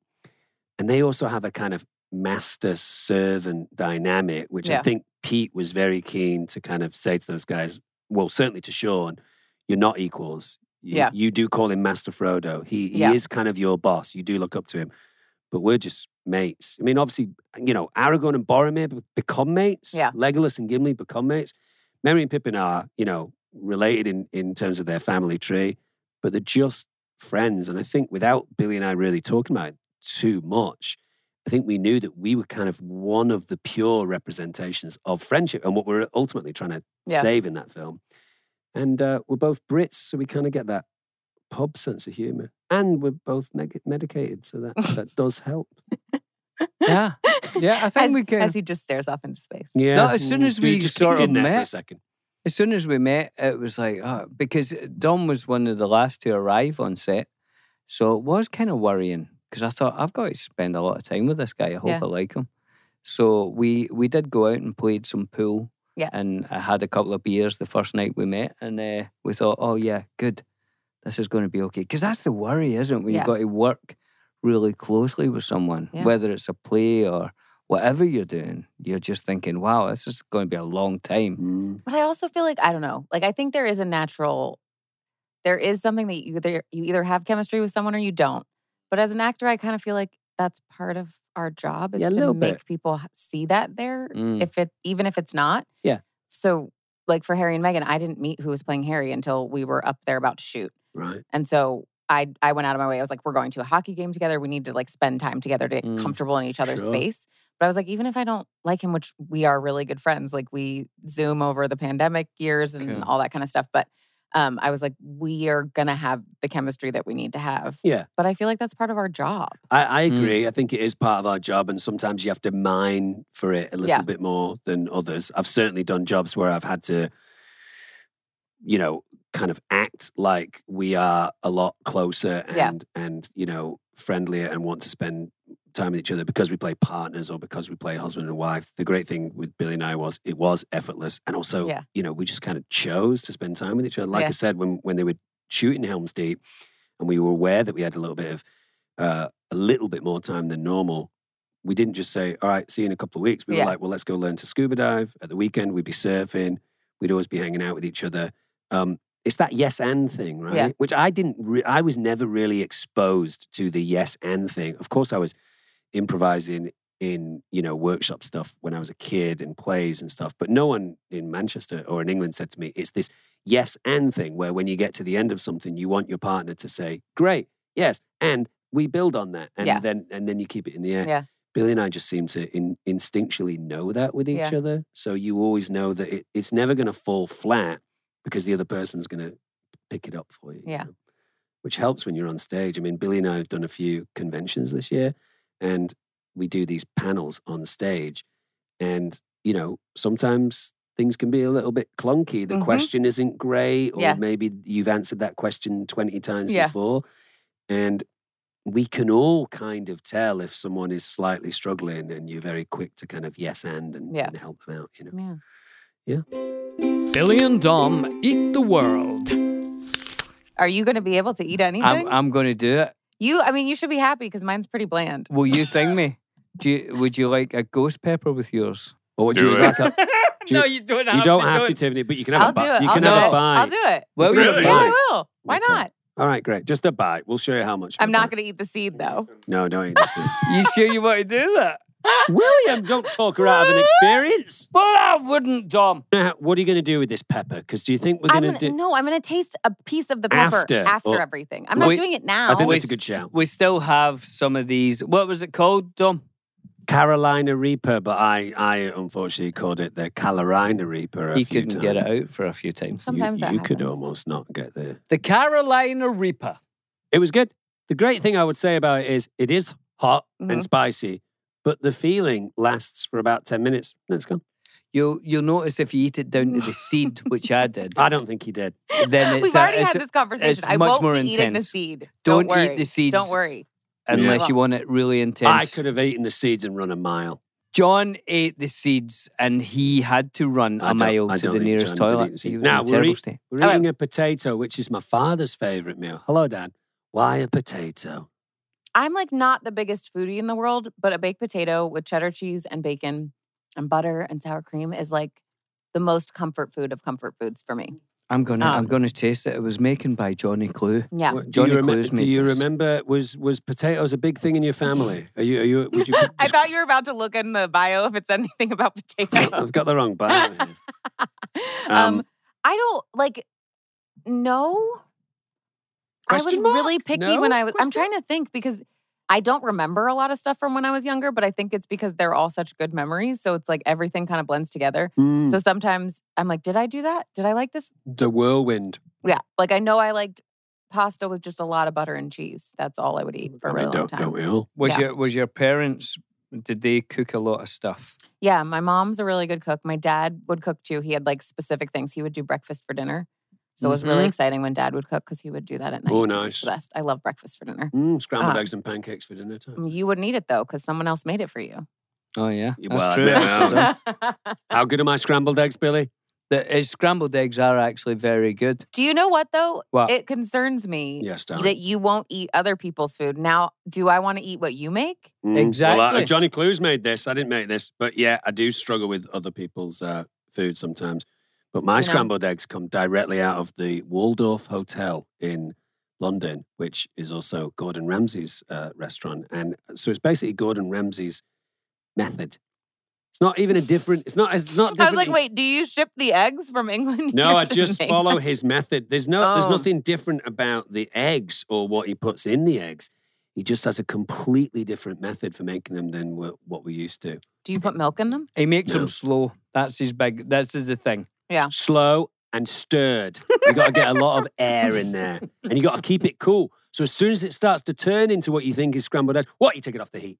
[SPEAKER 2] and they also have a kind of master servant dynamic, which I
[SPEAKER 7] Yeah.
[SPEAKER 2] think Pete was very keen to kind of say to those guys, well, certainly to Sean, you're not equals. You,
[SPEAKER 7] Yeah.
[SPEAKER 2] you do call him Master Frodo. He he
[SPEAKER 7] Yeah.
[SPEAKER 2] is kind of your boss. You do look up to him, but we're just mates. I mean, obviously, you know, Aragorn and Boromir be- become mates.
[SPEAKER 7] Yeah.
[SPEAKER 2] Legolas and Gimli become mates. Merry and Pippin are, you know, related in in terms of their family tree, but they're just friends. And I think without Billy and I really talking about it too much, I think we knew that we were kind of one of the pure representations of friendship and what we're ultimately trying to
[SPEAKER 7] Yeah.
[SPEAKER 2] save in that film. And uh, we're both Brits, so we kind of get that pub sense of humor. And we're both neg- medicated, so that, that does help.
[SPEAKER 4] Yeah. Yeah, I think
[SPEAKER 7] as,
[SPEAKER 4] we can-
[SPEAKER 7] As he just stares off into space.
[SPEAKER 2] Yeah.
[SPEAKER 4] No, as soon as we
[SPEAKER 2] just
[SPEAKER 4] sort
[SPEAKER 2] kicked
[SPEAKER 4] of
[SPEAKER 2] in there for a
[SPEAKER 4] met-
[SPEAKER 2] second.
[SPEAKER 4] As soon as we met, it was like, oh, because Dom was one of the last to arrive on set. So it was kind of worrying because I thought, I've got to spend a lot of time with this guy. I hope
[SPEAKER 7] Yeah.
[SPEAKER 4] I like him. So we, we did go out and played some pool.
[SPEAKER 7] Yeah.
[SPEAKER 4] And I had a couple of beers the first night we met. And uh, we thought, oh, yeah, good. This is going to be okay. Because that's the worry, isn't it? When
[SPEAKER 7] Yeah.
[SPEAKER 4] you've got to work really closely with someone,
[SPEAKER 7] Yeah.
[SPEAKER 4] whether it's a play or whatever you're doing, you're just thinking, wow, this is going to be a long time.
[SPEAKER 2] Mm,
[SPEAKER 7] But I also feel like I don't know. Like I think there is a natural there is something that you either you either have chemistry with someone or you don't. But as an actor, I kind of feel like that's part of our job is
[SPEAKER 2] Yeah, a
[SPEAKER 7] to
[SPEAKER 2] little
[SPEAKER 7] make
[SPEAKER 2] bit. Mm-hmm.
[SPEAKER 7] people h- see that there
[SPEAKER 4] Mm.
[SPEAKER 7] if it even if it's not.
[SPEAKER 2] Yeah.
[SPEAKER 7] So like for Harry and Meghan, I didn't meet who was playing Harry until we were up there about to shoot.
[SPEAKER 2] Right.
[SPEAKER 7] And so I I went out of my way. I was like, we're going to a hockey game together. We need to like spend time together to get
[SPEAKER 4] Mm,
[SPEAKER 7] comfortable in each other's
[SPEAKER 2] sure.
[SPEAKER 7] space. But I was like, even if I don't like him, which we are really good friends, like we Zoom over the pandemic years and
[SPEAKER 4] Cool.
[SPEAKER 7] all that kind of stuff. But um, I was like, we are gonna have the chemistry that we need to have.
[SPEAKER 2] Yeah.
[SPEAKER 7] But I feel like that's part of our job.
[SPEAKER 2] I, I
[SPEAKER 7] Hmm.
[SPEAKER 4] Mm.
[SPEAKER 2] agree. I think it is part of our job, and sometimes you have to mine for it a little
[SPEAKER 7] Yeah.
[SPEAKER 2] bit more than others. I've certainly done jobs where I've had to, you know, kind of act like we are a lot closer and
[SPEAKER 7] Yeah.
[SPEAKER 2] and you know friendlier and want to spend time with each other because we play partners or because we play husband and wife. The great thing with Billy and I was it was effortless, and also
[SPEAKER 7] Yeah.
[SPEAKER 2] you know we just kind of chose to spend time with each other. Like I
[SPEAKER 7] Yeah.
[SPEAKER 2] said, when when they were shooting Helms Deep, and we were aware that we had a little bit of uh, a little bit more time than normal. We didn't just say, "All right, see you in a couple of weeks." We
[SPEAKER 7] Yeah.
[SPEAKER 2] were like, "Well, let's go learn to scuba dive." At the weekend, we'd be surfing. We'd always be hanging out with each other. Um, it's that yes and thing, right?
[SPEAKER 7] Yeah.
[SPEAKER 2] Which I didn't. Re- I was never really exposed to the yes and thing. Of course, I was improvising in you know workshop stuff when I was a kid and plays and stuff. But no one in Manchester or in England said to me, "It's this yes and thing," where when you get to the end of something, you want your partner to say, "Great, yes," and we build on that, and
[SPEAKER 7] Yeah.
[SPEAKER 2] then and then you keep it in the air.
[SPEAKER 7] Yeah.
[SPEAKER 2] Billy and I just seem to in, instinctually know that with each
[SPEAKER 7] Yeah.
[SPEAKER 2] other. So you always know that it, it's never going to fall flat because the other person's going to pick it up for you. you
[SPEAKER 7] Yeah.
[SPEAKER 2] know, Which helps when you're on stage. I mean, Billy and I have done a few conventions this year and we do these panels on stage. And, you know, sometimes things can be a little bit clunky. The
[SPEAKER 7] Mhm.
[SPEAKER 2] question isn't great, or
[SPEAKER 7] Yeah.
[SPEAKER 2] maybe you've answered that question 20 times
[SPEAKER 7] Yeah.
[SPEAKER 2] before. And we can all kind of tell if someone is slightly struggling and you're very quick to kind of yes and and,
[SPEAKER 7] Yeah.
[SPEAKER 2] and help them out, you know.
[SPEAKER 7] Yeah.
[SPEAKER 3] Billy and Dom eat the world.
[SPEAKER 7] Are you gonna be able to eat anything?
[SPEAKER 4] I'm, I'm going to do it.
[SPEAKER 7] you I mean you should be happy because mine's pretty bland.
[SPEAKER 4] Will you thing me? Do you, would you like a ghost pepper with yours?
[SPEAKER 2] Or what
[SPEAKER 5] Do
[SPEAKER 2] do you
[SPEAKER 5] it.
[SPEAKER 2] like a, Do you-
[SPEAKER 3] no, you don't have
[SPEAKER 2] You don't
[SPEAKER 3] to.
[SPEAKER 2] have
[SPEAKER 3] do
[SPEAKER 2] to,
[SPEAKER 3] it.
[SPEAKER 2] Tiffany, but you can have
[SPEAKER 7] I'll
[SPEAKER 2] a
[SPEAKER 7] do
[SPEAKER 2] bite.
[SPEAKER 7] it.
[SPEAKER 2] You
[SPEAKER 7] I'll
[SPEAKER 2] can
[SPEAKER 7] do
[SPEAKER 2] have
[SPEAKER 7] it.
[SPEAKER 2] a bite.
[SPEAKER 7] I'll do it.
[SPEAKER 4] Well,
[SPEAKER 2] Really?
[SPEAKER 4] you're
[SPEAKER 7] Yeah,
[SPEAKER 4] right.
[SPEAKER 7] I will. Why
[SPEAKER 2] Okay.
[SPEAKER 7] not?
[SPEAKER 2] All right, great. Just a bite. We'll show you how much.
[SPEAKER 7] I'm not gonna eat the seed though.
[SPEAKER 2] to. No, don't eat this. thing.
[SPEAKER 4] You sure you want to do that?
[SPEAKER 2] William, don't talk her out of an experience.
[SPEAKER 3] Well, I wouldn't, Dom.
[SPEAKER 2] Now, what are you going to do with this pepper? Because do you think we're
[SPEAKER 7] I'm
[SPEAKER 2] going to
[SPEAKER 7] gonna,
[SPEAKER 2] do?
[SPEAKER 7] no, I'm gonna taste a piece of the pepper
[SPEAKER 2] After,
[SPEAKER 7] after,
[SPEAKER 2] or-
[SPEAKER 7] everything. I'm not
[SPEAKER 4] Wait,
[SPEAKER 7] doing it
[SPEAKER 2] I
[SPEAKER 7] now.
[SPEAKER 2] think
[SPEAKER 4] we
[SPEAKER 2] that's a
[SPEAKER 4] s-
[SPEAKER 2] good shout.
[SPEAKER 4] We still have some of these. What was it called, Dom?
[SPEAKER 2] Carolina Reaper, but I, I unfortunately called it the Carolina Reaper. A
[SPEAKER 4] He
[SPEAKER 2] few
[SPEAKER 4] couldn't
[SPEAKER 2] times.
[SPEAKER 4] get it out for a few times.
[SPEAKER 7] Some-
[SPEAKER 2] You,
[SPEAKER 7] Sometimes that
[SPEAKER 2] you could
[SPEAKER 7] happens.
[SPEAKER 2] almost not get there.
[SPEAKER 4] The Carolina Reaper.
[SPEAKER 2] It was good. The great thing I would say about it is it is hot
[SPEAKER 7] Mhm.
[SPEAKER 2] and spicy, but the feeling lasts for about 10 minutes. Let's go.
[SPEAKER 3] You'll you'll notice if you eat it down to the seed, which I did.
[SPEAKER 2] I don't think he did.
[SPEAKER 3] Then it's
[SPEAKER 7] We've
[SPEAKER 3] a-
[SPEAKER 7] already
[SPEAKER 3] it's
[SPEAKER 7] had
[SPEAKER 3] a-
[SPEAKER 7] this conversation.
[SPEAKER 3] it's
[SPEAKER 7] I
[SPEAKER 3] much
[SPEAKER 7] won't
[SPEAKER 3] more
[SPEAKER 7] be eating the
[SPEAKER 3] intense.
[SPEAKER 7] seed.
[SPEAKER 3] Don't eat
[SPEAKER 7] worry.
[SPEAKER 3] the seeds.
[SPEAKER 7] Don't worry.
[SPEAKER 3] unless
[SPEAKER 7] Yeah.
[SPEAKER 3] you want it really intense.
[SPEAKER 2] I could have eaten the seeds and run a mile.
[SPEAKER 3] John ate the seeds and he had to run
[SPEAKER 2] I
[SPEAKER 3] a
[SPEAKER 2] don't-
[SPEAKER 3] mile
[SPEAKER 2] I
[SPEAKER 3] to
[SPEAKER 2] don't
[SPEAKER 3] the
[SPEAKER 2] eat
[SPEAKER 3] nearest
[SPEAKER 2] John, I didn't
[SPEAKER 3] toilet.
[SPEAKER 2] see-
[SPEAKER 3] He was
[SPEAKER 2] Now,
[SPEAKER 3] in a
[SPEAKER 2] we're
[SPEAKER 3] terrible
[SPEAKER 2] eat-
[SPEAKER 3] state.
[SPEAKER 2] We're
[SPEAKER 7] Hello.
[SPEAKER 2] eating a potato, which is my father's favorite meal. Hello, Dad. Why a potato?
[SPEAKER 7] I'm like not the biggest foodie in the world, but a baked potato with cheddar cheese and bacon and butter and sour cream is like the most comfort food of comfort foods for me.
[SPEAKER 3] I'm gonna I'm
[SPEAKER 2] Ah.
[SPEAKER 7] Um,
[SPEAKER 3] gonna taste it. It was making by Johnny Clue.
[SPEAKER 7] Yeah.
[SPEAKER 2] What- do
[SPEAKER 3] Johnny
[SPEAKER 2] you, remem-
[SPEAKER 3] Clues
[SPEAKER 2] do
[SPEAKER 3] made
[SPEAKER 2] you
[SPEAKER 3] this.
[SPEAKER 2] remember? Was was potatoes a big thing in your family? Are you? Are you? Would you?
[SPEAKER 7] I thought you were about to look in the bio if it's anything about potatoes.
[SPEAKER 2] I've got the wrong button.
[SPEAKER 7] um,
[SPEAKER 2] Um,
[SPEAKER 7] I don't like. No, I was
[SPEAKER 2] Question mark?
[SPEAKER 7] really picky
[SPEAKER 2] No?
[SPEAKER 7] when I was. I'm
[SPEAKER 2] Question-
[SPEAKER 7] trying to think because I don't remember a lot of stuff from when I was younger, but I think it's because they're all such good memories. So it's like everything kind of blends together.
[SPEAKER 2] Mm,
[SPEAKER 7] So sometimes I'm like, did I do that? Did I like this?
[SPEAKER 2] the whirlwind.
[SPEAKER 7] Yeah, like I know I liked pasta with just a lot of butter and cheese. That's all I would eat for a
[SPEAKER 2] I mean,
[SPEAKER 7] really long
[SPEAKER 2] don't,
[SPEAKER 7] time.
[SPEAKER 2] don't we all?
[SPEAKER 3] Was
[SPEAKER 7] Yeah.
[SPEAKER 3] your was your parents did they cook a lot of stuff?
[SPEAKER 7] Yeah, my mom's a really good cook. My dad would cook too. He had like specific things. He would do breakfast for dinner. So it was really exciting when dad would cook because he would do that at night.
[SPEAKER 2] Oh,
[SPEAKER 7] It was
[SPEAKER 2] Mm-hmm. nice.
[SPEAKER 7] the best. I love breakfast for dinner.
[SPEAKER 2] Mm, scrambled
[SPEAKER 7] Ah.
[SPEAKER 2] eggs and pancakes for dinner time.
[SPEAKER 7] You wouldn't eat it though because someone else made it for you.
[SPEAKER 3] Oh yeah,
[SPEAKER 2] Yeah,
[SPEAKER 3] that's
[SPEAKER 2] well, I
[SPEAKER 3] true.
[SPEAKER 2] bet
[SPEAKER 3] actually.
[SPEAKER 2] now.
[SPEAKER 7] do
[SPEAKER 2] How good are my scrambled eggs, Billy?
[SPEAKER 3] The, his scrambled eggs are actually very good.
[SPEAKER 7] you know what though?
[SPEAKER 2] Uh
[SPEAKER 3] Well,
[SPEAKER 7] It concerns me
[SPEAKER 2] Yes, darling.
[SPEAKER 7] that you won't eat other people's food. Now, do I want to eat what you make?
[SPEAKER 2] Mm, well, I-
[SPEAKER 3] Exactly.
[SPEAKER 2] Johnny Clues made this. I didn't make this, but yeah, I do struggle with other people's uh, food sometimes. But my
[SPEAKER 7] know.
[SPEAKER 2] scrambled eggs come directly out of the Waldorf Hotel in London, which is also Gordon Ramsay's uh, restaurant, and so it's basically Gordon Ramsay's method. It's not even a different. It's not. It's not.
[SPEAKER 7] I was
[SPEAKER 2] different
[SPEAKER 7] like,
[SPEAKER 2] in-
[SPEAKER 7] wait, do you ship the eggs from England?
[SPEAKER 2] No,
[SPEAKER 7] here
[SPEAKER 2] I
[SPEAKER 7] to
[SPEAKER 2] just
[SPEAKER 7] make
[SPEAKER 2] follow
[SPEAKER 7] them?
[SPEAKER 2] his method. There's no there's
[SPEAKER 7] Oh.
[SPEAKER 2] nothing different about the eggs or what he puts in the eggs. He just has a completely different method for making them than wha- what we used to.
[SPEAKER 7] Do you put milk in them?
[SPEAKER 3] he makes
[SPEAKER 2] No.
[SPEAKER 3] them slow. That's his big. That's is the thing.
[SPEAKER 7] Ah.
[SPEAKER 2] Slow and stirred. You got to get a lot of air in there, and you got to keep it cool. So as soon as it starts to turn into what you think is scrambled eggs, what you take it off the heat,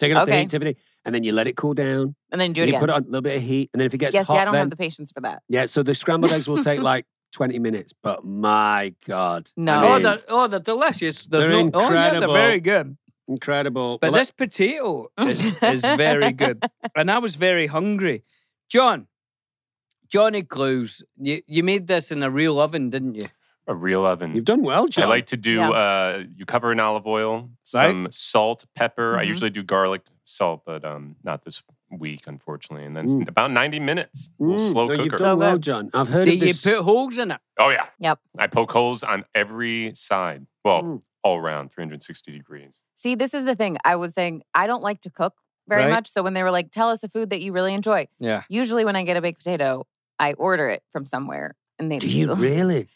[SPEAKER 2] take it off the
[SPEAKER 7] Okay.
[SPEAKER 2] heat, Tiffany, and then you let it cool down.
[SPEAKER 7] And then do
[SPEAKER 2] and
[SPEAKER 7] it
[SPEAKER 2] you put
[SPEAKER 7] again.
[SPEAKER 2] it on a little bit of heat, and then if it gets
[SPEAKER 7] Yes,
[SPEAKER 2] hot,
[SPEAKER 7] yeah, I don't
[SPEAKER 2] then
[SPEAKER 7] have the patience for that.
[SPEAKER 2] yeah. So the scrambled eggs will take like twenty minutes, but my god, I
[SPEAKER 7] No.
[SPEAKER 3] Oh,
[SPEAKER 2] mean,
[SPEAKER 3] they're, oh, they're delicious. There's
[SPEAKER 2] They're
[SPEAKER 3] no, oh, yeah, they're
[SPEAKER 2] incredible.
[SPEAKER 3] very good.
[SPEAKER 2] incredible.
[SPEAKER 3] But
[SPEAKER 2] Well,
[SPEAKER 3] this potato is, is very good. And I was very hungry. John, Johnny Clues, you, you made this in a real oven, didn't you?
[SPEAKER 5] A real oven.
[SPEAKER 2] You've done well, John.
[SPEAKER 5] I like to do.
[SPEAKER 7] Yeah.
[SPEAKER 5] Uh, you cover in olive oil,
[SPEAKER 3] Right.
[SPEAKER 5] some salt, pepper. I
[SPEAKER 7] Mhm.
[SPEAKER 5] usually do garlic salt, but um, not this week, unfortunately. And then s-
[SPEAKER 2] Mm.
[SPEAKER 5] about ninety minutes, little
[SPEAKER 2] Mm,
[SPEAKER 5] slow
[SPEAKER 2] no, You've
[SPEAKER 5] cooker.
[SPEAKER 2] done well, John. I've heard
[SPEAKER 3] Did
[SPEAKER 2] of
[SPEAKER 3] you
[SPEAKER 2] this.
[SPEAKER 3] put holes in it?
[SPEAKER 5] oh yeah.
[SPEAKER 7] Yep.
[SPEAKER 5] I poke holes on every side. Well,
[SPEAKER 2] Mm.
[SPEAKER 5] all around, three hundred sixty degrees.
[SPEAKER 7] See, this is the thing. I was saying I don't like to cook very
[SPEAKER 3] Right.
[SPEAKER 7] much. So when they were like, tell us a food that you really enjoy,
[SPEAKER 3] Yeah.
[SPEAKER 7] usually when I get a baked potato, I order it from somewhere and they
[SPEAKER 2] do you really?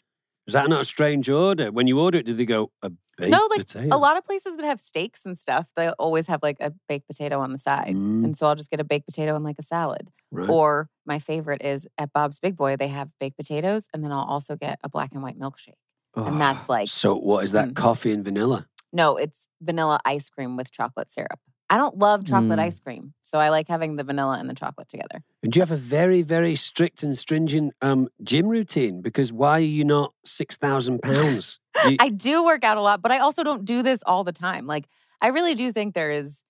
[SPEAKER 2] Is that not a strange order? When you order it, did they go a baked
[SPEAKER 7] No, like,
[SPEAKER 2] potato?
[SPEAKER 7] A lot of places that have steaks and stuff, they always have like a baked potato on the side.
[SPEAKER 2] Mm,
[SPEAKER 7] And so I'll just get a baked potato and like a salad.
[SPEAKER 2] right.
[SPEAKER 7] Or my favorite is at Bob's Big Boy, they have baked potatoes and then I'll also get a black and white milkshake.
[SPEAKER 2] Oh,
[SPEAKER 7] and that's like-
[SPEAKER 2] So what is that?
[SPEAKER 7] Mm.
[SPEAKER 2] Coffee and vanilla.
[SPEAKER 7] No, it's vanilla ice cream with chocolate syrup. I don't love chocolate
[SPEAKER 3] Mm.
[SPEAKER 7] ice cream. So I like having the vanilla and the chocolate together.
[SPEAKER 2] And do you have a very, very strict and stringent um, gym routine? Because why are you not six thousand pounds? You-
[SPEAKER 7] I do work out a lot, but I also don't do this all the time. Like, I really do think there is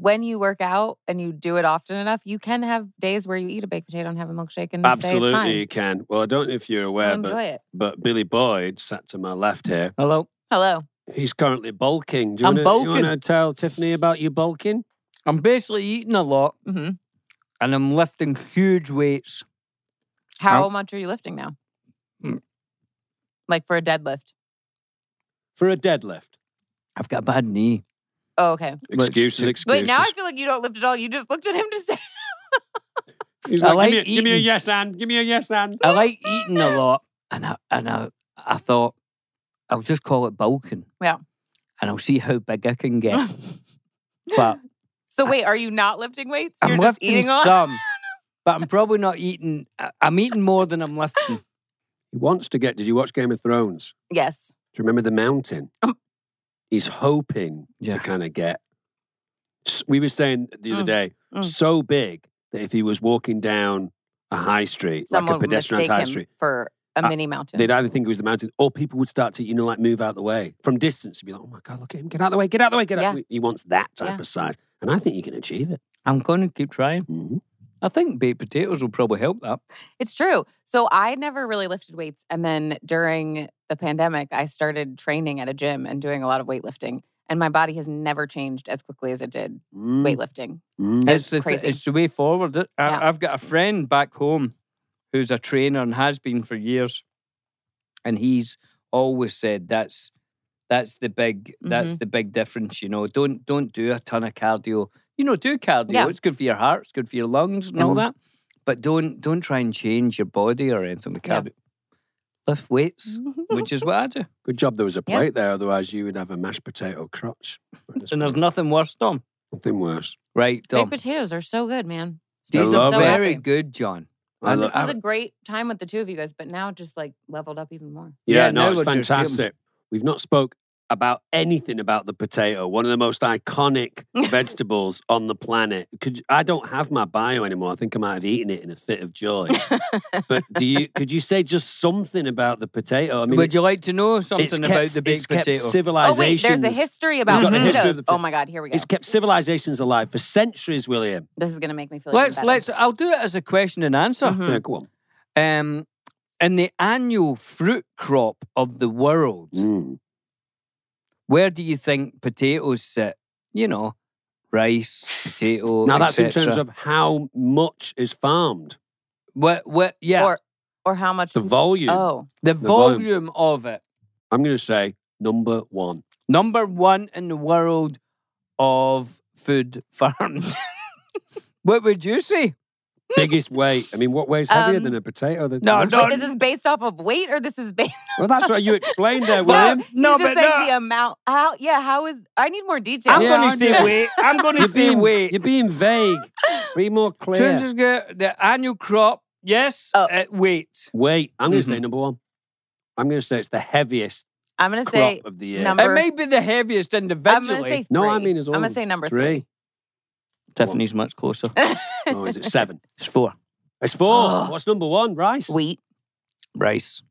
[SPEAKER 7] when you work out and you do it often enough, you can have days where you eat a baked potato and have a milkshake and say it's
[SPEAKER 2] Absolutely, you
[SPEAKER 7] fine.
[SPEAKER 2] can. Well, I don't know if you're
[SPEAKER 7] I
[SPEAKER 2] aware,
[SPEAKER 7] enjoy
[SPEAKER 2] but,
[SPEAKER 7] it.
[SPEAKER 2] but Billy Boyd sat to my left here.
[SPEAKER 3] Hello.
[SPEAKER 7] Hello.
[SPEAKER 2] He's currently bulking. Do you
[SPEAKER 3] I'm
[SPEAKER 2] wanna, You
[SPEAKER 3] bulking.
[SPEAKER 2] want to tell Tiffany about you bulking?
[SPEAKER 3] I'm basically eating a lot
[SPEAKER 7] hmm
[SPEAKER 3] and I'm lifting huge weights.
[SPEAKER 7] How
[SPEAKER 3] How-
[SPEAKER 7] much are you lifting now?
[SPEAKER 3] Mm.
[SPEAKER 7] Like for a deadlift?
[SPEAKER 2] for a deadlift.
[SPEAKER 3] I've got a bad knee.
[SPEAKER 7] Oh, okay.
[SPEAKER 3] Well, it's
[SPEAKER 2] Excuses,
[SPEAKER 3] ju-
[SPEAKER 2] excuses.
[SPEAKER 7] Wait, now I feel like you don't lift at all. You just looked at him to say,
[SPEAKER 2] He's
[SPEAKER 3] I
[SPEAKER 2] like, give,
[SPEAKER 3] like
[SPEAKER 2] me a, give me a
[SPEAKER 3] eating.
[SPEAKER 2] yes hand. Give me a yes hand.
[SPEAKER 3] I like eating a lot and I, and I, I thought I'll just call it bulking.
[SPEAKER 7] Yeah.
[SPEAKER 3] And I'll see how big I can get. But
[SPEAKER 7] So wait, are you not lifting weights? You're
[SPEAKER 3] I'm
[SPEAKER 7] just
[SPEAKER 3] lifting
[SPEAKER 7] eating on.
[SPEAKER 3] some, but I'm probably not eating. I- I'm eating more than I'm lifting.
[SPEAKER 2] He wants to get. Did you watch Game of Thrones?
[SPEAKER 7] Yes. Oh.
[SPEAKER 2] Do you remember the mountain? he's hoping
[SPEAKER 3] Yeah.
[SPEAKER 2] to kind of get. s- We were saying the other
[SPEAKER 7] Mm,
[SPEAKER 2] day,
[SPEAKER 7] mm.
[SPEAKER 2] so big that if he was walking down a high street,
[SPEAKER 7] Someone
[SPEAKER 2] like a
[SPEAKER 7] would
[SPEAKER 2] pedestrianized
[SPEAKER 7] mistake
[SPEAKER 2] high
[SPEAKER 7] him
[SPEAKER 2] street,
[SPEAKER 7] for a
[SPEAKER 2] Uh,
[SPEAKER 7] mini mountain.
[SPEAKER 2] they'd either think it was the mountain or people would start to, you know, like move out the way from distance. You'd be like, oh my God, look at him, get out the way, get out the way, get out.
[SPEAKER 7] Yeah.
[SPEAKER 2] He wants that type
[SPEAKER 7] Yeah.
[SPEAKER 2] of size. And I think you can achieve it. Mm-hmm.
[SPEAKER 3] I'm going to keep trying. I think baked potatoes will probably help that.
[SPEAKER 7] It's true. So I never really lifted weights. And then during the pandemic, I started training at a gym and doing a lot of weightlifting. And my body has never changed as quickly as it did
[SPEAKER 2] Mm,
[SPEAKER 7] weightlifting.
[SPEAKER 2] mm.
[SPEAKER 7] It's
[SPEAKER 3] It's the,
[SPEAKER 7] crazy.
[SPEAKER 3] it's the way forward. I,
[SPEAKER 7] Yeah.
[SPEAKER 3] I've got a friend back home who's a trainer and has been for years, and he's always said that's that's the big that's
[SPEAKER 7] Mm-hmm.
[SPEAKER 3] the big difference. You know, don't don't do a ton of cardio. You know, do cardio.
[SPEAKER 7] Yeah. Mm-hmm.
[SPEAKER 3] It's good for your heart. It's good for your lungs and all that. But don't don't try and change your body or anything with
[SPEAKER 7] Yeah. Mm.
[SPEAKER 3] cardio. Lift weights, which is what I do.
[SPEAKER 2] Good job there was a
[SPEAKER 7] Yeah.
[SPEAKER 2] plate there, otherwise you would have a mashed potato crotch.
[SPEAKER 3] And there's nothing worse, Tom.
[SPEAKER 2] nothing worse.
[SPEAKER 3] Right,
[SPEAKER 7] Baked
[SPEAKER 3] Tom.
[SPEAKER 7] potatoes are so good, man.
[SPEAKER 2] I
[SPEAKER 3] These are
[SPEAKER 2] love it.
[SPEAKER 3] very
[SPEAKER 7] happy.
[SPEAKER 3] good, John.
[SPEAKER 2] I
[SPEAKER 7] Oh, And
[SPEAKER 2] lo-
[SPEAKER 7] this was
[SPEAKER 2] I-
[SPEAKER 7] a great time with the two of you guys, but now just like leveled up even more.
[SPEAKER 2] Yeah,
[SPEAKER 3] Yeah,
[SPEAKER 2] no,
[SPEAKER 3] now
[SPEAKER 2] it's
[SPEAKER 3] we're just getting-
[SPEAKER 2] fantastic. We've not spoke about anything about the potato, one of the most iconic vegetables on the planet. Could you- I don't have my bio anymore. I think I might have eaten it in a fit of joy. but do you? Could you say just something about the potato? I mean,
[SPEAKER 3] Would you like to know something
[SPEAKER 2] it's kept,
[SPEAKER 3] about the
[SPEAKER 2] it's
[SPEAKER 3] baked
[SPEAKER 2] kept
[SPEAKER 3] potato?
[SPEAKER 7] Oh, wait, there's
[SPEAKER 2] civilizations.
[SPEAKER 7] a history about
[SPEAKER 2] got the history of
[SPEAKER 7] potatoes.
[SPEAKER 2] the
[SPEAKER 7] oh
[SPEAKER 2] pit-
[SPEAKER 7] my God, here we go.
[SPEAKER 2] It's kept civilizations alive for centuries, William.
[SPEAKER 7] This is going to make me feel even
[SPEAKER 3] let's
[SPEAKER 7] better.
[SPEAKER 3] let's. I'll do it as a question and answer.
[SPEAKER 7] Mhm.
[SPEAKER 2] Yeah, go on.
[SPEAKER 3] Um, in the annual fruit crop of the world,
[SPEAKER 2] Mm.
[SPEAKER 3] where do you think potatoes sit? You know, rice, potato.
[SPEAKER 2] Now that's in
[SPEAKER 3] etc..
[SPEAKER 2] terms of how much is farmed,
[SPEAKER 3] what? What? Yeah,
[SPEAKER 7] Or, or how much.
[SPEAKER 2] the volume.
[SPEAKER 7] oh,
[SPEAKER 3] the,
[SPEAKER 2] the volume.
[SPEAKER 3] volume, of it.
[SPEAKER 2] I'm going to say number one.
[SPEAKER 3] Number one in the world of food farms. what would you say?
[SPEAKER 2] biggest weight. I mean, what weighs heavier
[SPEAKER 7] Um,
[SPEAKER 2] than a potato? Than
[SPEAKER 3] No,
[SPEAKER 2] Well,
[SPEAKER 3] no.
[SPEAKER 7] Wait, is this based off of weight or this is based?
[SPEAKER 2] Well, that's what you explained there,
[SPEAKER 3] Well,
[SPEAKER 2] William.
[SPEAKER 3] no,
[SPEAKER 7] you just
[SPEAKER 3] but
[SPEAKER 7] said
[SPEAKER 3] no.
[SPEAKER 7] the amount. How? Yeah. How is? I need more detail.
[SPEAKER 3] I'm
[SPEAKER 2] Yeah,
[SPEAKER 3] going
[SPEAKER 2] I
[SPEAKER 3] to say
[SPEAKER 2] do.
[SPEAKER 3] wait. I'm going to
[SPEAKER 2] You're
[SPEAKER 3] say
[SPEAKER 2] being,
[SPEAKER 3] wait.
[SPEAKER 2] You're being vague. Be more
[SPEAKER 3] Terms
[SPEAKER 2] clear.
[SPEAKER 3] is good. The annual crop. Yes.
[SPEAKER 7] Oh.
[SPEAKER 3] Uh, wait.
[SPEAKER 2] Wait, I'm going to say
[SPEAKER 3] Mhm.
[SPEAKER 2] number one. I'm going to say it's the heaviest
[SPEAKER 7] I'm gonna
[SPEAKER 2] crop
[SPEAKER 7] say.
[SPEAKER 2] of the year.
[SPEAKER 7] number-
[SPEAKER 3] It may be the heaviest
[SPEAKER 7] I'm gonna
[SPEAKER 3] individually.
[SPEAKER 7] say three.
[SPEAKER 2] no, I mean, it's all
[SPEAKER 7] I'm gonna say number
[SPEAKER 2] three.
[SPEAKER 7] three.
[SPEAKER 3] Tiffany's much closer.
[SPEAKER 2] Oh, is it seven?
[SPEAKER 3] It's four.
[SPEAKER 2] It's four.
[SPEAKER 3] Oh.
[SPEAKER 7] Ugh.
[SPEAKER 2] What's number one? Rice.
[SPEAKER 7] Wheat.
[SPEAKER 3] Rice.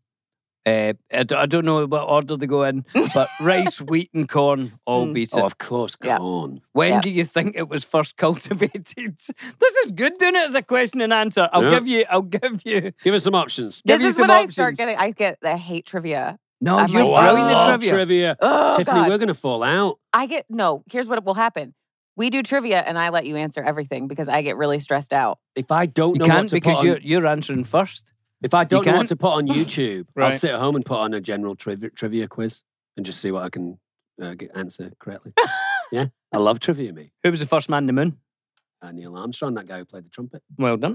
[SPEAKER 3] Uh, I, d- I don't know what order they go in, but rice, wheat, and corn all
[SPEAKER 7] Mm.
[SPEAKER 3] beat it.
[SPEAKER 2] Oh, of course,
[SPEAKER 7] Yeah.
[SPEAKER 2] corn.
[SPEAKER 3] when
[SPEAKER 7] yeah.
[SPEAKER 3] do you think it was first cultivated? This is good doing it as a question and answer. I'll
[SPEAKER 2] Yeah.
[SPEAKER 3] give you. I'll give you.
[SPEAKER 2] Give us some options.
[SPEAKER 3] Give
[SPEAKER 7] This
[SPEAKER 3] you
[SPEAKER 7] is
[SPEAKER 3] some
[SPEAKER 7] when I start
[SPEAKER 3] options.
[SPEAKER 7] getting. I get. I hate trivia.
[SPEAKER 3] No,
[SPEAKER 7] I'm
[SPEAKER 3] you're
[SPEAKER 7] like,
[SPEAKER 2] I
[SPEAKER 3] brilliant at
[SPEAKER 2] love
[SPEAKER 3] trivia.
[SPEAKER 7] Oh
[SPEAKER 2] Tiffany,
[SPEAKER 7] God.
[SPEAKER 2] we're going to fall out.
[SPEAKER 7] I get. No. Here's what will happen. We do trivia, and I let you answer everything because I get really stressed out.
[SPEAKER 2] If I don't
[SPEAKER 3] You
[SPEAKER 2] know what
[SPEAKER 3] can't
[SPEAKER 2] to put
[SPEAKER 3] because
[SPEAKER 2] on-
[SPEAKER 3] you're you're answering first.
[SPEAKER 2] If I don't know what
[SPEAKER 3] can't?
[SPEAKER 2] to put on YouTube, I'll
[SPEAKER 3] Right.
[SPEAKER 2] sit at home and put on a general trivia, trivia quiz and just see what I can uh, get answer correctly. yeah, I love trivia, me.
[SPEAKER 3] Who was the first man to the moon?
[SPEAKER 2] Uh, Neil Armstrong, that guy who played the trumpet.
[SPEAKER 3] Well done.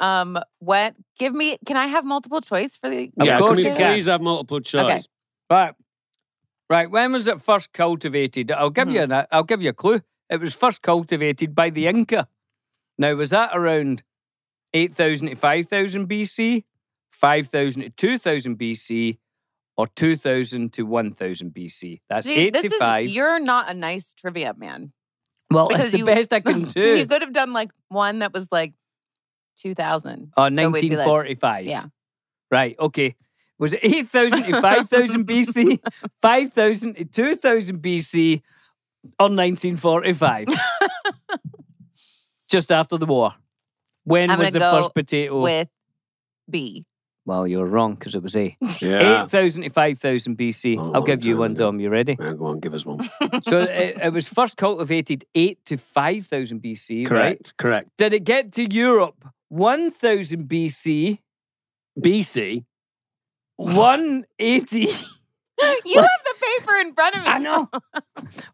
[SPEAKER 7] um. What? Give me. Can I have multiple choice for the?
[SPEAKER 3] Of
[SPEAKER 2] yeah,
[SPEAKER 3] course
[SPEAKER 2] can
[SPEAKER 3] you
[SPEAKER 2] we
[SPEAKER 3] can.
[SPEAKER 2] please have multiple choice?
[SPEAKER 7] Okay.
[SPEAKER 3] Right. Right. When was it first cultivated? I'll give
[SPEAKER 7] Hmm.
[SPEAKER 3] you an, I'll give you a clue. It was first cultivated by the Inca. Now, was that around 8,000 to 5,000 BC, 5,000 to 2,000 BC, or 2,000 to 1,000 BC? That's
[SPEAKER 7] See, this is.
[SPEAKER 3] 85.
[SPEAKER 7] You're not a nice trivia man.
[SPEAKER 3] well, it's
[SPEAKER 7] because
[SPEAKER 3] the
[SPEAKER 7] you-
[SPEAKER 3] best I can do.
[SPEAKER 7] you could have done like one that was like 2000.
[SPEAKER 3] Oh,
[SPEAKER 7] So we'd be like,
[SPEAKER 3] 1945.
[SPEAKER 7] yeah.
[SPEAKER 3] Right. Okay. Was it 8,000 to 5,000 BC, 5,000 to 2,000 BC, or 1945? Just after the war. When
[SPEAKER 7] I'm
[SPEAKER 3] was the
[SPEAKER 7] gonna go
[SPEAKER 3] first potato?
[SPEAKER 7] with B.
[SPEAKER 3] Well, you're wrong because it was A.
[SPEAKER 2] Yeah.
[SPEAKER 3] 8,000 to 5,000 BC.
[SPEAKER 2] Oh,
[SPEAKER 3] I'll give you
[SPEAKER 2] damn
[SPEAKER 3] one,
[SPEAKER 2] it.
[SPEAKER 3] Dom. You ready?
[SPEAKER 2] Yeah, go on, give us one.
[SPEAKER 3] so it, it was first cultivated 8 to 5,000 BC, right?
[SPEAKER 2] correct, correct.
[SPEAKER 3] Did it get to Europe 1,000 BC?
[SPEAKER 2] BC.
[SPEAKER 3] 180
[SPEAKER 7] You have the paper in front of me.
[SPEAKER 3] I know.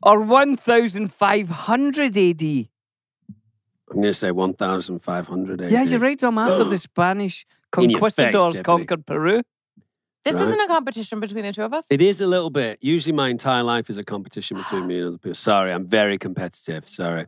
[SPEAKER 3] or 1500 AD. Yeah,
[SPEAKER 2] I'm going to say 1,500. AD.
[SPEAKER 3] you're right, Tom. After the Spanish
[SPEAKER 2] In your face,
[SPEAKER 3] conquistadors
[SPEAKER 2] Tiffany.
[SPEAKER 3] conquered Peru.
[SPEAKER 7] This
[SPEAKER 2] Right.
[SPEAKER 7] isn't a competition between the two of us.
[SPEAKER 2] It is a little bit. Usually, my entire life is a competition between me and other people. Sorry, I'm very competitive. Sorry.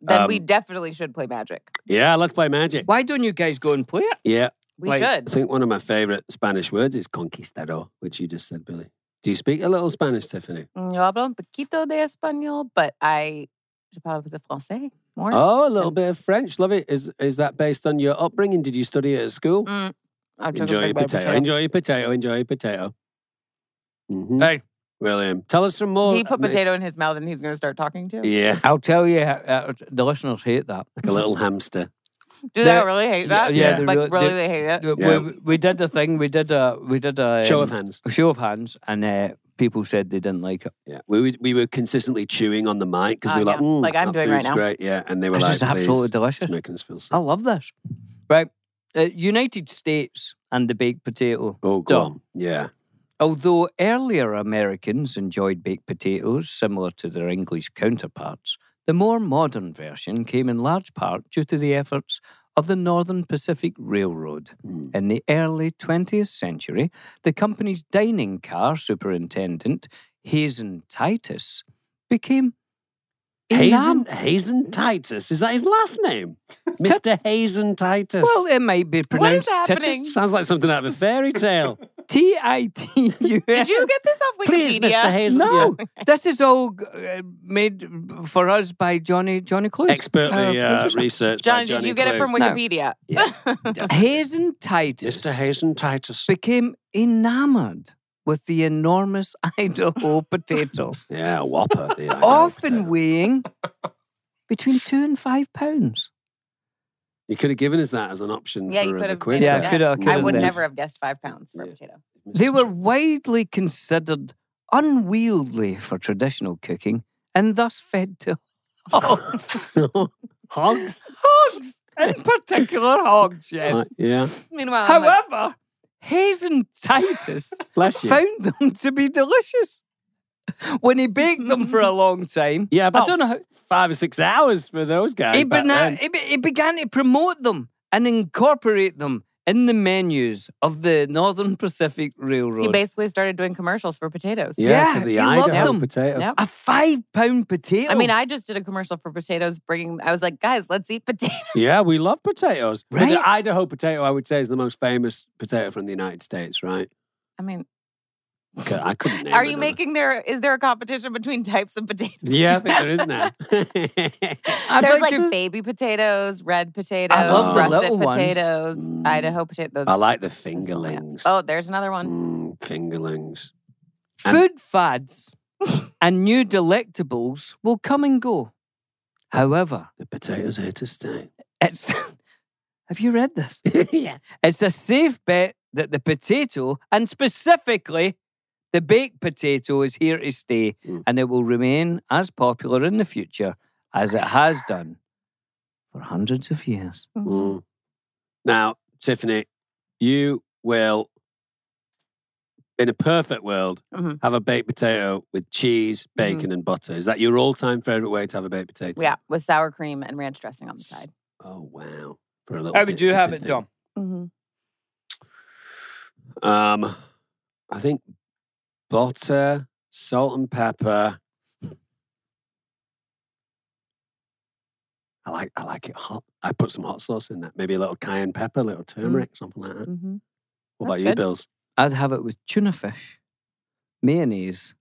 [SPEAKER 7] then we
[SPEAKER 2] um,
[SPEAKER 7] definitely should play magic.
[SPEAKER 2] Yeah, let's play magic.
[SPEAKER 3] Why don't you guys go and play it?
[SPEAKER 2] Yeah,
[SPEAKER 7] We
[SPEAKER 3] Wait.
[SPEAKER 2] I
[SPEAKER 7] should.
[SPEAKER 2] think one of my favorite Spanish words is conquistador, which you just said, Billy. Do you speak a little Spanish, Tiffany?
[SPEAKER 7] Yo hablo un poquito de español, but I je parle un peu de français more.
[SPEAKER 2] Oh, a little
[SPEAKER 7] and-
[SPEAKER 2] bit of French. Love it. Is is that based on your upbringing? Did you study it at school?
[SPEAKER 7] Mm. I took a
[SPEAKER 2] Enjoy
[SPEAKER 7] big
[SPEAKER 2] your
[SPEAKER 7] bite of
[SPEAKER 2] potato. Enjoy your potato. Enjoy your potato. Mhm.
[SPEAKER 10] Hey.
[SPEAKER 2] William, tell us some more.
[SPEAKER 7] Uh, He put
[SPEAKER 2] Ma-
[SPEAKER 7] potato in his mouth and he's going to start talking to. him.
[SPEAKER 2] Yeah,
[SPEAKER 3] I'll tell you, uh, the listeners hate that.
[SPEAKER 2] like a little hamster.
[SPEAKER 7] Do
[SPEAKER 3] They're-
[SPEAKER 7] they really hate
[SPEAKER 3] Yeah,
[SPEAKER 7] that?
[SPEAKER 3] yeah,
[SPEAKER 2] they're
[SPEAKER 7] like
[SPEAKER 3] real-
[SPEAKER 7] really
[SPEAKER 3] they're-
[SPEAKER 7] they hate it.
[SPEAKER 3] We-
[SPEAKER 2] Yeah.
[SPEAKER 3] We, we did a thing. We did a we did a
[SPEAKER 2] Show
[SPEAKER 3] um,
[SPEAKER 2] of hands.
[SPEAKER 3] a show of hands, and uh, people said they didn't like it.
[SPEAKER 2] Yeah, we were, we were consistently chewing on the mic because
[SPEAKER 7] Oh,
[SPEAKER 2] we were like,
[SPEAKER 7] yeah.
[SPEAKER 2] mm,
[SPEAKER 7] Like
[SPEAKER 2] that
[SPEAKER 7] I'm doing right
[SPEAKER 2] food's
[SPEAKER 7] now."
[SPEAKER 2] Great, yeah, and they were
[SPEAKER 3] This
[SPEAKER 2] like,
[SPEAKER 3] is absolutely
[SPEAKER 2] "Please,
[SPEAKER 3] delicious."
[SPEAKER 2] It's making us feel sick.
[SPEAKER 3] I love this. Right, uh, United States and the baked potato.
[SPEAKER 2] Oh, go
[SPEAKER 3] Dumb.
[SPEAKER 2] on. Yeah,
[SPEAKER 3] Although earlier Americans enjoyed baked potatoes similar to their English counterparts, the more modern version came in large part due to the efforts of the Northern Pacific Railroad.
[SPEAKER 2] Hmm.
[SPEAKER 3] In the early 20th century, the company's dining car superintendent, Hazen Titus, became
[SPEAKER 2] Hazen
[SPEAKER 3] enam-
[SPEAKER 2] Hazen Titus is that his last name, Mister Hazen Titus?
[SPEAKER 3] Well, it might be pronounced
[SPEAKER 7] happening?
[SPEAKER 2] sounds like something out of a fairy tale.
[SPEAKER 3] T I T U S.
[SPEAKER 7] Did you get this off
[SPEAKER 2] Please,
[SPEAKER 7] Wikipedia?
[SPEAKER 2] Mister Hazen.
[SPEAKER 3] No,
[SPEAKER 2] yeah.
[SPEAKER 3] this is all uh, made for us by Johnny Johnny Clues.
[SPEAKER 2] expertly
[SPEAKER 3] our
[SPEAKER 2] uh,
[SPEAKER 3] producer.
[SPEAKER 2] researched. by
[SPEAKER 7] Johnny, did
[SPEAKER 2] Johnny
[SPEAKER 7] you get it from
[SPEAKER 2] Close.
[SPEAKER 3] No.
[SPEAKER 7] Wikipedia?
[SPEAKER 3] Hazen Titus
[SPEAKER 2] Mister Hazen Titus?
[SPEAKER 3] became enamored with the enormous Idaho potato,
[SPEAKER 2] Yeah, Whopper. The Idaho
[SPEAKER 3] often
[SPEAKER 2] potato.
[SPEAKER 3] weighing between two and five pounds.
[SPEAKER 2] you could have given us that as an option.
[SPEAKER 7] Yeah,
[SPEAKER 2] for
[SPEAKER 7] you
[SPEAKER 2] uh,
[SPEAKER 7] could
[SPEAKER 2] the
[SPEAKER 7] have
[SPEAKER 2] Quiz
[SPEAKER 3] Yeah,
[SPEAKER 2] there.
[SPEAKER 3] coulda-
[SPEAKER 2] Mm.
[SPEAKER 3] coulda
[SPEAKER 7] I would
[SPEAKER 3] done.
[SPEAKER 7] never have guessed five pounds for a
[SPEAKER 2] Yeah.
[SPEAKER 7] potato.
[SPEAKER 3] They were widely considered unwieldy for traditional cooking and thus fed to hogs.
[SPEAKER 2] hogs.
[SPEAKER 3] hogs! In particular, hogs, yes.
[SPEAKER 2] Uh, yeah,
[SPEAKER 7] Meanwhile, I'm like,
[SPEAKER 3] However, Hazen Titus
[SPEAKER 2] bless you.
[SPEAKER 3] found them to be delicious. When he baked them for a long time,
[SPEAKER 2] Yeah, about
[SPEAKER 3] I don't know how,
[SPEAKER 2] five or six hours for those guys.
[SPEAKER 3] he,
[SPEAKER 2] back
[SPEAKER 3] bena-
[SPEAKER 2] then.
[SPEAKER 3] he, be- he began to promote them and incorporate them in the menus of the Northern Pacific Railroad.
[SPEAKER 7] he basically started doing commercials for potatoes.
[SPEAKER 2] yeah,
[SPEAKER 3] Yeah,
[SPEAKER 2] for the
[SPEAKER 3] he loved
[SPEAKER 2] Idaho
[SPEAKER 3] them.
[SPEAKER 2] potato.
[SPEAKER 7] Yep.
[SPEAKER 3] a five pound potato.
[SPEAKER 7] I mean, I just did a commercial for potatoes, bringing. I was like, guys, let's eat potatoes.
[SPEAKER 2] Yeah, we love potatoes. But
[SPEAKER 3] Right?
[SPEAKER 2] the Idaho potato, I would say, is the most famous potato from the United States, right?
[SPEAKER 7] I mean,
[SPEAKER 2] Okay, I couldn't. Name
[SPEAKER 7] are you
[SPEAKER 2] another.
[SPEAKER 7] making there? Is there a competition between types of potatoes?
[SPEAKER 2] Yeah, I think there is now.
[SPEAKER 7] There's
[SPEAKER 3] like
[SPEAKER 7] like
[SPEAKER 3] to-
[SPEAKER 7] baby potatoes, red potatoes,
[SPEAKER 2] love the
[SPEAKER 7] russet
[SPEAKER 3] little ones.
[SPEAKER 7] potatoes,
[SPEAKER 2] Mm.
[SPEAKER 7] Idaho potatoes. Those-
[SPEAKER 2] I like the
[SPEAKER 7] those are all- yeah.
[SPEAKER 2] fingerlings.
[SPEAKER 7] Oh, there's another one.
[SPEAKER 2] Mm, fingerlings. And-
[SPEAKER 3] Food fads and new delectables will come and go. However,
[SPEAKER 2] The potato's here to stay.
[SPEAKER 3] it's. have you read this?
[SPEAKER 2] yeah.
[SPEAKER 3] It's a safe bet that the potato, and specifically the baked potato, is here to stay
[SPEAKER 10] Hmm.
[SPEAKER 2] Mm.
[SPEAKER 3] and it will remain as popular in the future as it has done for hundreds of years.
[SPEAKER 2] Mm. Now, Tiffany, you will, in a perfect world,
[SPEAKER 7] Mhm.
[SPEAKER 2] have a baked potato with cheese, bacon, and butter. Is that your all-time favorite way to have a baked potato?
[SPEAKER 7] Yeah, with sour cream and ranch dressing on the side.
[SPEAKER 2] Oh wow! For a little.
[SPEAKER 10] How would
[SPEAKER 2] dip-
[SPEAKER 10] you have
[SPEAKER 2] dipping
[SPEAKER 10] it,
[SPEAKER 2] thing.
[SPEAKER 10] Dom?
[SPEAKER 7] Mm-hmm.
[SPEAKER 2] Um, I think butter, salt, and pepper. I like I like it hot. I put some hot sauce in that. Maybe a little cayenne pepper, a little turmeric, something like that.
[SPEAKER 7] Mm-hmm.
[SPEAKER 2] What about
[SPEAKER 7] that's
[SPEAKER 2] you,
[SPEAKER 7] good.
[SPEAKER 2] Bills?
[SPEAKER 3] I'd have it with tuna fish, mayonnaise,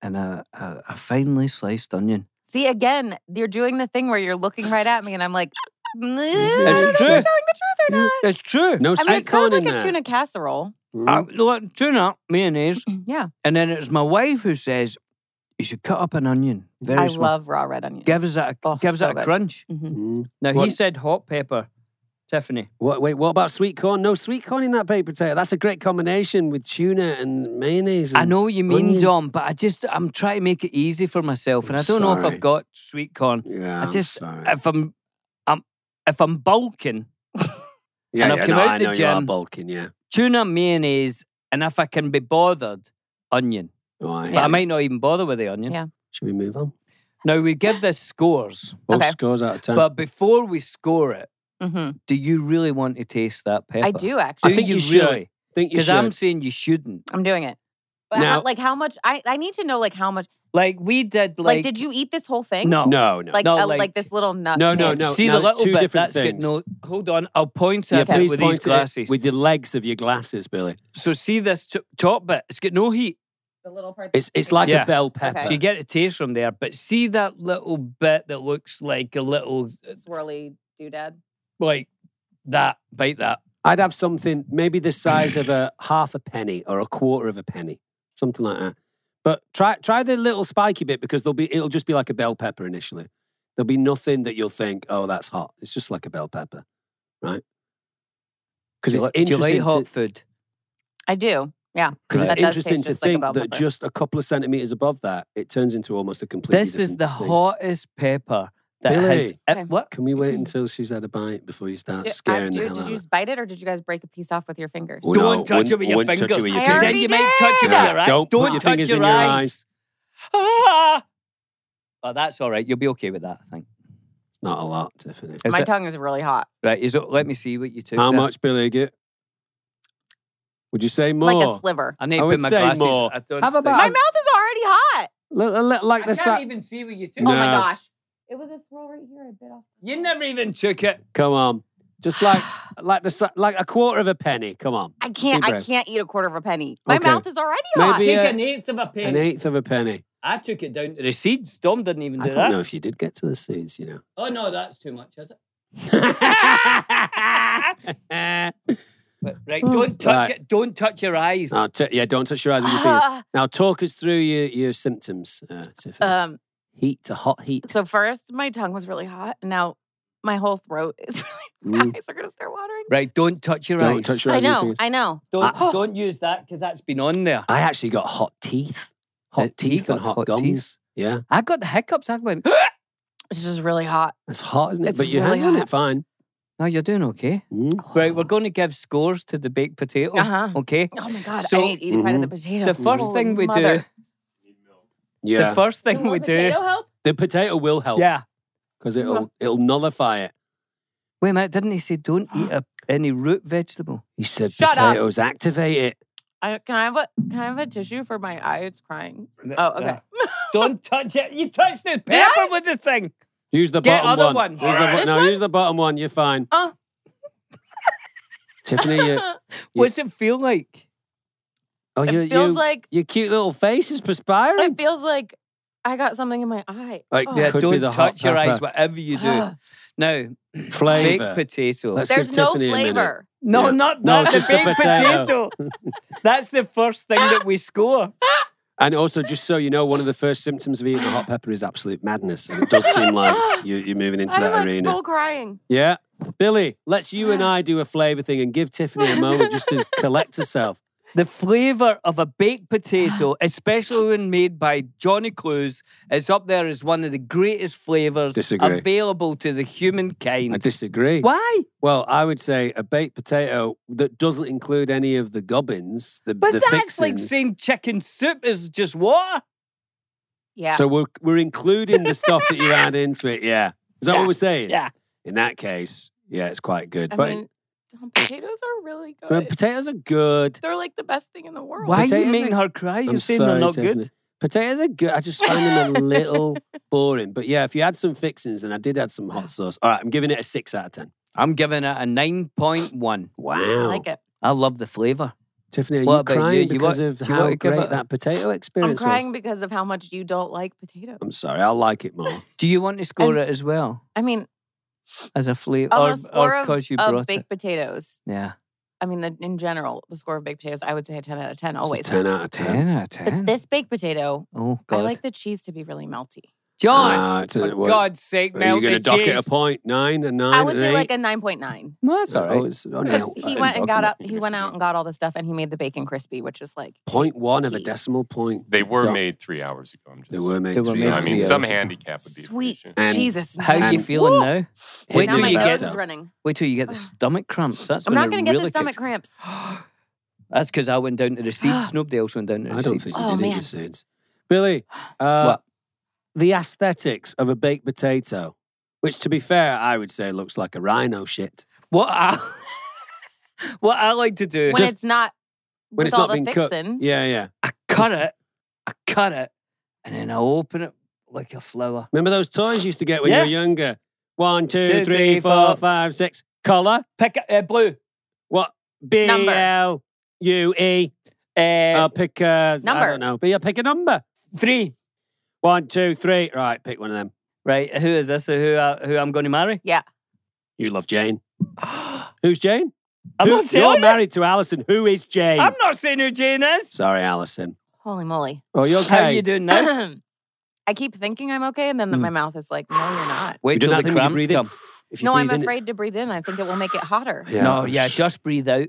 [SPEAKER 3] and a, a, a finely sliced onion.
[SPEAKER 7] See, again, you're doing the thing where you're looking right at me, and I'm like, "Mm, I
[SPEAKER 2] It's
[SPEAKER 7] don't know if
[SPEAKER 3] true.
[SPEAKER 7] you're telling the truth or not.
[SPEAKER 3] It's true.
[SPEAKER 2] No
[SPEAKER 7] I
[SPEAKER 2] sweet
[SPEAKER 7] mean, it's
[SPEAKER 2] corn
[SPEAKER 7] kind of like
[SPEAKER 2] in
[SPEAKER 7] a
[SPEAKER 2] there.
[SPEAKER 7] tuna casserole.
[SPEAKER 3] Uh,
[SPEAKER 2] Mm.
[SPEAKER 3] look, tuna, mayonnaise,
[SPEAKER 7] Yeah,
[SPEAKER 3] and then it's my wife who says you should cut up an onion. Very
[SPEAKER 7] I
[SPEAKER 3] small.
[SPEAKER 7] love raw red onions.
[SPEAKER 3] gives it a,
[SPEAKER 7] Oh,
[SPEAKER 3] gives
[SPEAKER 7] so
[SPEAKER 3] it a
[SPEAKER 7] good.
[SPEAKER 3] crunch.
[SPEAKER 7] Mhm.
[SPEAKER 2] Mm.
[SPEAKER 3] Now he
[SPEAKER 2] What-
[SPEAKER 3] said hot pepper, Tiffany.
[SPEAKER 2] What, wait, what about sweet corn? No sweet corn in that baked potato. That's a great combination with tuna and mayonnaise.
[SPEAKER 3] I
[SPEAKER 2] and-
[SPEAKER 3] know what you mean,
[SPEAKER 2] onion.
[SPEAKER 3] Dom, but I just I'm trying to make it easy for myself, and I
[SPEAKER 2] I'm
[SPEAKER 3] don't know if
[SPEAKER 2] sorry.
[SPEAKER 3] I've got sweet corn.
[SPEAKER 2] Yeah,
[SPEAKER 3] I
[SPEAKER 2] I'm
[SPEAKER 3] just
[SPEAKER 2] sorry.
[SPEAKER 3] if I'm, I'm if I'm bulking
[SPEAKER 2] yeah,
[SPEAKER 3] and I've
[SPEAKER 2] yeah,
[SPEAKER 3] come
[SPEAKER 2] no,
[SPEAKER 3] out
[SPEAKER 2] I
[SPEAKER 3] the
[SPEAKER 2] know you are
[SPEAKER 3] gym.
[SPEAKER 2] bulking. Yeah,
[SPEAKER 3] tuna mayonnaise, and if I can be bothered, onion.
[SPEAKER 2] oh, I
[SPEAKER 3] But
[SPEAKER 2] hear
[SPEAKER 3] I
[SPEAKER 2] you.
[SPEAKER 3] might not even bother with the onion.
[SPEAKER 7] Yeah.
[SPEAKER 2] Should we move on?
[SPEAKER 3] Now we give this scores,
[SPEAKER 2] Both
[SPEAKER 7] Okay.
[SPEAKER 2] scores out of ten.
[SPEAKER 3] but before we score it,
[SPEAKER 7] Mhm.
[SPEAKER 3] do you really want to taste that pepper?
[SPEAKER 7] I do
[SPEAKER 3] Do
[SPEAKER 7] actually.
[SPEAKER 2] I think
[SPEAKER 3] you,
[SPEAKER 2] you should.
[SPEAKER 3] really?
[SPEAKER 2] think you
[SPEAKER 3] Because
[SPEAKER 2] should.
[SPEAKER 3] I'm saying you shouldn't.
[SPEAKER 7] I'm doing it. But
[SPEAKER 2] Now-
[SPEAKER 7] how, like, how much? I, I need to know like how much.
[SPEAKER 3] Like we did.
[SPEAKER 7] Like,
[SPEAKER 3] Like,
[SPEAKER 7] did you eat this whole thing?
[SPEAKER 3] No.
[SPEAKER 2] no, no.
[SPEAKER 7] Like,
[SPEAKER 3] oh.
[SPEAKER 7] uh,
[SPEAKER 3] No,
[SPEAKER 7] a,
[SPEAKER 3] like-
[SPEAKER 7] like, this little nut.
[SPEAKER 2] No, no,
[SPEAKER 7] pit?
[SPEAKER 2] no.
[SPEAKER 3] See
[SPEAKER 2] now
[SPEAKER 3] the
[SPEAKER 2] it's
[SPEAKER 3] little
[SPEAKER 2] two
[SPEAKER 3] bit
[SPEAKER 2] different
[SPEAKER 3] that's getting.
[SPEAKER 2] things.
[SPEAKER 3] No, hold on. I'll point
[SPEAKER 2] yeah,
[SPEAKER 3] at it
[SPEAKER 2] please
[SPEAKER 3] with
[SPEAKER 2] point
[SPEAKER 3] these
[SPEAKER 2] to it
[SPEAKER 3] glasses.
[SPEAKER 2] with the legs of your glasses, Billy.
[SPEAKER 3] So see this t- top bit. It's got no heat.
[SPEAKER 7] The little part.
[SPEAKER 2] It's it's like
[SPEAKER 11] Yeah.
[SPEAKER 2] a bell pepper.
[SPEAKER 7] Okay.
[SPEAKER 11] So you get a taste from there, but see that little bit that looks like a little
[SPEAKER 7] swirly doodad.
[SPEAKER 11] like that. Bite that.
[SPEAKER 2] I'd have something maybe the size of a half a penny or a quarter of a penny, something like that. But try try the little spiky bit because there'll be it'll just be like a bell pepper initially. There'll be nothing that you'll think, oh, that's hot. It's just like a bell pepper, right? Because
[SPEAKER 3] Do
[SPEAKER 2] it's
[SPEAKER 3] you li- do you
[SPEAKER 2] interesting.
[SPEAKER 3] like hot
[SPEAKER 2] to,
[SPEAKER 3] food?
[SPEAKER 7] I do. Yeah.
[SPEAKER 2] because
[SPEAKER 7] That
[SPEAKER 2] it's
[SPEAKER 7] does
[SPEAKER 2] interesting
[SPEAKER 7] taste
[SPEAKER 2] to
[SPEAKER 7] just like a
[SPEAKER 2] think
[SPEAKER 7] bell
[SPEAKER 2] that
[SPEAKER 7] pepper.
[SPEAKER 2] just a couple of centimeters above that, it turns into almost a complete.
[SPEAKER 3] This is the hottest pepper that has. Uh,
[SPEAKER 2] Billy.
[SPEAKER 7] Okay.
[SPEAKER 3] what?
[SPEAKER 2] Can we wait until she's had a bite before you start
[SPEAKER 7] Did- I-
[SPEAKER 2] scaring the
[SPEAKER 7] dude,
[SPEAKER 2] hell
[SPEAKER 7] Did
[SPEAKER 2] out
[SPEAKER 7] you
[SPEAKER 2] of her?
[SPEAKER 7] just bite it or did you guys break a piece off with your fingers?
[SPEAKER 2] Well,
[SPEAKER 11] Don't
[SPEAKER 2] no,
[SPEAKER 11] touch it
[SPEAKER 2] wouldn't-
[SPEAKER 11] with your
[SPEAKER 2] wouldn't
[SPEAKER 11] fingers.
[SPEAKER 2] touch it with your
[SPEAKER 7] I
[SPEAKER 11] Said
[SPEAKER 7] already
[SPEAKER 2] fingers.
[SPEAKER 11] you might touch it with
[SPEAKER 7] did.
[SPEAKER 11] your eye.
[SPEAKER 2] Don't put your
[SPEAKER 11] touch
[SPEAKER 2] fingers in your eyes.
[SPEAKER 11] Ah!
[SPEAKER 3] Oh, that's all right. You'll be okay with that, I think.
[SPEAKER 2] It's not a lot, Tiffany.
[SPEAKER 3] Is
[SPEAKER 7] My
[SPEAKER 3] it?
[SPEAKER 7] tongue is really hot.
[SPEAKER 3] Right. Is it? Let me see what you took.
[SPEAKER 2] How
[SPEAKER 3] there.
[SPEAKER 2] much, Billy Get? Would you say more?
[SPEAKER 7] Like a sliver.
[SPEAKER 3] I need
[SPEAKER 2] I
[SPEAKER 3] to
[SPEAKER 2] would
[SPEAKER 3] put my
[SPEAKER 2] say
[SPEAKER 3] glasses.
[SPEAKER 2] more.
[SPEAKER 3] I don't
[SPEAKER 2] Have a
[SPEAKER 3] think-
[SPEAKER 2] bite.
[SPEAKER 7] My mouth is already hot.
[SPEAKER 2] L- l- l- like the sa-
[SPEAKER 11] even see what you took.
[SPEAKER 7] Oh my
[SPEAKER 2] No.
[SPEAKER 7] gosh. It was a swirl right here. I bit off.
[SPEAKER 11] You never even took it.
[SPEAKER 2] Come on, just like like the sa- like a quarter of a penny. Come on,
[SPEAKER 7] I can't.
[SPEAKER 2] Deep
[SPEAKER 7] I
[SPEAKER 2] breath.
[SPEAKER 7] can't eat a quarter of a penny. My
[SPEAKER 2] Okay.
[SPEAKER 7] mouth is already hot.
[SPEAKER 2] Maybe-
[SPEAKER 11] Take
[SPEAKER 2] Yeah.
[SPEAKER 11] an eighth of a
[SPEAKER 2] an
[SPEAKER 11] penny.
[SPEAKER 2] eighth of a penny.
[SPEAKER 11] I took it down to the seeds. Dom didn't even do
[SPEAKER 2] I don't
[SPEAKER 11] that.
[SPEAKER 2] know if you did get to the seeds, you know.
[SPEAKER 11] Oh no, that's too much, is it? But, right, don't touch
[SPEAKER 2] Right.
[SPEAKER 11] it. Don't touch your eyes.
[SPEAKER 2] Now, t- yeah, don't touch your eyes with your fingers.
[SPEAKER 7] Ah.
[SPEAKER 2] Now, talk us through your, your symptoms, uh, Tiffany.
[SPEAKER 7] Um.
[SPEAKER 2] heat to hot heat.
[SPEAKER 7] So first, my tongue was really hot. and Now, my whole throat is. Really,
[SPEAKER 2] Mm.
[SPEAKER 7] my eyes are gonna start watering.
[SPEAKER 3] Right. Don't touch your
[SPEAKER 2] Don't
[SPEAKER 3] eyes.
[SPEAKER 2] touch your
[SPEAKER 7] I
[SPEAKER 2] eyes with your
[SPEAKER 7] know.
[SPEAKER 2] fingers.
[SPEAKER 7] I know.
[SPEAKER 11] Don't
[SPEAKER 3] oh.
[SPEAKER 7] Ah.
[SPEAKER 11] don't use that because that's been on there.
[SPEAKER 2] I actually got hot teeth, hot
[SPEAKER 3] Uh, he
[SPEAKER 2] teeth and
[SPEAKER 3] got
[SPEAKER 2] hot,
[SPEAKER 3] hot
[SPEAKER 2] gums.
[SPEAKER 3] teeth?
[SPEAKER 2] Yeah,
[SPEAKER 3] I got the hiccups. I went.
[SPEAKER 7] It's just really hot.
[SPEAKER 2] it's hot, isn't it?
[SPEAKER 7] It's
[SPEAKER 2] but you
[SPEAKER 7] really
[SPEAKER 2] handling
[SPEAKER 7] hot.
[SPEAKER 2] it fine.
[SPEAKER 3] No, you're doing okay.
[SPEAKER 2] Mm.
[SPEAKER 3] Right. We're going to give scores to the baked potato.
[SPEAKER 7] Oh. Uh-huh.
[SPEAKER 3] Okay.
[SPEAKER 7] Oh my god!
[SPEAKER 3] So- Mm-hmm.
[SPEAKER 7] I need to eat a bite of the potato.
[SPEAKER 3] The first
[SPEAKER 7] Holy
[SPEAKER 3] thing we
[SPEAKER 7] mother.
[SPEAKER 3] do.
[SPEAKER 2] Yeah, Oh.
[SPEAKER 3] The first thing
[SPEAKER 7] Will
[SPEAKER 3] we
[SPEAKER 7] the
[SPEAKER 3] do.
[SPEAKER 7] potato help?
[SPEAKER 2] the potato will help.
[SPEAKER 3] Yeah.
[SPEAKER 2] because it'll it'll nullify it.
[SPEAKER 3] Wait a minute. Didn't he say don't eat a, any root vegetable?
[SPEAKER 2] He said
[SPEAKER 7] Shut up.
[SPEAKER 2] potatoes activate it.
[SPEAKER 7] I, can I have a can I have a tissue for my eye? It's crying. Oh, okay.
[SPEAKER 11] Yeah. Don't touch it. You touched the
[SPEAKER 7] Did I?
[SPEAKER 11] paper with the thing.
[SPEAKER 2] Use the
[SPEAKER 11] Get
[SPEAKER 2] bottom
[SPEAKER 11] other
[SPEAKER 2] one.
[SPEAKER 11] ones.
[SPEAKER 2] Use the,
[SPEAKER 11] Alright.
[SPEAKER 2] bo-
[SPEAKER 7] This
[SPEAKER 2] no,
[SPEAKER 7] one?
[SPEAKER 2] use the bottom one. You're fine.
[SPEAKER 7] Oh.
[SPEAKER 2] Tiffany, you,
[SPEAKER 3] What's it feel like?
[SPEAKER 2] oh,
[SPEAKER 7] it
[SPEAKER 2] you,
[SPEAKER 7] feels
[SPEAKER 2] you,
[SPEAKER 7] like
[SPEAKER 2] your cute little face is perspiring.
[SPEAKER 7] it feels like I got something in my eye.
[SPEAKER 2] Like,
[SPEAKER 7] Oh. Ah.
[SPEAKER 2] yeah, Could be
[SPEAKER 3] don't
[SPEAKER 2] the hot
[SPEAKER 3] touch your eyes,
[SPEAKER 2] pepper.
[SPEAKER 3] whatever you do. now, baked
[SPEAKER 2] Flavor.
[SPEAKER 3] potato.
[SPEAKER 2] Let's
[SPEAKER 7] There's
[SPEAKER 2] give
[SPEAKER 7] no
[SPEAKER 2] Tiffany a minute.
[SPEAKER 7] flavor.
[SPEAKER 3] No,
[SPEAKER 2] Yeah.
[SPEAKER 3] not
[SPEAKER 2] No,
[SPEAKER 3] that.
[SPEAKER 2] just
[SPEAKER 3] the
[SPEAKER 2] the
[SPEAKER 3] baked potato.
[SPEAKER 2] potato.
[SPEAKER 3] That's the first thing that we score.
[SPEAKER 2] And also, just so you know, one of the first symptoms of eating a hot pepper is absolute madness. And it does seem like you, you're moving into
[SPEAKER 7] I'm
[SPEAKER 2] that
[SPEAKER 7] like
[SPEAKER 2] arena.
[SPEAKER 7] full crying.
[SPEAKER 2] Yeah. Billy, let's you and I do a flavour thing and give Tiffany a moment just to collect herself.
[SPEAKER 3] The flavour of a baked potato, especially when made by Johnny Clues, is up there as one of the greatest flavours
[SPEAKER 2] Disagree.
[SPEAKER 3] available to the
[SPEAKER 2] I
[SPEAKER 3] humankind.
[SPEAKER 2] disagree.
[SPEAKER 3] Why?
[SPEAKER 2] Well, I would say a baked potato that doesn't include any of the gobbins, the
[SPEAKER 3] But
[SPEAKER 2] the
[SPEAKER 3] that's like
[SPEAKER 2] fixins.
[SPEAKER 3] saying chicken soup is just water.
[SPEAKER 7] Yeah.
[SPEAKER 2] So we're we're including the stuff that you add into it. Yeah, is that
[SPEAKER 3] Yeah,
[SPEAKER 2] what we're saying?
[SPEAKER 3] yeah.
[SPEAKER 2] In that case, yeah, it's quite good.
[SPEAKER 7] I
[SPEAKER 2] but
[SPEAKER 7] mean, uh, Dom, potatoes are really
[SPEAKER 2] but
[SPEAKER 7] good.
[SPEAKER 2] potatoes are good.
[SPEAKER 7] They're like the best thing in the world.
[SPEAKER 3] Why are you
[SPEAKER 2] Potatoes
[SPEAKER 3] making
[SPEAKER 2] are-
[SPEAKER 3] her cry? You're
[SPEAKER 2] I'm
[SPEAKER 3] saying
[SPEAKER 2] sorry,
[SPEAKER 3] they're not
[SPEAKER 2] Tiffany.
[SPEAKER 3] good.
[SPEAKER 2] Potatoes are good. I just find them a little boring. But yeah, if you add some fixings, and I did add some hot sauce. All right, I'm giving it a six out of ten.
[SPEAKER 3] I'm giving it a 9.1.
[SPEAKER 2] Wow,
[SPEAKER 7] I like it.
[SPEAKER 3] I love the flavour.
[SPEAKER 2] Tiffany, are
[SPEAKER 3] What
[SPEAKER 2] you
[SPEAKER 3] about you?
[SPEAKER 2] crying
[SPEAKER 3] You
[SPEAKER 2] because
[SPEAKER 3] want-
[SPEAKER 2] of
[SPEAKER 3] do you
[SPEAKER 2] how
[SPEAKER 3] want to give
[SPEAKER 2] great
[SPEAKER 3] it a-
[SPEAKER 2] that potato
[SPEAKER 7] I'm
[SPEAKER 2] experience
[SPEAKER 7] crying
[SPEAKER 2] was?
[SPEAKER 7] because of how much you don't like potatoes.
[SPEAKER 2] I'm sorry, I like it more.
[SPEAKER 3] Do you want to score it as well
[SPEAKER 7] I mean,
[SPEAKER 3] as a flavour,
[SPEAKER 7] on
[SPEAKER 3] or
[SPEAKER 7] the score
[SPEAKER 3] because
[SPEAKER 7] of,
[SPEAKER 3] you
[SPEAKER 7] of
[SPEAKER 3] brought
[SPEAKER 7] baked
[SPEAKER 3] it?
[SPEAKER 7] potatoes,
[SPEAKER 3] Yeah,
[SPEAKER 7] I mean, the, in general, the score of baked potatoes, I would say a 10 out of 10
[SPEAKER 2] It's a
[SPEAKER 7] always.
[SPEAKER 2] ten out of ten.
[SPEAKER 3] ten out of
[SPEAKER 7] But
[SPEAKER 3] ten.
[SPEAKER 7] this baked potato,
[SPEAKER 3] oh God,
[SPEAKER 7] I like the cheese to be really melty.
[SPEAKER 3] John.
[SPEAKER 2] Ah, it's a-
[SPEAKER 11] For
[SPEAKER 2] well,
[SPEAKER 11] God's sake,
[SPEAKER 2] Are you
[SPEAKER 11] melt
[SPEAKER 2] going
[SPEAKER 11] the
[SPEAKER 2] to dock
[SPEAKER 11] cheese.
[SPEAKER 2] it a point? Nine and nine?
[SPEAKER 7] I would
[SPEAKER 2] and
[SPEAKER 7] say
[SPEAKER 2] eight?
[SPEAKER 7] like a 9.9.
[SPEAKER 3] No, that's all
[SPEAKER 2] Oh,
[SPEAKER 3] right.
[SPEAKER 2] it's- oh,
[SPEAKER 7] Because
[SPEAKER 2] no, I
[SPEAKER 7] he
[SPEAKER 2] didn't
[SPEAKER 7] went and
[SPEAKER 2] dock
[SPEAKER 7] got
[SPEAKER 2] it.
[SPEAKER 7] up, he went out and got all the stuff, and he made the bacon crispy, which is like
[SPEAKER 2] Point one of a
[SPEAKER 7] key.
[SPEAKER 2] decimal point.
[SPEAKER 5] They were
[SPEAKER 2] Don't-
[SPEAKER 5] made three hours ago. I'm just.
[SPEAKER 2] They were made.
[SPEAKER 3] They were
[SPEAKER 2] three
[SPEAKER 3] made
[SPEAKER 5] I
[SPEAKER 2] hours
[SPEAKER 5] mean,
[SPEAKER 2] ago.
[SPEAKER 3] three
[SPEAKER 5] some
[SPEAKER 3] hours ago.
[SPEAKER 5] handicap would be
[SPEAKER 7] sweet.
[SPEAKER 5] appreciated.
[SPEAKER 2] And-
[SPEAKER 7] Jesus,
[SPEAKER 3] How are you
[SPEAKER 2] And-
[SPEAKER 3] feels now? Wait
[SPEAKER 2] Hit
[SPEAKER 7] Now
[SPEAKER 3] till
[SPEAKER 2] the
[SPEAKER 7] my
[SPEAKER 3] you
[SPEAKER 7] nose
[SPEAKER 3] get
[SPEAKER 2] belt.
[SPEAKER 7] is running.
[SPEAKER 3] wait till you get the
[SPEAKER 7] Ugh.
[SPEAKER 3] stomach cramps. That's
[SPEAKER 7] Ah. I'm
[SPEAKER 3] when
[SPEAKER 7] not
[SPEAKER 3] it
[SPEAKER 7] going to get
[SPEAKER 3] really
[SPEAKER 7] the stomach
[SPEAKER 3] kicks-
[SPEAKER 7] cramps.
[SPEAKER 3] That's because I went down to the seeds. Nobody else went down to the
[SPEAKER 2] I don't
[SPEAKER 3] seeds.
[SPEAKER 2] think
[SPEAKER 7] Oh,
[SPEAKER 2] you did it
[SPEAKER 7] man.
[SPEAKER 2] yourselves. Billy, uh,
[SPEAKER 3] What?
[SPEAKER 2] the aesthetics of a baked potato, which to be fair, I would say looks like a rhino shit.
[SPEAKER 3] What I what I like to do,
[SPEAKER 7] When
[SPEAKER 3] just
[SPEAKER 7] it's not,
[SPEAKER 2] When
[SPEAKER 7] with
[SPEAKER 2] it's
[SPEAKER 7] all
[SPEAKER 2] not
[SPEAKER 7] the
[SPEAKER 2] been cooked.
[SPEAKER 7] fixins.
[SPEAKER 2] Yeah, yeah.
[SPEAKER 3] I cut it, I cut it, and then I open it like a flower.
[SPEAKER 2] Remember those toys you used to get when
[SPEAKER 3] Yeah.
[SPEAKER 2] you were younger? One, two,
[SPEAKER 3] Two,
[SPEAKER 2] three,
[SPEAKER 3] three,
[SPEAKER 2] four,
[SPEAKER 3] four.
[SPEAKER 2] five, six. Colour?
[SPEAKER 3] Pick it, uh, blue.
[SPEAKER 2] What? B
[SPEAKER 7] Number.
[SPEAKER 2] L U E.
[SPEAKER 3] Uh,
[SPEAKER 2] I'll pick. Uh, I
[SPEAKER 7] Number.
[SPEAKER 2] don't know, but yeah, pick a number.
[SPEAKER 3] three.
[SPEAKER 2] One, two, three. Right, pick one of them.
[SPEAKER 3] Right. Who is this? Who I, who I'm going to marry?
[SPEAKER 2] You love Jane. Who's Jane?
[SPEAKER 3] I'm
[SPEAKER 2] Who-
[SPEAKER 3] not
[SPEAKER 2] You're
[SPEAKER 3] saying. it.
[SPEAKER 2] married to Alison. Who is Jane?
[SPEAKER 3] I'm not saying who Jane is.
[SPEAKER 2] Sorry, Alison.
[SPEAKER 7] Holy moly.
[SPEAKER 2] Oh, you okay?
[SPEAKER 3] How you doing now?
[SPEAKER 7] I keep thinking I'm okay, and then my mouth is like, no, you're not.
[SPEAKER 2] You
[SPEAKER 3] Wait
[SPEAKER 2] do
[SPEAKER 3] till
[SPEAKER 2] that
[SPEAKER 3] the
[SPEAKER 2] thing when you
[SPEAKER 3] cramps
[SPEAKER 2] breathe in.
[SPEAKER 3] come.
[SPEAKER 2] Hmm. If you
[SPEAKER 7] No, I'm
[SPEAKER 2] breathe in, it's-
[SPEAKER 7] afraid to breathe in. I think it will make it hotter.
[SPEAKER 2] Yeah.
[SPEAKER 3] No, yeah, just breathe out.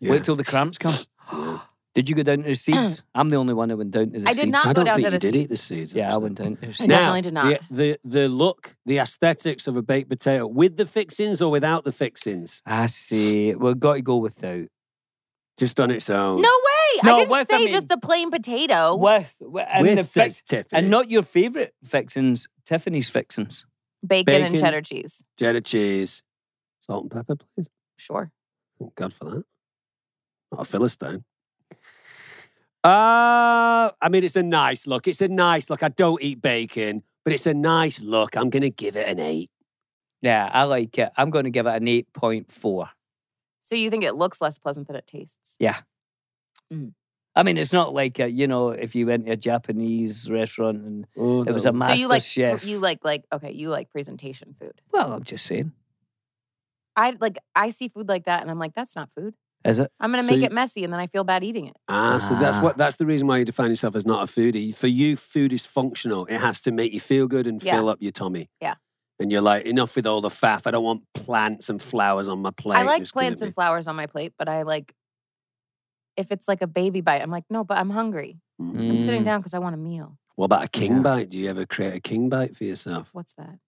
[SPEAKER 2] Yeah.
[SPEAKER 3] Wait till the cramps come.
[SPEAKER 2] Yeah.
[SPEAKER 3] Did you go down to the seats? I'm the only one who went down to the
[SPEAKER 7] Uh. I
[SPEAKER 3] seats.
[SPEAKER 7] did not
[SPEAKER 2] I
[SPEAKER 7] go
[SPEAKER 2] don't
[SPEAKER 7] down
[SPEAKER 2] think
[SPEAKER 7] to
[SPEAKER 2] you
[SPEAKER 7] the
[SPEAKER 2] did eat the
[SPEAKER 7] seats.
[SPEAKER 2] seeds.
[SPEAKER 3] Yeah, I
[SPEAKER 2] actually.
[SPEAKER 3] went down to the
[SPEAKER 7] I
[SPEAKER 3] seats.
[SPEAKER 2] Now,
[SPEAKER 7] definitely did not.
[SPEAKER 2] The, the the look, the aesthetics of a baked potato with the fixings or without the fixings,
[SPEAKER 3] I see. We've got to go without.
[SPEAKER 2] just on its own.
[SPEAKER 7] No way!
[SPEAKER 3] No,
[SPEAKER 7] I didn't
[SPEAKER 3] what I
[SPEAKER 7] say
[SPEAKER 3] mean-
[SPEAKER 7] just a plain potato.
[SPEAKER 3] With, with and
[SPEAKER 2] with
[SPEAKER 3] the
[SPEAKER 2] says
[SPEAKER 3] fix,
[SPEAKER 2] Tiffany
[SPEAKER 3] and not your favourite fixings, Tiffany's fixings.
[SPEAKER 7] Bacon, and
[SPEAKER 2] Bacon.
[SPEAKER 7] cheddar cheese.
[SPEAKER 2] cheddar cheese, salt and pepper, please.
[SPEAKER 7] Sure.
[SPEAKER 2] Thank God for that. Not a philistine. Uh, I mean, it's a nice look. It's a nice look. I don't eat bacon, but it's a nice look. I'm gonna give it an eight.
[SPEAKER 3] Yeah, I like it. I'm going to give it an eight point four.
[SPEAKER 7] So you think it looks less pleasant than it tastes?
[SPEAKER 3] I mean, it's not like a, you know if you went to a Japanese restaurant and
[SPEAKER 2] Oh,
[SPEAKER 3] it was a master
[SPEAKER 7] so you like
[SPEAKER 3] chef.
[SPEAKER 7] you like like okay, you like presentation food.
[SPEAKER 3] well, I'm just saying.
[SPEAKER 7] I like I see food like that, and I'm like, that's not food.
[SPEAKER 3] Is it?
[SPEAKER 7] I'm gonna
[SPEAKER 2] So
[SPEAKER 7] make
[SPEAKER 2] you-
[SPEAKER 7] it messy, and then I feel bad eating it.
[SPEAKER 2] Ah, so that's
[SPEAKER 3] Ah.
[SPEAKER 2] what that's the reason why you define yourself as not a foodie. For you, food is functional. It has to make you feel good and
[SPEAKER 7] Yeah.
[SPEAKER 2] fill up your tummy.
[SPEAKER 7] Yeah.
[SPEAKER 2] And you're like, enough with all the faff. I don't want plants and flowers on my plate.
[SPEAKER 7] I like
[SPEAKER 2] It's killing
[SPEAKER 7] plants
[SPEAKER 2] me.
[SPEAKER 7] and flowers on my plate, but I like if it's like a baby bite, I'm like, no, but I'm hungry.
[SPEAKER 2] Mm.
[SPEAKER 7] I'm sitting
[SPEAKER 3] Mm.
[SPEAKER 7] down because I want a meal.
[SPEAKER 2] What about a king
[SPEAKER 3] Yeah.
[SPEAKER 2] bite? Do you ever create a king bite for yourself?
[SPEAKER 7] What's that?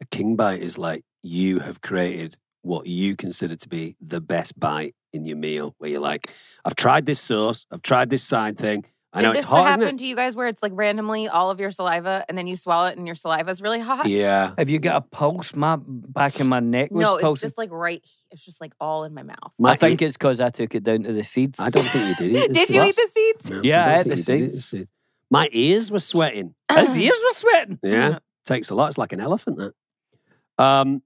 [SPEAKER 2] A king bite is like you have created what you consider to be the best bite in your meal, where you're like, I've tried this sauce, I've tried this side thing. I know
[SPEAKER 7] Did
[SPEAKER 2] it's
[SPEAKER 7] this
[SPEAKER 2] hot,
[SPEAKER 7] happen
[SPEAKER 2] isn't
[SPEAKER 7] to you guys where it's like randomly all of your saliva, and then you swallow it, and your saliva is really hot?
[SPEAKER 2] it? Yeah.
[SPEAKER 3] Have you got a pulse? My back in my neck was
[SPEAKER 7] No, it's
[SPEAKER 3] pulsing.
[SPEAKER 7] just like right. he- It's just like all in my mouth.
[SPEAKER 2] My-
[SPEAKER 3] I think it's because I took it down to the seeds.
[SPEAKER 2] I don't think you did eat this
[SPEAKER 7] Did you
[SPEAKER 2] sauce.
[SPEAKER 7] eat the seeds?
[SPEAKER 2] No,
[SPEAKER 3] Yeah, I
[SPEAKER 2] don't
[SPEAKER 3] had
[SPEAKER 2] think
[SPEAKER 3] the
[SPEAKER 2] you did it.
[SPEAKER 3] seeds.
[SPEAKER 2] It's- My ears were sweating.
[SPEAKER 3] His ears were sweating.
[SPEAKER 2] Yeah, takes a lot. It's like an elephant. That. Um.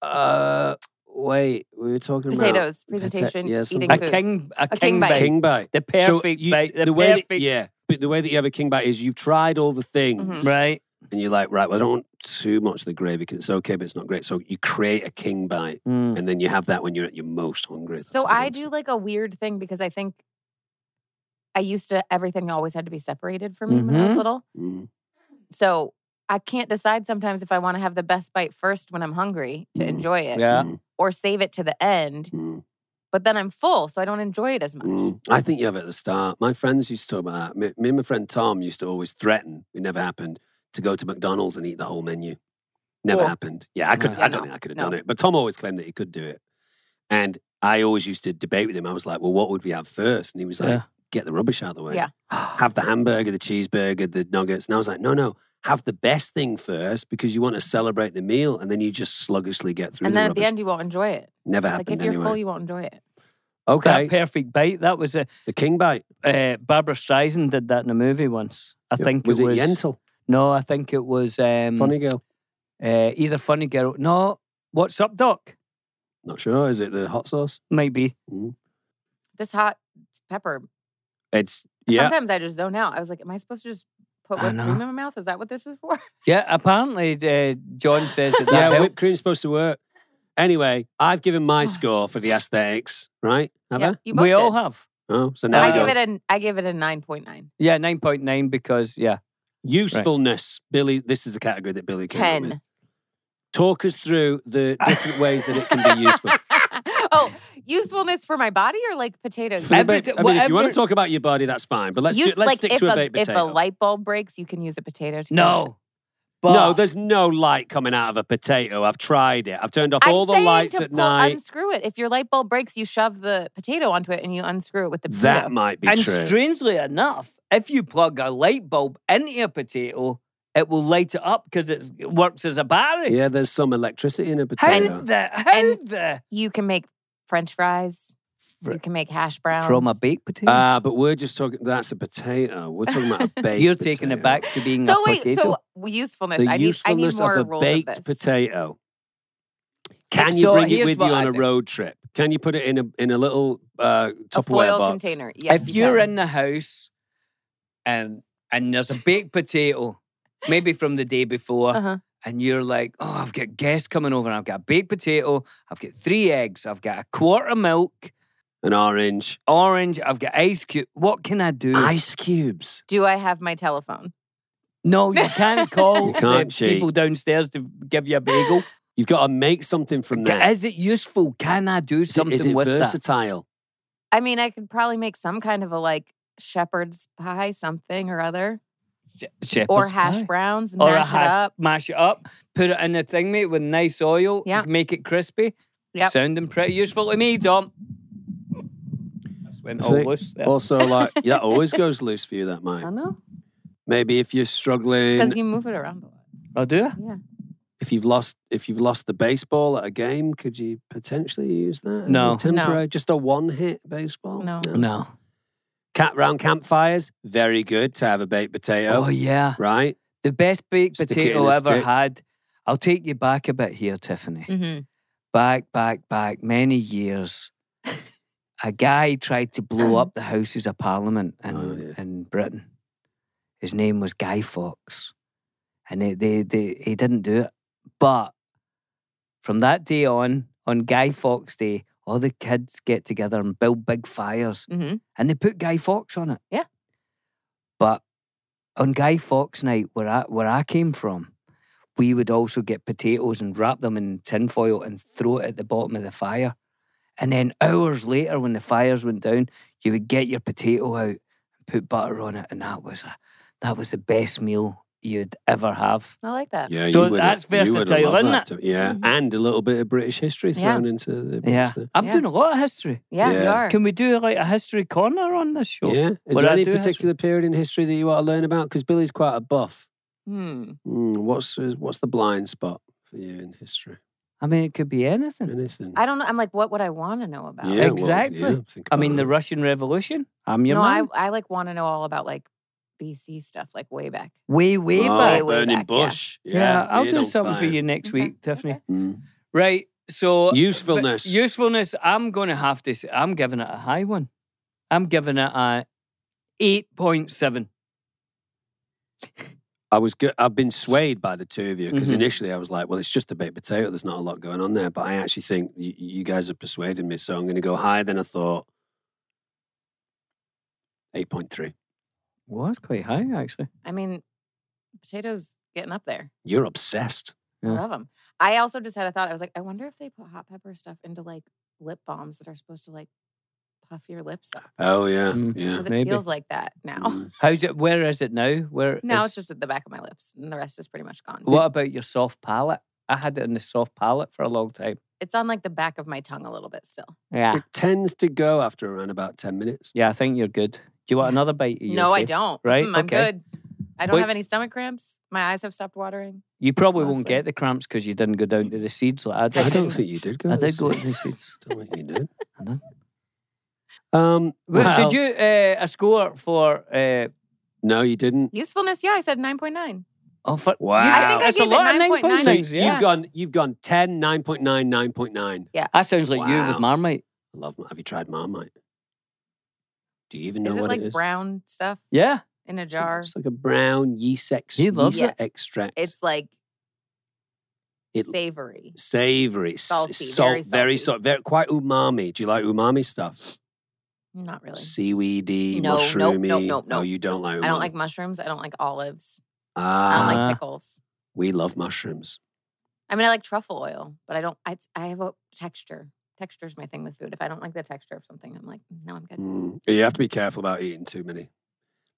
[SPEAKER 2] Uh. Wait, we were talking about
[SPEAKER 7] Potatoes,
[SPEAKER 2] Pota-
[SPEAKER 7] presentation,
[SPEAKER 2] yeah, some-
[SPEAKER 7] eating
[SPEAKER 3] A
[SPEAKER 7] food.
[SPEAKER 3] king, a,
[SPEAKER 7] king
[SPEAKER 3] king,
[SPEAKER 7] bite.
[SPEAKER 3] bite.
[SPEAKER 2] king bite.
[SPEAKER 3] The
[SPEAKER 2] So
[SPEAKER 3] perfect
[SPEAKER 2] you-
[SPEAKER 3] bite. The,
[SPEAKER 2] way that-
[SPEAKER 3] perfect.
[SPEAKER 2] yeah, but the way that you have a king bite is you've tried all the things,
[SPEAKER 7] Mm-hmm.
[SPEAKER 3] Right.
[SPEAKER 2] And you're like, right, well, I don't want too much of the gravy because it's okay, but it's not great. So you create a king bite,
[SPEAKER 3] Mm.
[SPEAKER 2] and then you have that when you're at your most hungry. That's
[SPEAKER 7] So
[SPEAKER 2] a good
[SPEAKER 7] I
[SPEAKER 2] one.
[SPEAKER 7] do like a weird thing because I think I used to everything always had to be separated for me when I was
[SPEAKER 3] Mhm.
[SPEAKER 7] little.
[SPEAKER 2] Mm.
[SPEAKER 7] So I can't decide sometimes if I want to have the best bite first when I'm hungry to
[SPEAKER 2] Mm.
[SPEAKER 7] enjoy it
[SPEAKER 3] Yeah.
[SPEAKER 2] Mm,
[SPEAKER 7] or save it to the end,
[SPEAKER 2] mm,
[SPEAKER 7] but then I'm full, so I don't enjoy it as much.
[SPEAKER 2] mm. I think you have it at the start. My friends used to talk about that. Me, me and my friend Tom used to always threaten. It never happened to go to McDonald's and eat the whole menu. Never
[SPEAKER 7] Well,
[SPEAKER 2] happened. Yeah, I could.
[SPEAKER 7] yeah,
[SPEAKER 2] I don't
[SPEAKER 7] no,
[SPEAKER 2] think I could have
[SPEAKER 7] no.
[SPEAKER 2] done it. But Tom always claimed that he could do it, and I always used to debate with him. I was like, "Well, what would we have first? And he was like,
[SPEAKER 3] Yeah.
[SPEAKER 2] "Get the rubbish out of the way.
[SPEAKER 7] Yeah.
[SPEAKER 2] have the hamburger, the cheeseburger, the nuggets." And I was like, "No, no." Have the best thing first because you want to celebrate the meal, and then you just sluggishly get through.
[SPEAKER 7] and then
[SPEAKER 2] the
[SPEAKER 7] at the
[SPEAKER 2] rubbish.
[SPEAKER 7] end, you won't enjoy it.
[SPEAKER 2] never
[SPEAKER 7] Like if
[SPEAKER 2] happened
[SPEAKER 7] you're
[SPEAKER 2] anyway.
[SPEAKER 7] full, you won't enjoy it.
[SPEAKER 2] okay,
[SPEAKER 3] That perfect bite. That was a
[SPEAKER 2] the king bite.
[SPEAKER 3] uh, Barbara Streisand did that in a movie once. I
[SPEAKER 2] Yeah.
[SPEAKER 3] think
[SPEAKER 2] was
[SPEAKER 3] it was
[SPEAKER 2] Yentl?
[SPEAKER 3] No, I think it was um,
[SPEAKER 2] Funny girl.
[SPEAKER 3] Uh, either funny girl. No, what's up, Doc?
[SPEAKER 2] Not sure. Is it the hot sauce? Mm.
[SPEAKER 3] Might be.
[SPEAKER 7] This hot pepper.
[SPEAKER 2] It's yeah.
[SPEAKER 7] Sometimes I just zone out. I was like, am I supposed to just put
[SPEAKER 3] I
[SPEAKER 7] whipped cream
[SPEAKER 3] know.
[SPEAKER 7] in my mouth? Is that what this is for?
[SPEAKER 3] Yeah. Apparently, uh, John says that. that
[SPEAKER 2] yeah, whipped
[SPEAKER 3] helps.
[SPEAKER 2] cream's supposed to work. Anyway, I've given my
[SPEAKER 7] Oh.
[SPEAKER 2] score for the aesthetics, right? Have
[SPEAKER 7] Yeah,
[SPEAKER 2] I?
[SPEAKER 7] you both
[SPEAKER 3] We all
[SPEAKER 7] did.
[SPEAKER 3] have.
[SPEAKER 2] Oh, so now
[SPEAKER 7] I
[SPEAKER 2] we
[SPEAKER 7] give
[SPEAKER 2] go.
[SPEAKER 7] it a I give it a nine point nine.
[SPEAKER 3] Yeah, nine point nine because yeah.
[SPEAKER 2] usefulness. Billy, this is a category that Billy came up with.
[SPEAKER 7] Ten.
[SPEAKER 2] Talk us through the different ways that it can be useful.
[SPEAKER 7] oh, usefully for my body or like potatoes?
[SPEAKER 2] For the
[SPEAKER 3] Every
[SPEAKER 2] baked-
[SPEAKER 3] ti-
[SPEAKER 2] I mean, if you want to
[SPEAKER 3] whatever-
[SPEAKER 2] talk about your body, that's fine. But let's do,
[SPEAKER 7] Use-
[SPEAKER 2] let's
[SPEAKER 7] like
[SPEAKER 2] stick
[SPEAKER 7] if
[SPEAKER 2] to a,
[SPEAKER 7] a,
[SPEAKER 2] baked
[SPEAKER 7] if
[SPEAKER 2] potato.
[SPEAKER 7] a light bulb breaks, you can use a potato. To
[SPEAKER 3] No. But
[SPEAKER 2] no, there's no light coming out of a potato. I've tried it. I've turned off
[SPEAKER 7] cover it. I'm
[SPEAKER 2] all the
[SPEAKER 7] saying
[SPEAKER 2] lights
[SPEAKER 7] to
[SPEAKER 2] at
[SPEAKER 7] pull-
[SPEAKER 2] night.
[SPEAKER 7] Unscrew it. If your light bulb breaks, you shove the potato onto it and you unscrew it with the potato.
[SPEAKER 2] That might be
[SPEAKER 3] and
[SPEAKER 2] true.
[SPEAKER 3] strangely enough, if you plug a light bulb into a potato, it will light it up because it works as a battery.
[SPEAKER 2] Yeah, there's some electricity in a
[SPEAKER 3] How
[SPEAKER 2] potato.
[SPEAKER 3] the how
[SPEAKER 7] And-
[SPEAKER 3] the
[SPEAKER 7] you can make French fries.
[SPEAKER 3] Fr-
[SPEAKER 7] you can make hash browns
[SPEAKER 3] from a baked potato?
[SPEAKER 2] Ah, but we're just talking. That's a potato. We're talking about a baked.
[SPEAKER 3] You're taking it
[SPEAKER 2] potato.
[SPEAKER 3] back to being
[SPEAKER 7] So
[SPEAKER 3] a
[SPEAKER 7] wait,
[SPEAKER 3] potato.
[SPEAKER 7] so usefulness.
[SPEAKER 2] The
[SPEAKER 7] I need I need
[SPEAKER 2] usefulness
[SPEAKER 7] more
[SPEAKER 2] of a
[SPEAKER 7] rules
[SPEAKER 2] baked
[SPEAKER 7] of this.
[SPEAKER 2] potato. Can you
[SPEAKER 3] So
[SPEAKER 2] bring it
[SPEAKER 3] here's
[SPEAKER 2] with you
[SPEAKER 3] what I
[SPEAKER 2] on a
[SPEAKER 3] think.
[SPEAKER 2] road trip? Can you put it in a in a little uh,
[SPEAKER 7] a
[SPEAKER 2] Tupperware
[SPEAKER 7] foil
[SPEAKER 2] box.
[SPEAKER 7] container. Yes,
[SPEAKER 3] if
[SPEAKER 7] you
[SPEAKER 3] you're
[SPEAKER 7] can.
[SPEAKER 3] in the house and and there's a baked potato, maybe from the day before,
[SPEAKER 7] Uh-huh.
[SPEAKER 3] and you're like, oh, I've got guests coming over, and I've got a baked potato, I've got three eggs, I've got a quart of milk,
[SPEAKER 2] An orange.
[SPEAKER 3] orange, I've got ice cube. What can I do?
[SPEAKER 2] Ice cubes.
[SPEAKER 7] do I have my telephone?
[SPEAKER 3] no, you can't call
[SPEAKER 2] You can't
[SPEAKER 3] the
[SPEAKER 2] cheat.
[SPEAKER 3] people downstairs to give you a bagel.
[SPEAKER 2] You've got to make something from
[SPEAKER 3] Ca-
[SPEAKER 2] that.
[SPEAKER 3] Is it useful? Can I do
[SPEAKER 2] Is it-
[SPEAKER 3] something
[SPEAKER 2] is it
[SPEAKER 3] with that?
[SPEAKER 2] versatile?
[SPEAKER 7] I mean, I could probably make some kind of a like shepherd's pie, something or other,
[SPEAKER 3] Shepherd's
[SPEAKER 7] or hash
[SPEAKER 3] pie.
[SPEAKER 7] browns,
[SPEAKER 3] Or a
[SPEAKER 7] mash
[SPEAKER 3] hash,
[SPEAKER 7] it up.
[SPEAKER 3] mash it up, put it in a thing, mate, with nice oil,
[SPEAKER 7] Yeah.
[SPEAKER 3] make it crispy.
[SPEAKER 7] Yep.
[SPEAKER 3] Sounding pretty useful to me, Dom. That's went all
[SPEAKER 2] See,
[SPEAKER 3] loose there.
[SPEAKER 2] Also, like that always goes loose for you. That
[SPEAKER 7] I
[SPEAKER 2] might.
[SPEAKER 7] know
[SPEAKER 2] Maybe if you're struggling,
[SPEAKER 7] because Um, you move it around a lot.
[SPEAKER 3] I'll do it.
[SPEAKER 7] Yeah.
[SPEAKER 2] if you've lost, if you've lost the baseball at a game, could you potentially use that? as a
[SPEAKER 3] No.
[SPEAKER 2] temporary, just a one-hit baseball.
[SPEAKER 7] No.
[SPEAKER 3] No.
[SPEAKER 2] Cat round campfires, very good to have a baked potato,
[SPEAKER 3] Oh, yeah.
[SPEAKER 2] right?
[SPEAKER 3] The best baked
[SPEAKER 2] Stick it
[SPEAKER 3] potato
[SPEAKER 2] in a
[SPEAKER 3] I ever
[SPEAKER 2] stick.
[SPEAKER 3] had. I'll take you back a bit here, Tiffany.
[SPEAKER 7] hmm
[SPEAKER 3] Back, back, back, many years. a guy tried to blow up the Houses of Parliament in,
[SPEAKER 2] Oh, yeah.
[SPEAKER 3] in Britain. His name was Guy Fawkes. And they, they, they, he didn't do it. But from that day on, on Guy Fawkes Day, all the kids get together and build big fires.
[SPEAKER 7] hmm
[SPEAKER 3] And they put Guy Fawkes on it.
[SPEAKER 7] Yeah.
[SPEAKER 3] But on Guy Fawkes night, where I where I came from, we would also get potatoes and wrap them in tinfoil and throw it at the bottom of the fire. And then hours later, when the fires went down, you would get your potato out and put butter on it, and that was a that was the best meal you'd ever have.
[SPEAKER 7] I like that.
[SPEAKER 2] Yeah,
[SPEAKER 3] So
[SPEAKER 2] you would've-
[SPEAKER 3] that's
[SPEAKER 2] you would've
[SPEAKER 3] versatile,
[SPEAKER 2] loved
[SPEAKER 3] isn't
[SPEAKER 2] that to- yeah, and a little bit of British history
[SPEAKER 7] Mm-hmm. Yeah.
[SPEAKER 2] thrown into the mix
[SPEAKER 3] Yeah,
[SPEAKER 2] there.
[SPEAKER 3] I'm
[SPEAKER 7] Yeah.
[SPEAKER 3] doing a lot of history.
[SPEAKER 7] Yeah, you
[SPEAKER 2] Yeah.
[SPEAKER 7] are.
[SPEAKER 3] Can we do like a history corner on this show?
[SPEAKER 2] Yeah. Is
[SPEAKER 3] Would
[SPEAKER 2] there
[SPEAKER 3] I
[SPEAKER 2] any
[SPEAKER 3] do history?
[SPEAKER 2] particular period in history that you want to learn about? Because Billy's quite a buff.
[SPEAKER 7] hmm.
[SPEAKER 2] Mm, what's uh, what's the blind spot for you in history?
[SPEAKER 3] I mean, it could be anything.
[SPEAKER 2] Anything?
[SPEAKER 7] Hmm. I don't know. I'm like, what would I want to know about?
[SPEAKER 2] Yeah, well,
[SPEAKER 3] Exactly.
[SPEAKER 2] yeah, think
[SPEAKER 3] I mean,
[SPEAKER 2] about
[SPEAKER 3] the
[SPEAKER 2] that.
[SPEAKER 3] Russian Revolution. I'm your
[SPEAKER 7] no,
[SPEAKER 3] man.
[SPEAKER 7] I, I like want to know all about like BC stuff, like way back.
[SPEAKER 3] Way, way
[SPEAKER 2] oh,
[SPEAKER 3] back.
[SPEAKER 7] way
[SPEAKER 2] burning
[SPEAKER 7] back, yeah.
[SPEAKER 2] bush. Yeah,
[SPEAKER 3] Yeah, I'll
[SPEAKER 2] weird
[SPEAKER 3] do
[SPEAKER 2] on
[SPEAKER 3] something for
[SPEAKER 2] fire.
[SPEAKER 3] you next
[SPEAKER 7] Okay,
[SPEAKER 3] week, Tiffany.
[SPEAKER 7] okay.
[SPEAKER 2] Mm.
[SPEAKER 3] Right. So
[SPEAKER 2] Usefulness.
[SPEAKER 3] but usefulness. I'm going to have to. s- I'm giving it a high one. I'm giving it a eight point seven.
[SPEAKER 2] I was. Go- I've been swayed by the two of you because
[SPEAKER 3] Mhm.
[SPEAKER 2] initially I was like, "Well, it's just a baked potato. There's not a lot going on there." But I actually think you, you guys have persuaded me, so I'm going to go higher than I thought. Eight point three.
[SPEAKER 3] Well, that's quite high actually.
[SPEAKER 7] I mean, potatoes getting up there.
[SPEAKER 2] You're obsessed.
[SPEAKER 3] Yeah.
[SPEAKER 7] I love them. I also just had a thought. I was like, I wonder if they put hot pepper stuff into like lip balms that are supposed to like puff your lips up
[SPEAKER 2] Oh yeah,
[SPEAKER 3] Mm.
[SPEAKER 2] yeah.
[SPEAKER 7] because it
[SPEAKER 3] maybe.
[SPEAKER 7] feels like that now.
[SPEAKER 2] Mm.
[SPEAKER 3] How's it? Where is it now? Where?
[SPEAKER 7] Now
[SPEAKER 3] is-
[SPEAKER 7] it's just at the back of my lips, and the rest is pretty much gone.
[SPEAKER 3] What about your soft palate? I had it in the soft palate for a long time.
[SPEAKER 7] It's on like the back of my tongue a little bit still.
[SPEAKER 3] Yeah.
[SPEAKER 2] It tends to go after around about ten minutes.
[SPEAKER 3] Yeah, I think you're good. Do you want another bite? Are you
[SPEAKER 7] no, I
[SPEAKER 3] okay?
[SPEAKER 7] don't.
[SPEAKER 3] Right,
[SPEAKER 7] Mm, I'm
[SPEAKER 3] okay.
[SPEAKER 7] good. I don't
[SPEAKER 3] Wait.
[SPEAKER 7] have any stomach cramps. My eyes have stopped watering.
[SPEAKER 3] You probably won't
[SPEAKER 7] Honestly.
[SPEAKER 3] get the cramps because you didn't go down to the seeds like I did.
[SPEAKER 2] I don't think you did go.
[SPEAKER 3] I
[SPEAKER 2] to the
[SPEAKER 3] did go to
[SPEAKER 2] sea.
[SPEAKER 3] the seeds.
[SPEAKER 2] don't think you did.
[SPEAKER 3] I didn't.
[SPEAKER 2] Um,
[SPEAKER 3] Well,
[SPEAKER 2] well,
[SPEAKER 3] did you uh, a score for? Uh,
[SPEAKER 2] No, you didn't.
[SPEAKER 7] Usefulness, yeah, I said 9.9.
[SPEAKER 3] oh, for
[SPEAKER 2] Wow.
[SPEAKER 3] You-
[SPEAKER 2] I think I
[SPEAKER 3] that's a
[SPEAKER 7] gave it
[SPEAKER 3] lot of
[SPEAKER 7] 9.9.
[SPEAKER 3] nine
[SPEAKER 2] So
[SPEAKER 3] point six, yeah.
[SPEAKER 2] you've gone, you've gone 10, 9.9, 9.9.
[SPEAKER 3] That sounds like you with
[SPEAKER 2] Wow.
[SPEAKER 3] Marmite.
[SPEAKER 2] I Love, Mar- have you tried Marmite? Do you even know
[SPEAKER 7] Is it
[SPEAKER 2] what
[SPEAKER 7] like
[SPEAKER 2] it is?
[SPEAKER 7] brown stuff
[SPEAKER 3] Yeah.
[SPEAKER 7] in a jar?
[SPEAKER 2] It's like a brown yeast, ex-
[SPEAKER 3] He loves
[SPEAKER 2] yeast
[SPEAKER 7] it.
[SPEAKER 2] extract.
[SPEAKER 7] It's like
[SPEAKER 2] It-
[SPEAKER 7] savory.
[SPEAKER 2] savory, s-
[SPEAKER 7] Salty,
[SPEAKER 2] salt,
[SPEAKER 7] very
[SPEAKER 2] very
[SPEAKER 7] salty.
[SPEAKER 2] salt, very quite umami. Do you like umami stuff?
[SPEAKER 7] Not really.
[SPEAKER 2] Seaweedy,
[SPEAKER 7] No, nope, nope,
[SPEAKER 2] mushroomy.
[SPEAKER 7] nope,
[SPEAKER 2] Oh,
[SPEAKER 7] nope,
[SPEAKER 2] you don't like. Umami.
[SPEAKER 7] I don't like mushrooms. I don't like olives. I
[SPEAKER 2] Ah,
[SPEAKER 7] don't
[SPEAKER 3] Ah.
[SPEAKER 7] like pickles.
[SPEAKER 2] we love mushrooms.
[SPEAKER 7] I mean, I like truffle oil, but I don't. I, I have a texture. Texture's my thing with food. If I don't like the texture of something, I'm like, no, I'm good.
[SPEAKER 2] Mm. You have to be careful about eating too many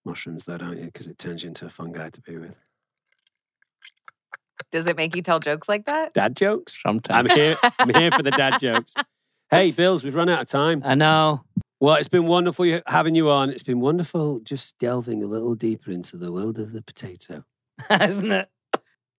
[SPEAKER 2] mushrooms, though, don't you? Because it turns you into a fungi to be with.
[SPEAKER 7] Does it make you tell jokes like that?
[SPEAKER 2] Dad jokes. I'm
[SPEAKER 3] Sometimes.
[SPEAKER 2] here. I'm here for the dad jokes. Hey, Bills, we've run out of time.
[SPEAKER 3] I know.
[SPEAKER 2] Well, it's been wonderful you- having you on. It's been wonderful just delving a little deeper into the world of the potato.
[SPEAKER 3] Isn't it?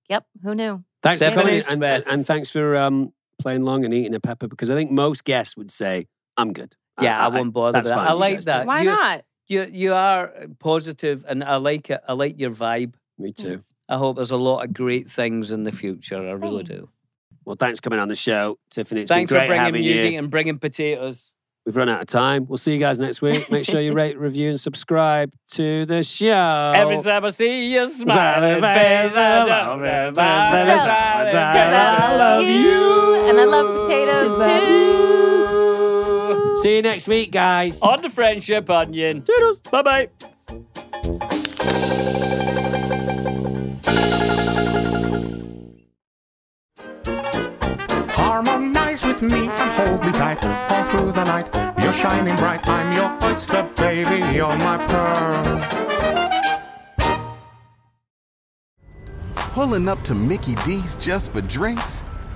[SPEAKER 7] Yep. Who knew?
[SPEAKER 2] Thanks for
[SPEAKER 3] Stephanie
[SPEAKER 2] coming in and, and,
[SPEAKER 3] Smith.
[SPEAKER 2] and thanks for um, playing along and eating a pepper because I think most guests would say, I'm good.
[SPEAKER 3] Yeah, I, won't bother with
[SPEAKER 2] that's
[SPEAKER 3] that.
[SPEAKER 2] fine,
[SPEAKER 3] I
[SPEAKER 2] you
[SPEAKER 3] like
[SPEAKER 2] guys do
[SPEAKER 3] that.
[SPEAKER 2] it.
[SPEAKER 7] Why
[SPEAKER 3] Uh, you,
[SPEAKER 7] not?
[SPEAKER 3] You you are positive and I like it. I like your vibe.
[SPEAKER 2] Me too.
[SPEAKER 7] Thanks.
[SPEAKER 3] I hope there's a lot of great things in the future. I really
[SPEAKER 7] Thanks.
[SPEAKER 3] do.
[SPEAKER 2] Well, thanks for coming on the show, Tiffany. It's
[SPEAKER 3] Thanks
[SPEAKER 2] been
[SPEAKER 3] for
[SPEAKER 2] great
[SPEAKER 3] bringing
[SPEAKER 2] having
[SPEAKER 3] music
[SPEAKER 2] you.
[SPEAKER 3] and bringing potatoes.
[SPEAKER 2] We've run out of time. We'll see you guys next week. Make sure you rate, review, and subscribe to the
[SPEAKER 3] Oh.
[SPEAKER 2] show.
[SPEAKER 12] Every time I see your smiling face, I love it.
[SPEAKER 3] Because I love you. And I love potatoes too.
[SPEAKER 2] See you next week, guys.
[SPEAKER 12] On the friendship onion. Toodles. Bye bye.
[SPEAKER 13] Harmonize with me and hold me tight all through the night. You're shining bright. I'm your oyster, baby. You're my pearl.
[SPEAKER 14] Pulling up to Mickey D's just for drinks?